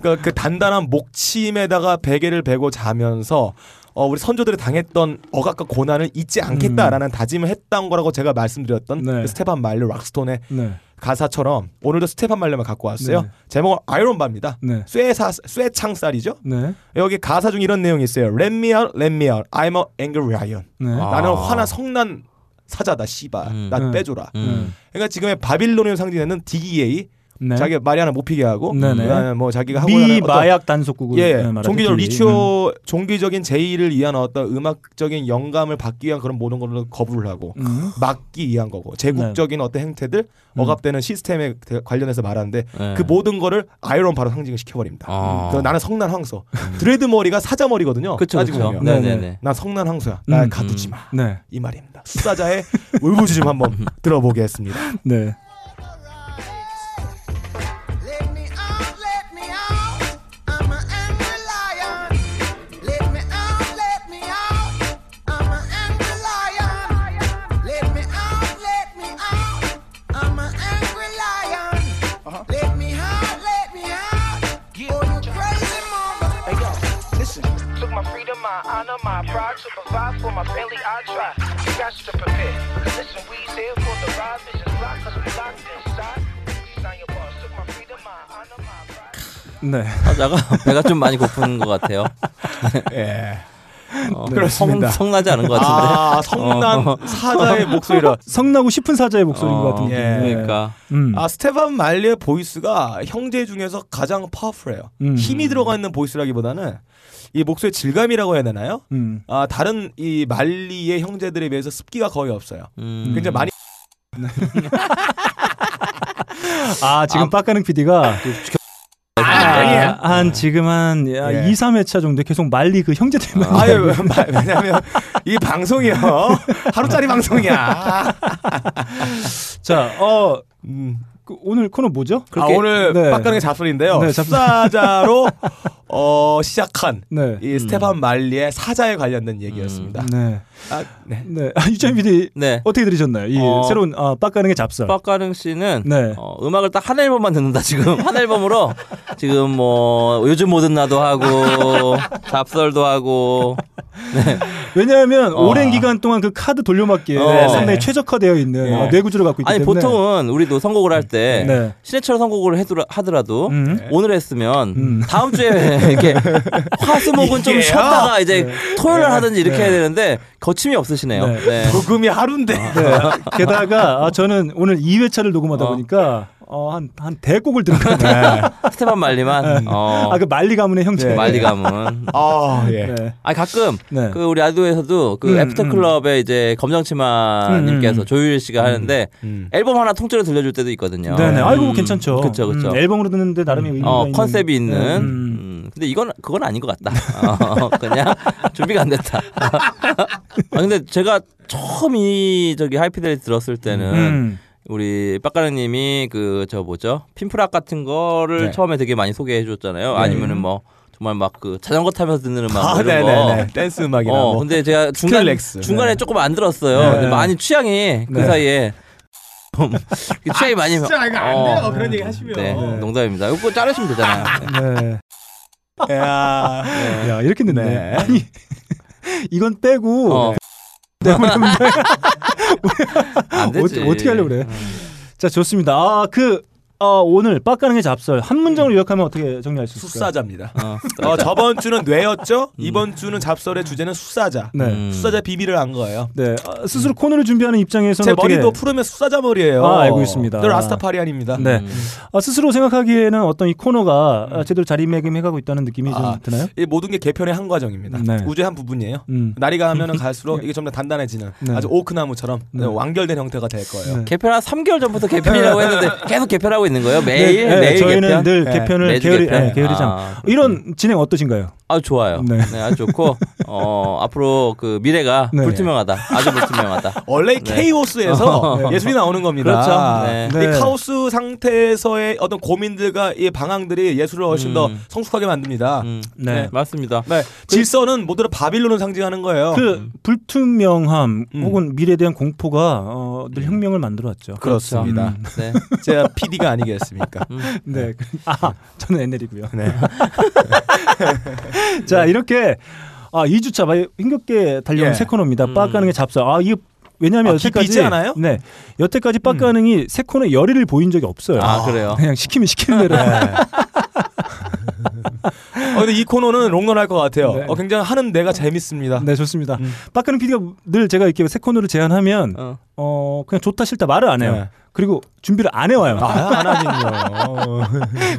Speaker 2: 그러니까 그 단단한 목침에다가 베개를 베고 자면서 어, 우리 선조들이 당했던 억압과 고난을 잊지 않겠다라는 다짐을 했던 거라고 제가 말씀드렸던
Speaker 1: 음. 네.
Speaker 2: 그 스테판 마일러 락스톤의
Speaker 1: 네.
Speaker 2: 가사처럼 오늘도 스테판 마일러만 갖고 왔어요.
Speaker 1: 네.
Speaker 2: 제목은 아이론바입니다.
Speaker 1: 네.
Speaker 2: 쇠사 쇠창살이죠.
Speaker 1: 네.
Speaker 2: 여기 가사 중 이런 내용이 있어요. Let me out, let me out. I'm a angry lion.
Speaker 1: 네.
Speaker 3: 아.
Speaker 2: 나는 화난 성난 사자다. 씨발.
Speaker 3: 음.
Speaker 2: 나
Speaker 1: 음.
Speaker 2: 빼줘라.
Speaker 3: 음.
Speaker 2: 그러니까 지금의 바빌론을 상징하는 E DEA
Speaker 1: 네.
Speaker 2: 자기 말이 하나 못 피게 하고
Speaker 1: 네네.
Speaker 2: 그다음에 뭐 자기가 하고
Speaker 1: 미 마약 단속국을
Speaker 2: 예,
Speaker 1: 네, 말하죠.
Speaker 2: 종기적
Speaker 1: 미. 네.
Speaker 2: 리추어, 종기적인 제의를 위한 어떤 음악적인 영감을 받기 위한 그런 모든 거를 거부를 하고
Speaker 1: 음. 음.
Speaker 2: 막기 위한 거고 제국적인 어떤 행태들
Speaker 1: 음.
Speaker 2: 억압되는 시스템에 대- 관련해서 말하는데
Speaker 3: 네.
Speaker 2: 그 모든 거를 아이론 바로 상징을 시켜버립니다. 음.
Speaker 3: 아. 음.
Speaker 2: 그래서 나는 성난 황소. 드레드 머리가 사자 머리거든요.
Speaker 3: 그쵸
Speaker 2: 따지고
Speaker 3: 그쵸.
Speaker 2: 보면.
Speaker 1: 네.
Speaker 3: 네네네.
Speaker 2: 나 성난 황소야. 날
Speaker 1: 음.
Speaker 2: 가두지 마.
Speaker 1: 네.
Speaker 2: 이 말입니다. 수사자의 울부짖음 한번 들어보겠습니다.
Speaker 1: 네.
Speaker 12: Let me out, let me out. I'm an angry lion. Let me out, let me out. I'm an angry lion. Let me out, let me out. I'm an angry lion. Let me out, let me out. Oh, you crazy mama. Hey, yo, listen.
Speaker 13: Took my freedom, my honor, my pride to provide for my family. I try. You got to prepare. Listen, we's here for the ride. Bitches block us, we locked inside. We sign your boss. Took my freedom, my honor, my pride.
Speaker 1: 네.
Speaker 3: 하다가 배가 좀 많이 고픈 것 같아요.
Speaker 2: 예.
Speaker 3: 어,
Speaker 2: 그렇습니다.
Speaker 3: 성, 성나지 않은 것 같은데. 어.
Speaker 2: 아, 성난 사자의 목소리라.
Speaker 1: 성나고 싶은 사자의 목소리인 것 같은
Speaker 3: 어,
Speaker 1: 느낌.
Speaker 2: 예.
Speaker 1: 네.
Speaker 3: 그러니까
Speaker 1: 음.
Speaker 2: 아, 스테반 말리의 보이스가 형제 중에서 가장 파워풀해요.
Speaker 1: 음.
Speaker 2: 힘이 들어가 있는 보이스라기보다는 이 목소리 질감이라고 해야 되나요?
Speaker 1: 음.
Speaker 2: 아, 다른 이 말리의 형제들에 비해서 습기가 거의 없어요.
Speaker 1: 예.
Speaker 3: 음.
Speaker 1: 그
Speaker 2: 굉장히 많이
Speaker 1: 아, 지금 빡가능 PD가
Speaker 2: 아니에요.
Speaker 1: 한 지금 한
Speaker 2: 예.
Speaker 1: 2, 3회차 정도 계속 말리 그 형제들만
Speaker 2: 아유 예, 왜- 마- 왜냐면 이 방송이요 하루짜리 방송이야. 아,
Speaker 1: 자, 어,
Speaker 2: 음.
Speaker 1: 그 오늘 코너 뭐죠?
Speaker 2: 아 오늘
Speaker 1: 네.
Speaker 2: 빡가는 게 잡술인데요.
Speaker 1: 네, 잡술.
Speaker 2: 사자로 어, 시작한
Speaker 1: 네.
Speaker 2: 이 스테판 말리의 사자에 관련된 얘기였습니다.
Speaker 1: 네.
Speaker 2: 아, 네.
Speaker 1: 네. 아, 유찬 PD
Speaker 3: 네.
Speaker 1: 어떻게 들으셨나요? 이
Speaker 3: 어.
Speaker 1: 새로운 아, 빡가능의 잡설.
Speaker 3: 박가능 씨는
Speaker 1: 네.
Speaker 3: 어, 음악을 딱 한 앨범만 듣는다 지금 한 앨범으로 지금 뭐 요즘 모든 나도 하고 잡설도 하고
Speaker 1: 왜냐하면
Speaker 3: 어.
Speaker 1: 오랜 기간 동안 그 카드 돌려막기에
Speaker 3: 어.
Speaker 1: 상당히 최적화되어 있는
Speaker 3: 네.
Speaker 1: 어, 뇌구조를 갖고 있기
Speaker 3: 아니
Speaker 1: 때문에
Speaker 3: 보통은 우리도 선곡을 할 때
Speaker 1: 네.
Speaker 3: 신해철 선곡을 해두라, 하더라도
Speaker 1: 음.
Speaker 3: 오늘 했으면
Speaker 1: 음.
Speaker 3: 다음 주에 이렇게 화수목은 좀
Speaker 2: 이게요?
Speaker 3: 쉬었다가 이제 토요일 날 하든지 이렇게 해야 되는데 거침이 없으시네요.
Speaker 1: 네.
Speaker 3: 네.
Speaker 2: 녹음이 하루인데.
Speaker 1: 아, 네. 게다가 아, 저는 오늘 2회차를 녹음하다
Speaker 3: 어.
Speaker 1: 보니까 어, 한, 한 대곡을 들은 네.
Speaker 3: 스테판 말리만. 어.
Speaker 1: 아, 그 말리 가문의 형제.
Speaker 2: 네.
Speaker 3: 말리 가문.
Speaker 2: 아 예.
Speaker 1: 네.
Speaker 3: 아 가끔
Speaker 1: 네.
Speaker 3: 그 우리 아두에서도 그
Speaker 1: 음,
Speaker 3: 애프터
Speaker 1: 음.
Speaker 3: 클럽에 이제 검정치마님께서
Speaker 1: 음, 음.
Speaker 3: 조유일 씨가 하는데
Speaker 2: 음.
Speaker 3: 앨범 하나 통째로 들려줄 때도 있거든요.
Speaker 1: 네네. 아이고
Speaker 2: 음,
Speaker 1: 괜찮죠.
Speaker 3: 어. 그쵸, 그쵸.
Speaker 1: 음, 앨범으로 듣는데 나름의 의미가
Speaker 3: 어
Speaker 1: 있는.
Speaker 3: 컨셉이 있는.
Speaker 1: 네, 음.
Speaker 3: 음, 근데 이건 그건 아닌 것 같다. 어, 그냥 준비가 안 됐다. 아 근데 제가 처음 이 저기 하이피델리 들었을 때는
Speaker 1: 음.
Speaker 3: 우리 빡가능님이 그 저 뭐죠 핀프락 같은 거를
Speaker 2: 네.
Speaker 3: 처음에 되게 많이 소개해 줬잖아요.
Speaker 1: 네.
Speaker 3: 아니면은 뭐 정말 막 그 자전거 타면서 듣는 음악 뭐
Speaker 2: 아
Speaker 3: 이런
Speaker 2: 네네네.
Speaker 3: 거.
Speaker 2: 댄스 음악이나
Speaker 3: 어,
Speaker 2: 뭐.
Speaker 3: 근데 제가 중간
Speaker 2: 스krillex.
Speaker 3: 중간에
Speaker 2: 네.
Speaker 3: 조금 안 들었어요. 근데 많이 취향이 그
Speaker 1: 네.
Speaker 3: 사이에 좀 취향이 많이
Speaker 2: 진짜 이거 아, 안
Speaker 3: 어,
Speaker 2: 돼요. 그런 얘기 하시면.
Speaker 3: 네, 농담입니다. 이거 자르시면 되잖아요. 네.
Speaker 1: 네.
Speaker 2: 야.
Speaker 1: 야, 이렇게 듣네.
Speaker 2: 네.
Speaker 1: 아니, 이건 빼고. 네,
Speaker 3: 어,
Speaker 1: 때문에 문제.
Speaker 3: 안 되지.
Speaker 1: 어, 어떻게 하려고 그래? 자, 좋습니다. 아, 그, 어, 오늘 빡가능의 잡설. 한 문장으로 요약하면 어떻게 정리할 수 있을까요?
Speaker 2: 수사자입니다.
Speaker 3: 어,
Speaker 2: 어, 저번 주는 뇌였죠? 이번 주는 잡설의 주제는 수사자.
Speaker 1: 음. 네.
Speaker 3: 음.
Speaker 2: 수사자 비비를 한 거예요.
Speaker 1: 네. 아, 스스로 코너를 준비하는 입장에서는
Speaker 2: 제
Speaker 1: 어떻게
Speaker 2: 머리도 푸르면 수사자 머리예요.
Speaker 1: 아, 알고 있습니다.
Speaker 2: 저 라스타파리안입니다.
Speaker 1: 네. 아, 스스로 생각하기에는 어떤 이 코너가 아, 제대로 자리매김해가고 있다는 느낌이
Speaker 2: 아.
Speaker 1: 좀 드나요?
Speaker 2: 이 모든 게 개편의 한 과정입니다.
Speaker 1: 네.
Speaker 2: 우주의 한 부분이에요.
Speaker 1: 음.
Speaker 2: 나이가 가면 갈수록 이게 점점 단단해지는
Speaker 1: 네.
Speaker 2: 아주 오크나무처럼
Speaker 1: 네.
Speaker 2: 완결된 형태가 될 거예요.
Speaker 1: 네.
Speaker 3: 개편 한 3개월 전부터 개편이라고 했는데 계속 개편하고 있는 거예요. 매일
Speaker 1: 네, 네,
Speaker 3: 매일
Speaker 1: 저희는
Speaker 3: 개편.
Speaker 1: 늘
Speaker 2: 네.
Speaker 1: 개편을
Speaker 3: 매주
Speaker 1: 게으리,
Speaker 3: 개편.
Speaker 1: 네, 게으리지 않
Speaker 3: 아,
Speaker 1: 이런 진행 어떠신가요?
Speaker 3: 아 좋아요.
Speaker 1: 네.
Speaker 3: 네. 아주 좋고 어 앞으로 그 미래가
Speaker 1: 네.
Speaker 3: 불투명하다. 아주 불투명하다.
Speaker 2: 원래 이
Speaker 3: 네.
Speaker 2: 케이오스에서
Speaker 1: 네.
Speaker 2: 예술이 나오는 겁니다.
Speaker 3: 그렇죠. 네.
Speaker 2: 이
Speaker 1: 네.
Speaker 2: 카오스 상태에서의 어떤 고민들과 이 방황들이 예술을 훨씬 더 성숙하게 만듭니다.
Speaker 3: 음,
Speaker 1: 네.
Speaker 3: 네, 맞습니다.
Speaker 2: 네. 질서는 모두를 바빌론을 상징하는 거예요.
Speaker 1: 그 불투명함
Speaker 2: 어. 음.
Speaker 1: 혹은 미래에 대한 공포가 어, 늘 혁명을 만들어 왔죠.
Speaker 2: 그렇습니다.
Speaker 3: 음, 네.
Speaker 2: 제가 PD가 아니겠습니까?
Speaker 1: 네. 아, 저는 NL이고요.
Speaker 2: 네.
Speaker 1: 자, 이렇게 아, 2주차 막 힘겹게 달려온
Speaker 2: 예.
Speaker 1: 세 코너입니다. 빡가능의 잡설. 아, 이거 왜냐하면
Speaker 2: 아,
Speaker 1: 여태까지
Speaker 2: 깊이지 않아요?
Speaker 1: 네, 여태까지
Speaker 2: 음.
Speaker 1: 빡가능이 세 코너 열의를 보인 적이 없어요.
Speaker 3: 아, 그래요.
Speaker 1: 그냥 시키면 시키는 대로.
Speaker 2: 네. 어, 근데 이 코너는 롱런 할 것 같아요.
Speaker 1: 네.
Speaker 2: 어, 굉장히 하는 내가 재밌습니다.
Speaker 1: 네, 좋습니다.
Speaker 2: 음.
Speaker 1: 빡가능 PD가 늘 제가 이렇게 세 코너를 제안하면 어.
Speaker 3: 어.
Speaker 1: 그냥 좋다 싫다 말을 안 해요.
Speaker 2: 네.
Speaker 1: 그리고 준비를 안 해와요.
Speaker 2: 아, 안 하긴요. 어.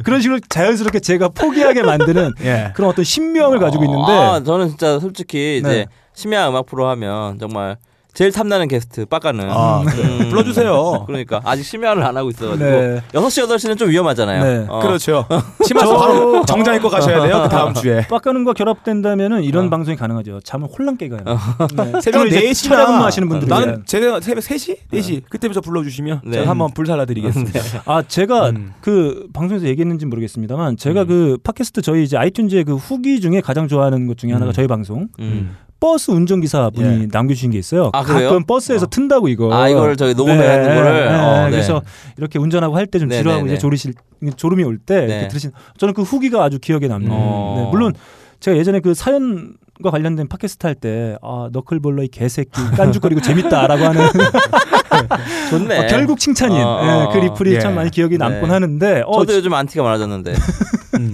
Speaker 1: 그런 식으로 자연스럽게 제가 포기하게 만드는
Speaker 2: 예.
Speaker 1: 그런 어떤 신명을 가지고 있는데
Speaker 3: 아, 저는 진짜 솔직히
Speaker 1: 네.
Speaker 3: 이제 심야 음악 프로 하면 정말 제일 탐나는 게스트 빠까는 음.
Speaker 2: 아, 그래요? 불러주세요.
Speaker 3: 그러니까 아직 심야를 안 하고
Speaker 1: 네.
Speaker 3: 있어가지고 여섯 시 여덟 시는좀 위험하잖아요.
Speaker 1: 네.
Speaker 3: 어.
Speaker 2: 그렇죠. 어. 심하서 바로 정장 입고 가셔야 돼요. 그 다음 주에.
Speaker 1: 빡가는과 결합된다면은 이런 방송이 가능하죠. 잠을 홀랑 깨가요. 네.
Speaker 2: 새벽
Speaker 1: 주로 이제
Speaker 2: 4시나
Speaker 1: 차량을 마시는 분들
Speaker 2: 나는 제가 새벽 3시? 4시. 그때부터 불러주시면
Speaker 3: 네.
Speaker 2: 제가 한번 불살라 드리겠습니다.
Speaker 1: 아 제가
Speaker 2: 네. 음.
Speaker 1: 그 방송에서 얘기했는지 는 모르겠습니다만 제가 그 팟캐스트 저희 이제 아이튠즈의 그 후기 중에 가장 좋아하는 것 중에 하나가 저희 방송
Speaker 3: 음.
Speaker 1: 버스 운전기사 분이
Speaker 2: 예.
Speaker 1: 남겨주신 게 있어요.
Speaker 3: 아, 그래요?
Speaker 1: 가끔 버스에서
Speaker 3: 어.
Speaker 1: 튼다고 이거. 네.
Speaker 3: 아, 이거를 저기 녹음해가는 거를? 어, 네.
Speaker 1: 그래서 이렇게 운전하고 할 때 좀
Speaker 3: 네,
Speaker 1: 지루하고
Speaker 3: 네,
Speaker 1: 이제
Speaker 3: 네.
Speaker 1: 조리실 졸음이 올 때 이렇게
Speaker 3: 네.
Speaker 1: 들으신. 저는 그 후기가 아주 기억에 남는.
Speaker 3: 어.
Speaker 1: 네, 물론 제가 예전에 그 사연. 과 관련된 팟캐스트 할 때 아 너클볼러의 개새끼 깐죽거리고 재밌다라고 하는
Speaker 3: 좋네.
Speaker 1: 어, 결국 칭찬인
Speaker 3: 어,
Speaker 1: 예, 그 리플이
Speaker 2: 예.
Speaker 1: 참 많이 기억에 남곤
Speaker 3: 네.
Speaker 1: 하는데 어,
Speaker 3: 저도 요즘 안티가 많아졌는데. 네.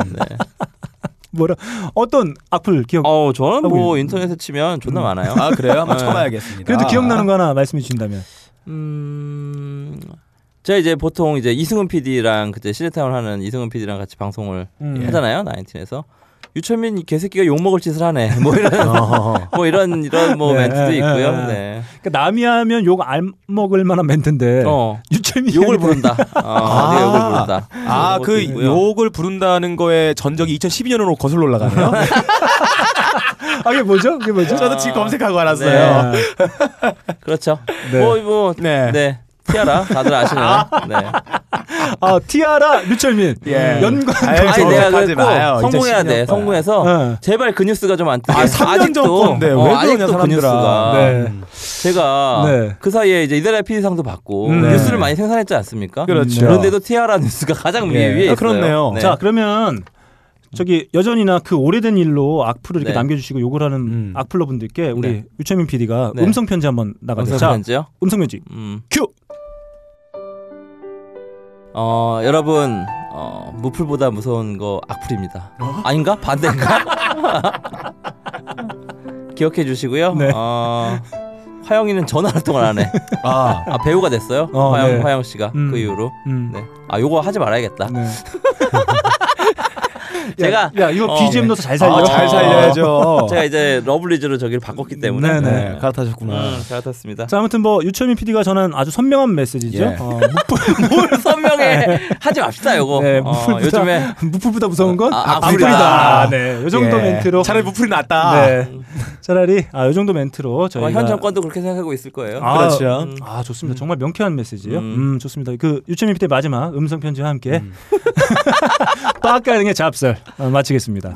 Speaker 1: 뭐라 어떤 악플 기억
Speaker 3: 어, 저는
Speaker 1: 하고 음.
Speaker 3: 뭐 인터넷에 치면 존나 많아요.
Speaker 2: 아, 그래요? 한번
Speaker 3: 네.
Speaker 2: 쳐봐야겠습니다.
Speaker 1: 그래도
Speaker 3: 아.
Speaker 1: 기억나는 거 하나 말씀해 주신다면
Speaker 3: 음. 제가 이제 보통 이제 이승훈 PD랑 그때 시네타운 하는 이승훈 PD랑 같이 방송을
Speaker 1: 음.
Speaker 3: 하잖아요 나인틴에서 유철민 이 개새끼가 욕 먹을 짓을 하네 뭐 이런
Speaker 2: 어허허.
Speaker 3: 뭐 이런 이런 뭐
Speaker 1: 네,
Speaker 3: 멘트도
Speaker 1: 예,
Speaker 3: 있고요.
Speaker 1: 예,
Speaker 3: 네.
Speaker 1: 그러니까 남이 하면 욕 안 먹을 만한 멘트인데
Speaker 3: 어.
Speaker 1: 유채미
Speaker 3: 욕을 부른다. 어,
Speaker 2: 아.
Speaker 3: 네, 욕을 부른다.
Speaker 2: 아,
Speaker 3: 그런 것도
Speaker 2: 그
Speaker 3: 있고요.
Speaker 2: 욕을 부른다는 거에 전적이 2012년으로 거슬러 올라가네요.
Speaker 1: 아 이게 뭐죠? 이게 뭐죠?
Speaker 2: 저도 지금 검색하고 알았어요.
Speaker 1: 네.
Speaker 3: 그렇죠.
Speaker 1: 네.
Speaker 3: 뭐 뭐,
Speaker 2: 네.
Speaker 3: 네. 티아라 다들 아시는. 네.
Speaker 1: 아 티아라 유철민
Speaker 2: 예.
Speaker 1: 연관
Speaker 2: 아유,
Speaker 3: 아니
Speaker 2: 저거
Speaker 3: 내가
Speaker 2: 하지 마요.
Speaker 3: 그랬고 성공해야 돼.
Speaker 2: 2010년 거야.
Speaker 3: 성공해서
Speaker 1: 어.
Speaker 3: 제발 그 뉴스가 좀 안 뜨게.
Speaker 2: 네. 아, 3년 전 건데 왜 그러냐,
Speaker 3: 아직도 그
Speaker 2: 사람들아.
Speaker 3: 뉴스가.
Speaker 1: 네.
Speaker 3: 제가
Speaker 1: 네.
Speaker 3: 그 사이에 이제 이달의 PD상도 받고
Speaker 1: 음, 네.
Speaker 3: 뉴스를 많이 생산했지 않습니까?
Speaker 2: 그렇죠.
Speaker 3: 그런데도 티아라 뉴스가 가장 위-
Speaker 2: 예.
Speaker 3: 위에
Speaker 2: 아,
Speaker 3: 있어요.
Speaker 2: 그렇네요.
Speaker 3: 네.
Speaker 1: 자 그러면 저기 여전히나 그 오래된 일로 악플을 이렇게
Speaker 3: 네.
Speaker 1: 남겨주시고 욕을 하는
Speaker 2: 음.
Speaker 1: 악플러 분들께 우리
Speaker 3: 네.
Speaker 1: 유채민 PD가
Speaker 3: 네.
Speaker 1: 음성 편지 한번 나가자.
Speaker 3: 음성
Speaker 1: 자
Speaker 3: 편지요?
Speaker 1: 음성 편지
Speaker 3: 음.
Speaker 1: 큐.
Speaker 3: 어, 여러분, 어, 무풀보다 무서운 거 악플입니다.
Speaker 1: 어?
Speaker 3: 아닌가? 반대인가? 기억해 주시고요.
Speaker 1: 네.
Speaker 3: 어, 화영이는 전화 활동을 안 해.
Speaker 2: 아.
Speaker 3: 아 배우가 됐어요?
Speaker 2: 어,
Speaker 3: 화영
Speaker 2: 네.
Speaker 3: 화영 씨가
Speaker 1: 음.
Speaker 3: 그 이후로.
Speaker 1: 음.
Speaker 3: 네. 아 요거 하지 말아야겠다.
Speaker 1: 네.
Speaker 3: 제가
Speaker 1: 야 이거
Speaker 3: 어,
Speaker 1: BGM 넣어서 잘 살려.
Speaker 2: 아, 잘 살려야죠.
Speaker 3: 제가 이제 러블리즈로 저기를 바꿨기 때문에
Speaker 1: 네네.
Speaker 2: 네, 갈아타셨구나.
Speaker 3: 음, 잘 탔습니다.
Speaker 1: 자 아무튼 뭐 유철민 PD가 저는 아주 선명한 메시지죠.
Speaker 2: 예.
Speaker 1: 어,
Speaker 3: 뭘 선명해 하지 맙시다 요거.
Speaker 1: 네,
Speaker 3: 어,
Speaker 1: 무풀보다,
Speaker 3: 요즘에
Speaker 1: 무풀보다 무서운 건
Speaker 3: 아,
Speaker 1: 악플이다.
Speaker 3: 악플이다.
Speaker 1: 네, 요 정도
Speaker 2: 예.
Speaker 1: 멘트로
Speaker 2: 차라리 무풀이 낫다.
Speaker 1: 네, 차라리 아, 요 정도 멘트로 저희가
Speaker 3: 아마 현 정권도 그렇게 생각하고 있을 거예요.
Speaker 1: 아,
Speaker 2: 그렇죠.
Speaker 1: 음. 아 좋습니다. 정말 명쾌한 메시지예요. 음,
Speaker 3: 음.
Speaker 1: 좋습니다. 그 유채민 PD의 마지막 음성 편지와 함께 빡가능의 잡설 어, 마치겠습니다.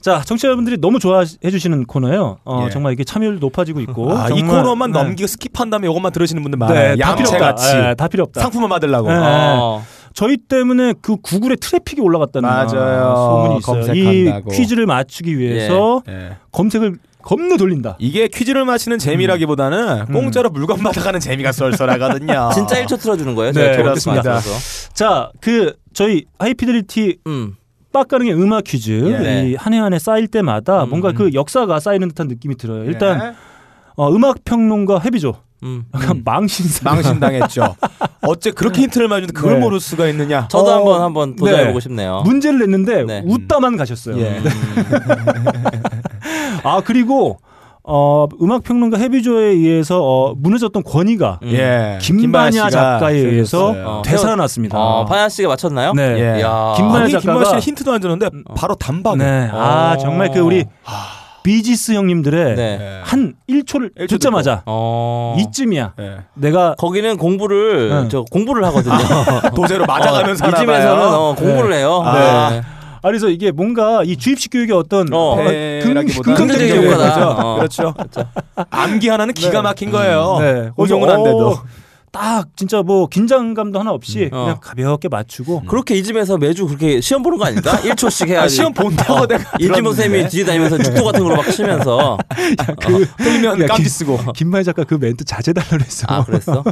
Speaker 1: 자, 청취자분들이 너무 좋아해 주시는 코너예요. 어,
Speaker 2: 예.
Speaker 1: 정말 이게 참여율 높아지고 있고
Speaker 2: 아, 이
Speaker 1: 정말-
Speaker 2: 코너만
Speaker 1: 네.
Speaker 2: 넘기고 스킵한 다음에 이것만 들으시는 분들 많아요.
Speaker 1: 네, 다 필요
Speaker 2: 양채
Speaker 1: 없다.
Speaker 2: 같이
Speaker 1: 예, 다 필요 없다.
Speaker 2: 상품만 받으려고.
Speaker 1: 네.
Speaker 3: 어.
Speaker 1: 저희 때문에 그 구글에 트래픽이 올라갔다는
Speaker 2: 맞아요.
Speaker 1: 소문이 있어요.
Speaker 2: 검색한다고.
Speaker 1: 이 퀴즈를 맞추기 위해서
Speaker 2: 예.
Speaker 1: 검색을 겁나 돌린다.
Speaker 2: 이게 퀴즈를 맞히는
Speaker 1: 음.
Speaker 2: 재미라기보다는 공짜로 물건 받아가는 재미가 쏠쏠하거든요.
Speaker 3: 진짜 1초 틀어주는 거예요.
Speaker 1: 네,
Speaker 3: 제가 저번
Speaker 1: 그렇습니다.
Speaker 3: 주에 봤어서.
Speaker 1: 자, 그 저희 하이피델리티
Speaker 3: 음.
Speaker 1: 빡가능의 음악 퀴즈
Speaker 2: 예.
Speaker 3: 네.
Speaker 1: 이 한 해 한 해 쌓일 때마다
Speaker 3: 음,
Speaker 1: 뭔가 그 역사가 쌓이는 듯한 느낌이 들어요.
Speaker 3: 네.
Speaker 1: 네. 일단
Speaker 2: 예.
Speaker 1: 어, 음악 평론가 해비조
Speaker 3: 음.
Speaker 1: 약간 망신사
Speaker 2: 망신당했죠. 어째 그렇게 힌트를 많이 주는데 그걸
Speaker 1: 네.
Speaker 2: 모를 수가 있느냐.
Speaker 3: 저도
Speaker 1: 어,
Speaker 3: 한번 한번 도전해보고
Speaker 1: 네.
Speaker 3: 싶네요.
Speaker 1: 문제를 냈는데
Speaker 3: 네.
Speaker 1: 웃다만 가셨어요.
Speaker 2: 예.
Speaker 1: 네. 아 그리고 어, 음악 평론가 해비조에 의해서 어, 무너졌던 권위가
Speaker 3: 음.
Speaker 2: 예.
Speaker 1: 김반야
Speaker 2: 씨가
Speaker 1: 작가에 의해서
Speaker 2: 해줬어요.
Speaker 1: 되살아났습니다.
Speaker 3: 어, 반야 씨가 맞췄나요?
Speaker 1: 네.
Speaker 2: 예.
Speaker 3: 이야.
Speaker 1: 김만희
Speaker 2: 아니,
Speaker 1: 작가가- 어.
Speaker 2: 김만희 씨는 힌트도 안 주는데 바로 단박.
Speaker 1: 네. 아
Speaker 3: 어. 아.
Speaker 1: 정말 그 우리 비지스 형님들의
Speaker 3: 네.
Speaker 1: 한 1초를
Speaker 2: 일초
Speaker 1: 듣자마자
Speaker 3: 어.
Speaker 1: 이쯤이야.
Speaker 2: 예.
Speaker 1: 내가
Speaker 3: 거기는 공부를
Speaker 1: 네.
Speaker 3: 저 공부를 하거든요. 어,
Speaker 2: 도제로 아, 맞아가는
Speaker 3: 이
Speaker 2: 사람.
Speaker 3: 집에서는 어, 공부를 해요.
Speaker 2: 아.
Speaker 3: 네.
Speaker 1: 아, 그래서 이게 뭔가 이 주입식 교육의 어떤
Speaker 3: 어.
Speaker 2: 배라기보다
Speaker 3: 긍정적인
Speaker 1: 예, 긍정적인 네,
Speaker 3: 효과다.
Speaker 1: 거죠.
Speaker 3: 어.
Speaker 2: 그렇죠. 암기 하나는 기가 막힌 거예요.
Speaker 3: 어.
Speaker 1: 네.
Speaker 2: 운용은
Speaker 1: 그래서
Speaker 2: 안 돼도.
Speaker 1: 어, 딱 진짜 뭐 긴장감도 하나 없이 그냥
Speaker 3: 어.
Speaker 1: 가볍게 맞추고
Speaker 3: 그렇게 이 집에서 매주 그렇게 시험 보는 거 아닌가? 1초씩 해야지.
Speaker 2: 아, 시험 본다고 내가
Speaker 3: 이진모 쌤이
Speaker 2: 들었는데.
Speaker 3: 뒤에 다니면서 죽도 같은 걸로 막 치면서 어.
Speaker 1: 그
Speaker 2: 틀리면
Speaker 1: 야,
Speaker 2: 깜지
Speaker 1: 김-
Speaker 2: 쓰고.
Speaker 1: 김만희 작가 그 멘트 자제달라고 했어.
Speaker 3: 아 그랬어?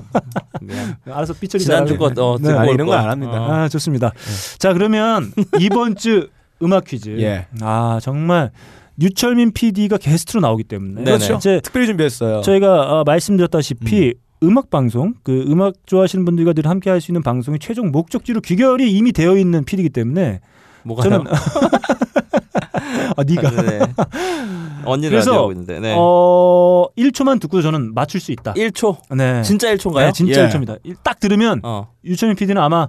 Speaker 3: 미안.
Speaker 1: 알아서 삐처리
Speaker 3: 지난주
Speaker 1: 잘하네.
Speaker 3: 것 어,
Speaker 1: 네.
Speaker 3: 듣고
Speaker 2: 아니,
Speaker 3: 올
Speaker 2: 이런
Speaker 3: 걸.
Speaker 2: 거안 합니다.
Speaker 3: 어.
Speaker 1: 아 좋습니다. 자 그러면 이번 주 음악 퀴즈.
Speaker 2: 예.
Speaker 1: 아 정말 유철민 PD가 게스트로 나오기 때문에
Speaker 3: 네네.
Speaker 1: 그렇죠. 이제
Speaker 2: 특별히 준비했어요.
Speaker 1: 저희가 어, 말씀드렸다시피 음. 악 방송, 그 음악 좋아하시는 분들과 늘 함께 할 수 있는 방송의 최종 목적지로 귀결이 이미 되어 있는 PD이기 때문에
Speaker 3: 뭐가요? 저는
Speaker 1: 아 네가
Speaker 3: 네.
Speaker 1: 그래서,
Speaker 3: 언니는 그래서 하고 있는데. 네.
Speaker 1: 어 1초만 듣고 저는 맞출 수 있다.
Speaker 3: 1초.
Speaker 1: 네.
Speaker 3: 진짜 1초인가요?
Speaker 1: 네, 진짜
Speaker 2: 예.
Speaker 1: 1초입니다. 딱 들으면
Speaker 3: 어.
Speaker 1: 유철민 PD는 아마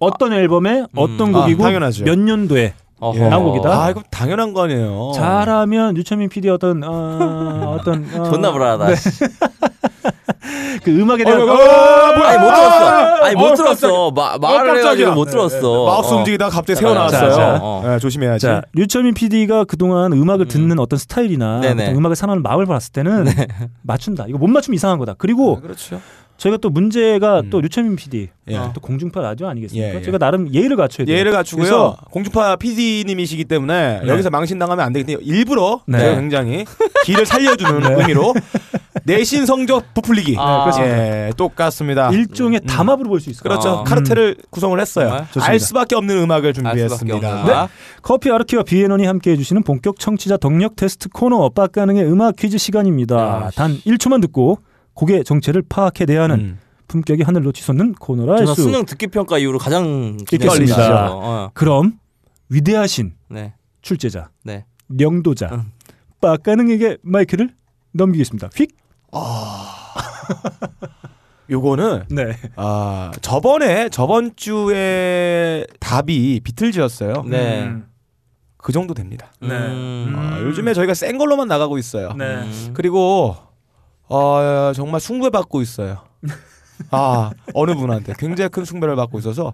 Speaker 1: 어떤 앨범에 어떤
Speaker 3: 아,
Speaker 1: 곡이고
Speaker 2: 당연하죠.
Speaker 1: 몇 년도에
Speaker 3: 어허.
Speaker 2: 예.
Speaker 1: 나온 곡이다.
Speaker 2: 아, 이거 당연한 거
Speaker 3: 어.
Speaker 2: 아니에요.
Speaker 1: 잘하면 유철민 PD의 어떤 어, 어떤 어,
Speaker 3: 존나 불안하다.
Speaker 1: 그 음악에
Speaker 2: 어,
Speaker 1: 대한
Speaker 2: 이거-
Speaker 1: 어,
Speaker 2: 뭐야?
Speaker 3: 아니 못 들었어. 아니 못
Speaker 2: 어,
Speaker 3: 들었어. 마, 말을
Speaker 2: 깜짝이야.
Speaker 3: 해가지고 못 들었어.
Speaker 2: 마우스
Speaker 3: 어.
Speaker 2: 움직이다가 갑자기
Speaker 3: 자,
Speaker 2: 새어나왔어요.
Speaker 1: 자,
Speaker 3: 자. 어.
Speaker 2: 예, 조심해야지.
Speaker 1: 자, 류철민 PD가 그동안 음악을 듣는 어떤 스타일이나
Speaker 3: 네네.
Speaker 1: 어떤 음악을 사랑하는 마음을 봤을 때는 맞춘다. 이거 못 맞추면 이상한 거다. 그리고
Speaker 2: 네. 그렇죠.
Speaker 1: 저희가 또 문제가 또
Speaker 2: 음.
Speaker 1: 류철민 PD
Speaker 2: 예.
Speaker 1: 또 공중파 라디오 아니겠습니까?
Speaker 2: 예, 예.
Speaker 1: 저희가 나름 예의를 갖춰야 돼요.
Speaker 2: 예를 갖추고요.
Speaker 1: 그래서
Speaker 2: 공주파 PD님이시기 때문에
Speaker 1: 네.
Speaker 2: 여기서 망신당하면 안 되기 때문에 일부러
Speaker 1: 네.
Speaker 2: 제가 굉장히 길을 살려주는 의미로 내신 성적 부풀리기.
Speaker 3: 아,
Speaker 2: 예, 똑같습니다.
Speaker 1: 일종의 담합으로 볼 수 있을 것 같아요.
Speaker 2: 음. 그렇죠.
Speaker 3: 아.
Speaker 2: 카르텔을 구성을 했어요.
Speaker 3: 정말?
Speaker 1: 좋습니다.
Speaker 2: 알 수밖에 없는 음악을
Speaker 3: 알 수밖에 없는
Speaker 2: 준비했습니다.
Speaker 3: 음악.
Speaker 1: 커피 아르키와 비에논이 함께 해주시는 본격 청취자 동력 테스트 코너 빡가능의 음악 퀴즈 시간입니다. 단 1초만 듣고 곡의 정체를 파악해내야 하는
Speaker 2: 아, 음.
Speaker 1: 품격이 하늘로 치솟는 코너라 할
Speaker 3: 저는
Speaker 1: 수.
Speaker 3: 수능 듣기 평가 이후로 가장 기대가
Speaker 1: 떨리시죠.
Speaker 3: 되죠. 어.
Speaker 1: 그럼 위대하신
Speaker 3: 네.
Speaker 1: 출제자,
Speaker 3: 네.
Speaker 1: 영도자,
Speaker 3: 음.
Speaker 1: 빡가능에게 마이크를 넘기겠습니다. 휙.
Speaker 2: 요거는
Speaker 1: 네.
Speaker 2: 아 저번에 저번 주에 답이 비틀즈였어요.
Speaker 3: 네.
Speaker 2: 그 정도 됩니다.
Speaker 1: 음, 네.
Speaker 3: 음.
Speaker 2: 아, 요즘에 저희가 센 걸로만 나가고 있어요.
Speaker 1: 네.
Speaker 2: 그리고 어, 정말 숭배 받고 있어요. 아 어느 분한테 굉장히 큰 숭배를 받고 있어서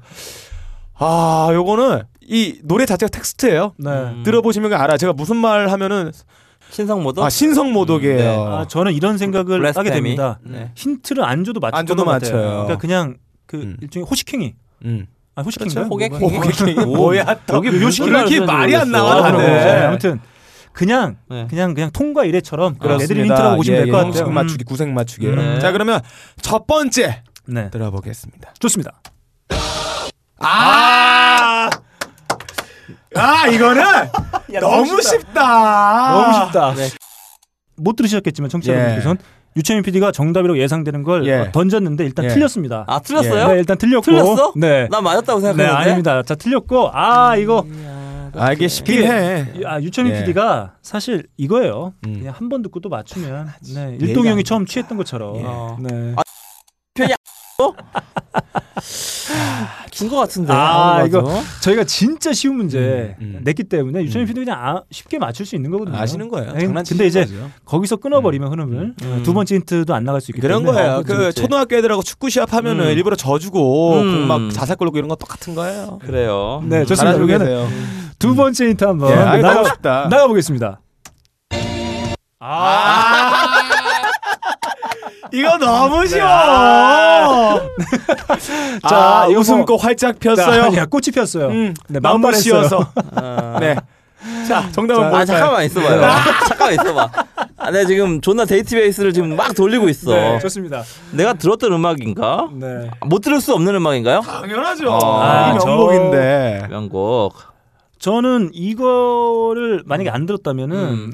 Speaker 2: 아 요거는 이 노래 자체가 텍스트예요.
Speaker 1: 네.
Speaker 3: 음.
Speaker 2: 들어보시면 알아. 제가 무슨 말 하면은
Speaker 3: 신성모도
Speaker 2: 아 신성 모독이에요.
Speaker 3: 네.
Speaker 1: 아, 저는 이런 생각을 하게
Speaker 3: 그 블라스페미.
Speaker 1: 됩니다.
Speaker 3: 네.
Speaker 1: 힌트를 안 줘도 맞출
Speaker 2: 안 줘도
Speaker 1: 것만 같아요.
Speaker 2: 맞춰요.
Speaker 1: 그러니까 그냥 그
Speaker 2: 음.
Speaker 1: 일종의 호식행위.
Speaker 2: 음.
Speaker 1: 아, 호식행위.
Speaker 3: 그렇죠. 호객행위. 뭐
Speaker 2: 뭐야 또
Speaker 1: 여기 무슨
Speaker 2: 이렇게
Speaker 1: 말을 하는지
Speaker 2: 말이 안
Speaker 1: 모르겠어.
Speaker 2: 나와,
Speaker 1: 아,
Speaker 2: 다들.
Speaker 1: 네. 아무튼 그냥
Speaker 3: 네.
Speaker 1: 그냥 그냥 통과 이래처럼
Speaker 2: 그렇습니다.
Speaker 1: 애들 힌트라고 보시면
Speaker 2: 예,
Speaker 1: 될 것
Speaker 2: 예,
Speaker 1: 같아요.
Speaker 2: 형식
Speaker 1: 음.
Speaker 2: 맞추기, 구색 맞추기.
Speaker 3: 네.
Speaker 2: 자 그러면 첫 번째
Speaker 1: 네.
Speaker 2: 들어보겠습니다.
Speaker 1: 좋습니다.
Speaker 2: 아, 아 이거는 너무 쉽다.
Speaker 1: 너무 쉽다.
Speaker 3: 네.
Speaker 1: 못 들으셨겠지만 청취자
Speaker 2: 예.
Speaker 1: 여러분께서는 유채민 PD가 정답이라고 예상되는 걸
Speaker 2: 예.
Speaker 1: 어, 던졌는데 일단
Speaker 2: 예.
Speaker 1: 틀렸습니다.
Speaker 3: 아 틀렸어요?
Speaker 1: 네, 일단 틀렸고.
Speaker 3: 틀렸어?
Speaker 1: 네.
Speaker 3: 난 맞았다고
Speaker 1: 네,
Speaker 3: 생각했는데.
Speaker 1: 아닙니다. 자, 틀렸고.
Speaker 3: 음.
Speaker 1: 아, 이거
Speaker 2: 아 이게 쉽긴 해.
Speaker 1: 아, 유천민
Speaker 2: 예.
Speaker 1: PD가 사실 이거예요.
Speaker 2: 음.
Speaker 1: 그냥 한 번 듣고 또 맞추면 네,
Speaker 2: 예의가
Speaker 1: 일동 형이
Speaker 2: 아닙니다. 예.
Speaker 1: 처음 취했던 것처럼.
Speaker 3: 어.
Speaker 1: 네.
Speaker 3: 준거 같은데.
Speaker 1: 아,
Speaker 3: 맞아.
Speaker 1: 이거 저희가 진짜 쉬운 문제
Speaker 2: 네, 음, 음.
Speaker 1: 냈기 때문에 유천민
Speaker 2: 음.
Speaker 1: PD 그냥 아, 쉽게 맞출 수 있는 거거든요.
Speaker 2: 아시는 거예요.
Speaker 1: 네,
Speaker 2: 장난치는
Speaker 1: 근데 이제
Speaker 2: 거죠.
Speaker 1: 거기서 끊어버리면 흐름을
Speaker 3: 음.
Speaker 1: 두 번째 힌트도 안 나갈 수 있기
Speaker 2: 그런
Speaker 1: 때문에
Speaker 2: 거예요. 그
Speaker 3: 그렇지.
Speaker 2: 초등학교 애들하고 축구 시합 하면은
Speaker 3: 음.
Speaker 2: 일부러 져주고 공
Speaker 3: 음.
Speaker 2: 막 자살 걸고 이런 거 똑같은 거예요. 음,
Speaker 3: 그래요.
Speaker 1: 네, 좋습니다.
Speaker 2: 잘하시고
Speaker 1: 그러면
Speaker 2: 계세요.
Speaker 1: 두 번째 힌트 한번
Speaker 2: 예, 아유,
Speaker 1: 나가,
Speaker 2: 너무 쉽다.
Speaker 1: 나가보겠습니다.
Speaker 2: 이거 너무 쉬워. 자,
Speaker 1: 자, 이거
Speaker 2: 웃음꽃 활짝 폈어요.
Speaker 1: 자, 야, 꽃이 폈어요.
Speaker 2: 음,
Speaker 1: 네,
Speaker 2: 마음껏
Speaker 1: 마음대로
Speaker 2: 씌워서.
Speaker 3: 아.
Speaker 2: 네. 자, 네. 정답은
Speaker 3: 아
Speaker 2: 뭘까요?
Speaker 3: 잠깐만 있어봐요. 잠깐만 있어봐. 아, 내가 지금 존나 데이터베이스를 지금 막 돌리고 있어.
Speaker 1: 네, 좋습니다.
Speaker 3: 내가 들었던 음악인가?
Speaker 1: 네.
Speaker 3: 못 들을 수 없는 음악인가요?
Speaker 2: 당연하죠.
Speaker 3: 아,
Speaker 2: 이 명곡인데.
Speaker 3: 명곡.
Speaker 1: 저는 이거를 만약에 안 들었다면은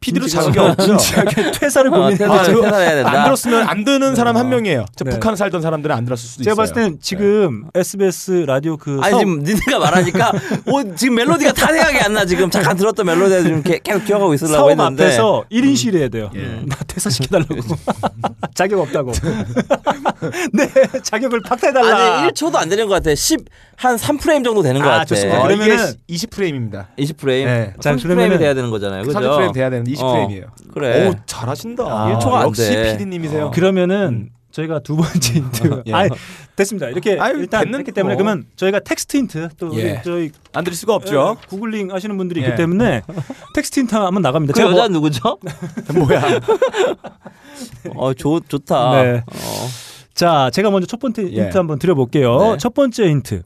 Speaker 2: 피디로
Speaker 1: 자극이
Speaker 2: 자격이 없죠.
Speaker 1: 진지하게 퇴사를
Speaker 3: 어,
Speaker 1: 고민해.
Speaker 3: 퇴사를,
Speaker 2: 저거
Speaker 3: 퇴사를 해야
Speaker 2: 아, 안
Speaker 3: 된다.
Speaker 2: 들었으면 안 드는 사람 한 명이에요. 저
Speaker 1: 네.
Speaker 2: 북한 살던 사람들은 안 들었을 수도
Speaker 1: 제가
Speaker 2: 있어요.
Speaker 1: 봤을 땐 지금 SBS 라디오 그
Speaker 3: 아니
Speaker 1: 사업-
Speaker 3: 지금 니네가 말하니까 오, 지금 멜로디가 다 생각이 안 나 지금 잠깐 들었던 멜로디가 지금 개- 계속 기억하고 있으려고
Speaker 1: 사업
Speaker 3: 했는데
Speaker 1: 앞에서 1인 시위를 해야 돼요. 음. 나 퇴사 시켜달라고. 자격 없다고. 네, 자격을 박탈해달라.
Speaker 3: 아니 1초도 안 되는 것 같아 10한 3프레임 정도 되는 것
Speaker 1: 아,
Speaker 3: 같아
Speaker 1: 좋습니다.
Speaker 3: 어,
Speaker 1: 그러면-
Speaker 2: 네. 그러면은
Speaker 1: 그러면은
Speaker 2: 20프레임입니다.
Speaker 3: 20프레임
Speaker 2: 네.
Speaker 1: 자,
Speaker 3: 30프레임이
Speaker 1: 그러면은-
Speaker 3: 돼야 되는 거잖아요 그죠?
Speaker 2: 30프레임 돼야 되는 20프레임이에요.
Speaker 3: 어, 그래 아,
Speaker 2: 오, 잘하신다.
Speaker 1: 일 초가
Speaker 3: 안
Speaker 2: 역시
Speaker 3: 돼.
Speaker 2: PD님이세요.
Speaker 1: 어, 그러면은 저희가 두 번째 힌트.
Speaker 2: 예.
Speaker 1: 아니, 됐습니다. 이렇게
Speaker 2: 아유,
Speaker 1: 일단
Speaker 2: 됐는데
Speaker 1: 했기 때문에
Speaker 2: 뭐.
Speaker 1: 그러면 저희가 텍스트 힌트 또 우리
Speaker 2: 예.
Speaker 1: 저희 어,
Speaker 2: 안 들을 수가
Speaker 3: 네.
Speaker 2: 없죠.
Speaker 1: 구글링 하시는 분들이
Speaker 2: 예.
Speaker 1: 있기 때문에 텍스트 힌트 한번 나갑니다.
Speaker 3: 그
Speaker 1: 제가 뭐
Speaker 3: 여자 누구죠?
Speaker 2: 뭐야.
Speaker 3: 어 좋, 좋다
Speaker 1: 네.
Speaker 3: 어.
Speaker 1: 자, 제가 먼저 첫 번째 힌트
Speaker 2: 예.
Speaker 1: 한번 드려볼게요.
Speaker 2: 네.
Speaker 1: 첫 번째 힌트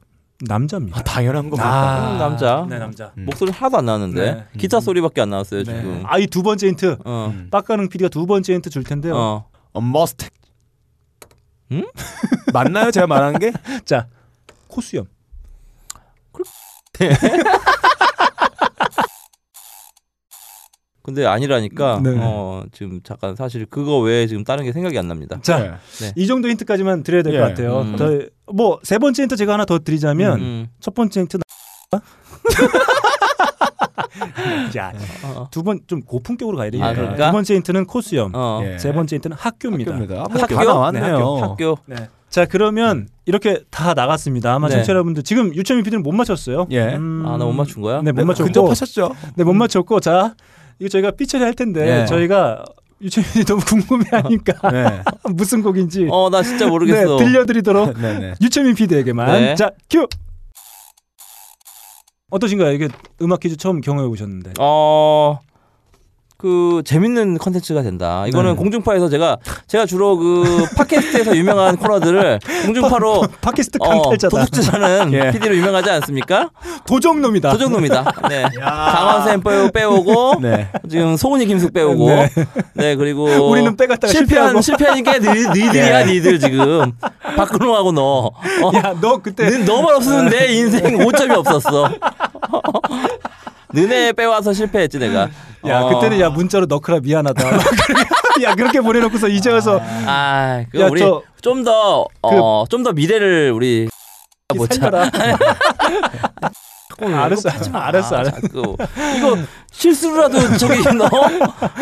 Speaker 1: 남자입니다.
Speaker 2: 아, 당연한 거.
Speaker 1: 아.
Speaker 3: 음, 남자
Speaker 1: 네, 남자.
Speaker 3: 목소리 하나도 안 나왔는데
Speaker 1: 네.
Speaker 3: 기타 소리밖에 안 나왔어요 지금
Speaker 1: 아, 이 두 번째 힌트.
Speaker 3: 어.
Speaker 1: 빡가능 PD가 두 번째 힌트 줄 텐데요.
Speaker 3: 어.
Speaker 2: A must.
Speaker 3: 음?
Speaker 2: 맞나요? 제가 말한 게?
Speaker 1: 자, 코수염.
Speaker 3: 근데 아니라니까
Speaker 1: 네.
Speaker 3: 어, 지금 잠깐 사실 그거 외에 지금 다른 게 생각이 안 납니다
Speaker 1: 자,
Speaker 3: 네.
Speaker 1: 이 정도 힌트까지만 드려야 될 것
Speaker 2: 예.
Speaker 1: 같아요.
Speaker 3: 음.
Speaker 1: 뭐 세 번째 힌트 제가 하나 더 드리자면
Speaker 3: 음.
Speaker 1: 첫 번째 힌트 나- 자,
Speaker 3: 어.
Speaker 1: 두 번 좀 고품격으로 가야 되니까.
Speaker 3: 아, 그러니까?
Speaker 1: 두 번째 힌트는 코수염.
Speaker 3: 어.
Speaker 2: 예.
Speaker 1: 세 번째 힌트는 학교입니다.
Speaker 2: 학교입니다.
Speaker 3: 학교?
Speaker 2: 뭐다 나왔네요.
Speaker 3: 네, 학교. 학교.
Speaker 1: 네. 자, 그러면 이렇게 다 나갔습니다. 아마
Speaker 3: 네.
Speaker 1: 청취자 여러분들 지금 유천민 PD는 못 맞췄어요.
Speaker 2: 예.
Speaker 1: 음,
Speaker 3: 아, 나 못 맞춘 거야?
Speaker 1: 네, 못 맞췄고.
Speaker 2: 근접하셨죠?
Speaker 1: 네, 못 맞췄고 자 이거 저희가 삐처리 할 텐데
Speaker 3: 네.
Speaker 2: 예.
Speaker 1: 저희가 유채민이 너무 궁금해하니까
Speaker 2: 네.
Speaker 1: 무슨 곡인지
Speaker 3: 어, 나 진짜
Speaker 1: 네,
Speaker 3: 모르겠어.
Speaker 1: 들려드리도록
Speaker 2: 네, 네.
Speaker 1: 유채민 PD에게만
Speaker 3: 네.
Speaker 1: 자 큐. 어떠신가요? 이게 음악 퀴즈 처음 경험해 보셨는데.
Speaker 3: 어, 그 재밌는 컨텐츠가 된다. 이거는
Speaker 1: 네.
Speaker 3: 공중파에서 제가 제가 주로 그 팟캐스트에서 유명한 코너들을 공중파로
Speaker 1: 팟캐스트
Speaker 3: 어,
Speaker 1: 강탈자다.
Speaker 3: 도둑질하는
Speaker 2: 예.
Speaker 3: PD로 유명하지 않습니까?
Speaker 1: 도정놈이다.
Speaker 3: 도정놈이다. 네. 강원샘 빼- 빼오고
Speaker 2: 네.
Speaker 3: 지금 소은이 김숙 빼오고
Speaker 1: 네.
Speaker 3: 네, 그리고
Speaker 1: 우리는 빼갔다가 실패하고. 예.
Speaker 3: 실패한 실패한 게 니, 니들이야 니들 지금 박근홍하고 너. 어.
Speaker 1: 야, 네. 너 그때
Speaker 3: 는 너만 없으면 내 인생 오점이 없었어. 너네 빼와서 실패했지 내가.
Speaker 1: 야,
Speaker 3: 어.
Speaker 1: 그때는 야 문자로 너크라 미안하다. 막 그래. 야, 그렇게 보내 놓고서 이제 와서
Speaker 3: 아, 그
Speaker 1: 야,
Speaker 3: 우리
Speaker 1: 저- 그
Speaker 3: 좀 더 어, 좀 더 미래를 우리 보자.
Speaker 1: 살려라. 아,
Speaker 3: 예,
Speaker 1: 알았어. 알았어. 알았어.
Speaker 3: 아, 자꾸. 이거 실수라도 저기 너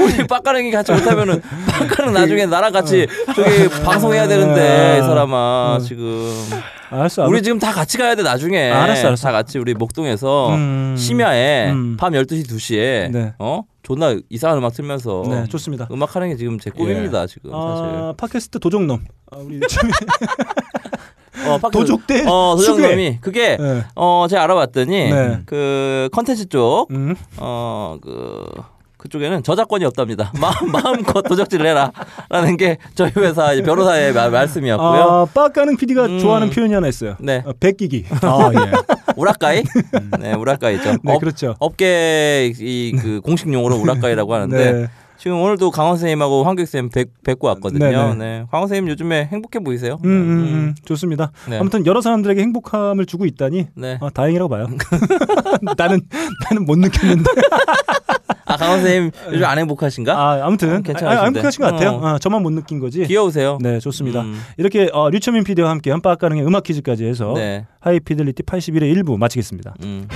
Speaker 3: 우리 빡가릉이 같이 못하면은 빡가릉 나중에 나랑
Speaker 1: 예.
Speaker 3: 같이 저기 방송해야 되는데 이 사람아 지금
Speaker 1: 알았어.
Speaker 3: 우리 지금 다 같이 가야 돼 나중에
Speaker 1: 아, 예. 뭐 알았어, 알았어.
Speaker 3: 다 같이 우리 목동에서
Speaker 1: 음.
Speaker 3: 심야에
Speaker 1: 음.
Speaker 3: 밤 12시 2시에
Speaker 1: 네.
Speaker 3: 어 존나 이상한 음악 틀면서
Speaker 1: 네, 좋습니다.
Speaker 3: 음악 하는 게 지금 제 꿈입니다 지금
Speaker 1: 아, 팟캐스트 도적놈. 아, 우리 유채민
Speaker 3: 사실 어, 팟캐-
Speaker 1: 도적대
Speaker 3: 어
Speaker 1: 수괴.
Speaker 3: 도적놈이 그게
Speaker 1: 네.
Speaker 3: 어 제가 알아봤더니
Speaker 1: 네.
Speaker 3: 그 컨텐츠 쪽
Speaker 1: 음.
Speaker 3: 어, 그 그쪽에는 저작권이 없답니다. 마음 마음껏 도적질을 해라라는 게 저희 회사 이제 변호사의 마- 말씀이었고요.
Speaker 1: 아, 빡가는 PD가
Speaker 3: 음.
Speaker 1: 좋아하는 표현이 하나 있어요.
Speaker 3: 네.
Speaker 1: 어, 베끼기.
Speaker 2: 아, 예.
Speaker 3: 우라카이? 네, 우라카이죠.
Speaker 1: 네,
Speaker 3: 업-
Speaker 1: 그렇죠.
Speaker 3: 업계 이 그 공식 용어로 우라카이라고 하는데
Speaker 1: 네.
Speaker 3: 지금 오늘도 강원 선생님하고 황교 선생님 뵙, 뵙고 왔거든요.
Speaker 1: 네네.
Speaker 3: 네, 강원 선생님 요즘에 행복해 보이세요?
Speaker 1: 음, 음, 음. 좋습니다.
Speaker 3: 네.
Speaker 1: 아무튼 여러 사람들에게 행복함을 주고 있다니
Speaker 3: 네.
Speaker 1: 아, 다행이라고 봐요. 나는 나는 못 느꼈는데.
Speaker 3: 아 강원 선생님 요즘 안 행복하신가?
Speaker 1: 아, 아무튼
Speaker 3: 어, 괜찮으신데.
Speaker 1: 아, 행복하신 것 같아요.
Speaker 3: 어.
Speaker 1: 아, 저만 못 느낀 거지.
Speaker 3: 귀여우세요.
Speaker 1: 네, 좋습니다.
Speaker 3: 음.
Speaker 1: 이렇게 어, 류초민 PD와 함께 한빠까릉의 음악 퀴즈까지 해서
Speaker 3: 네.
Speaker 1: 하이피델리티 81의 1부 마치겠습니다.
Speaker 3: 음.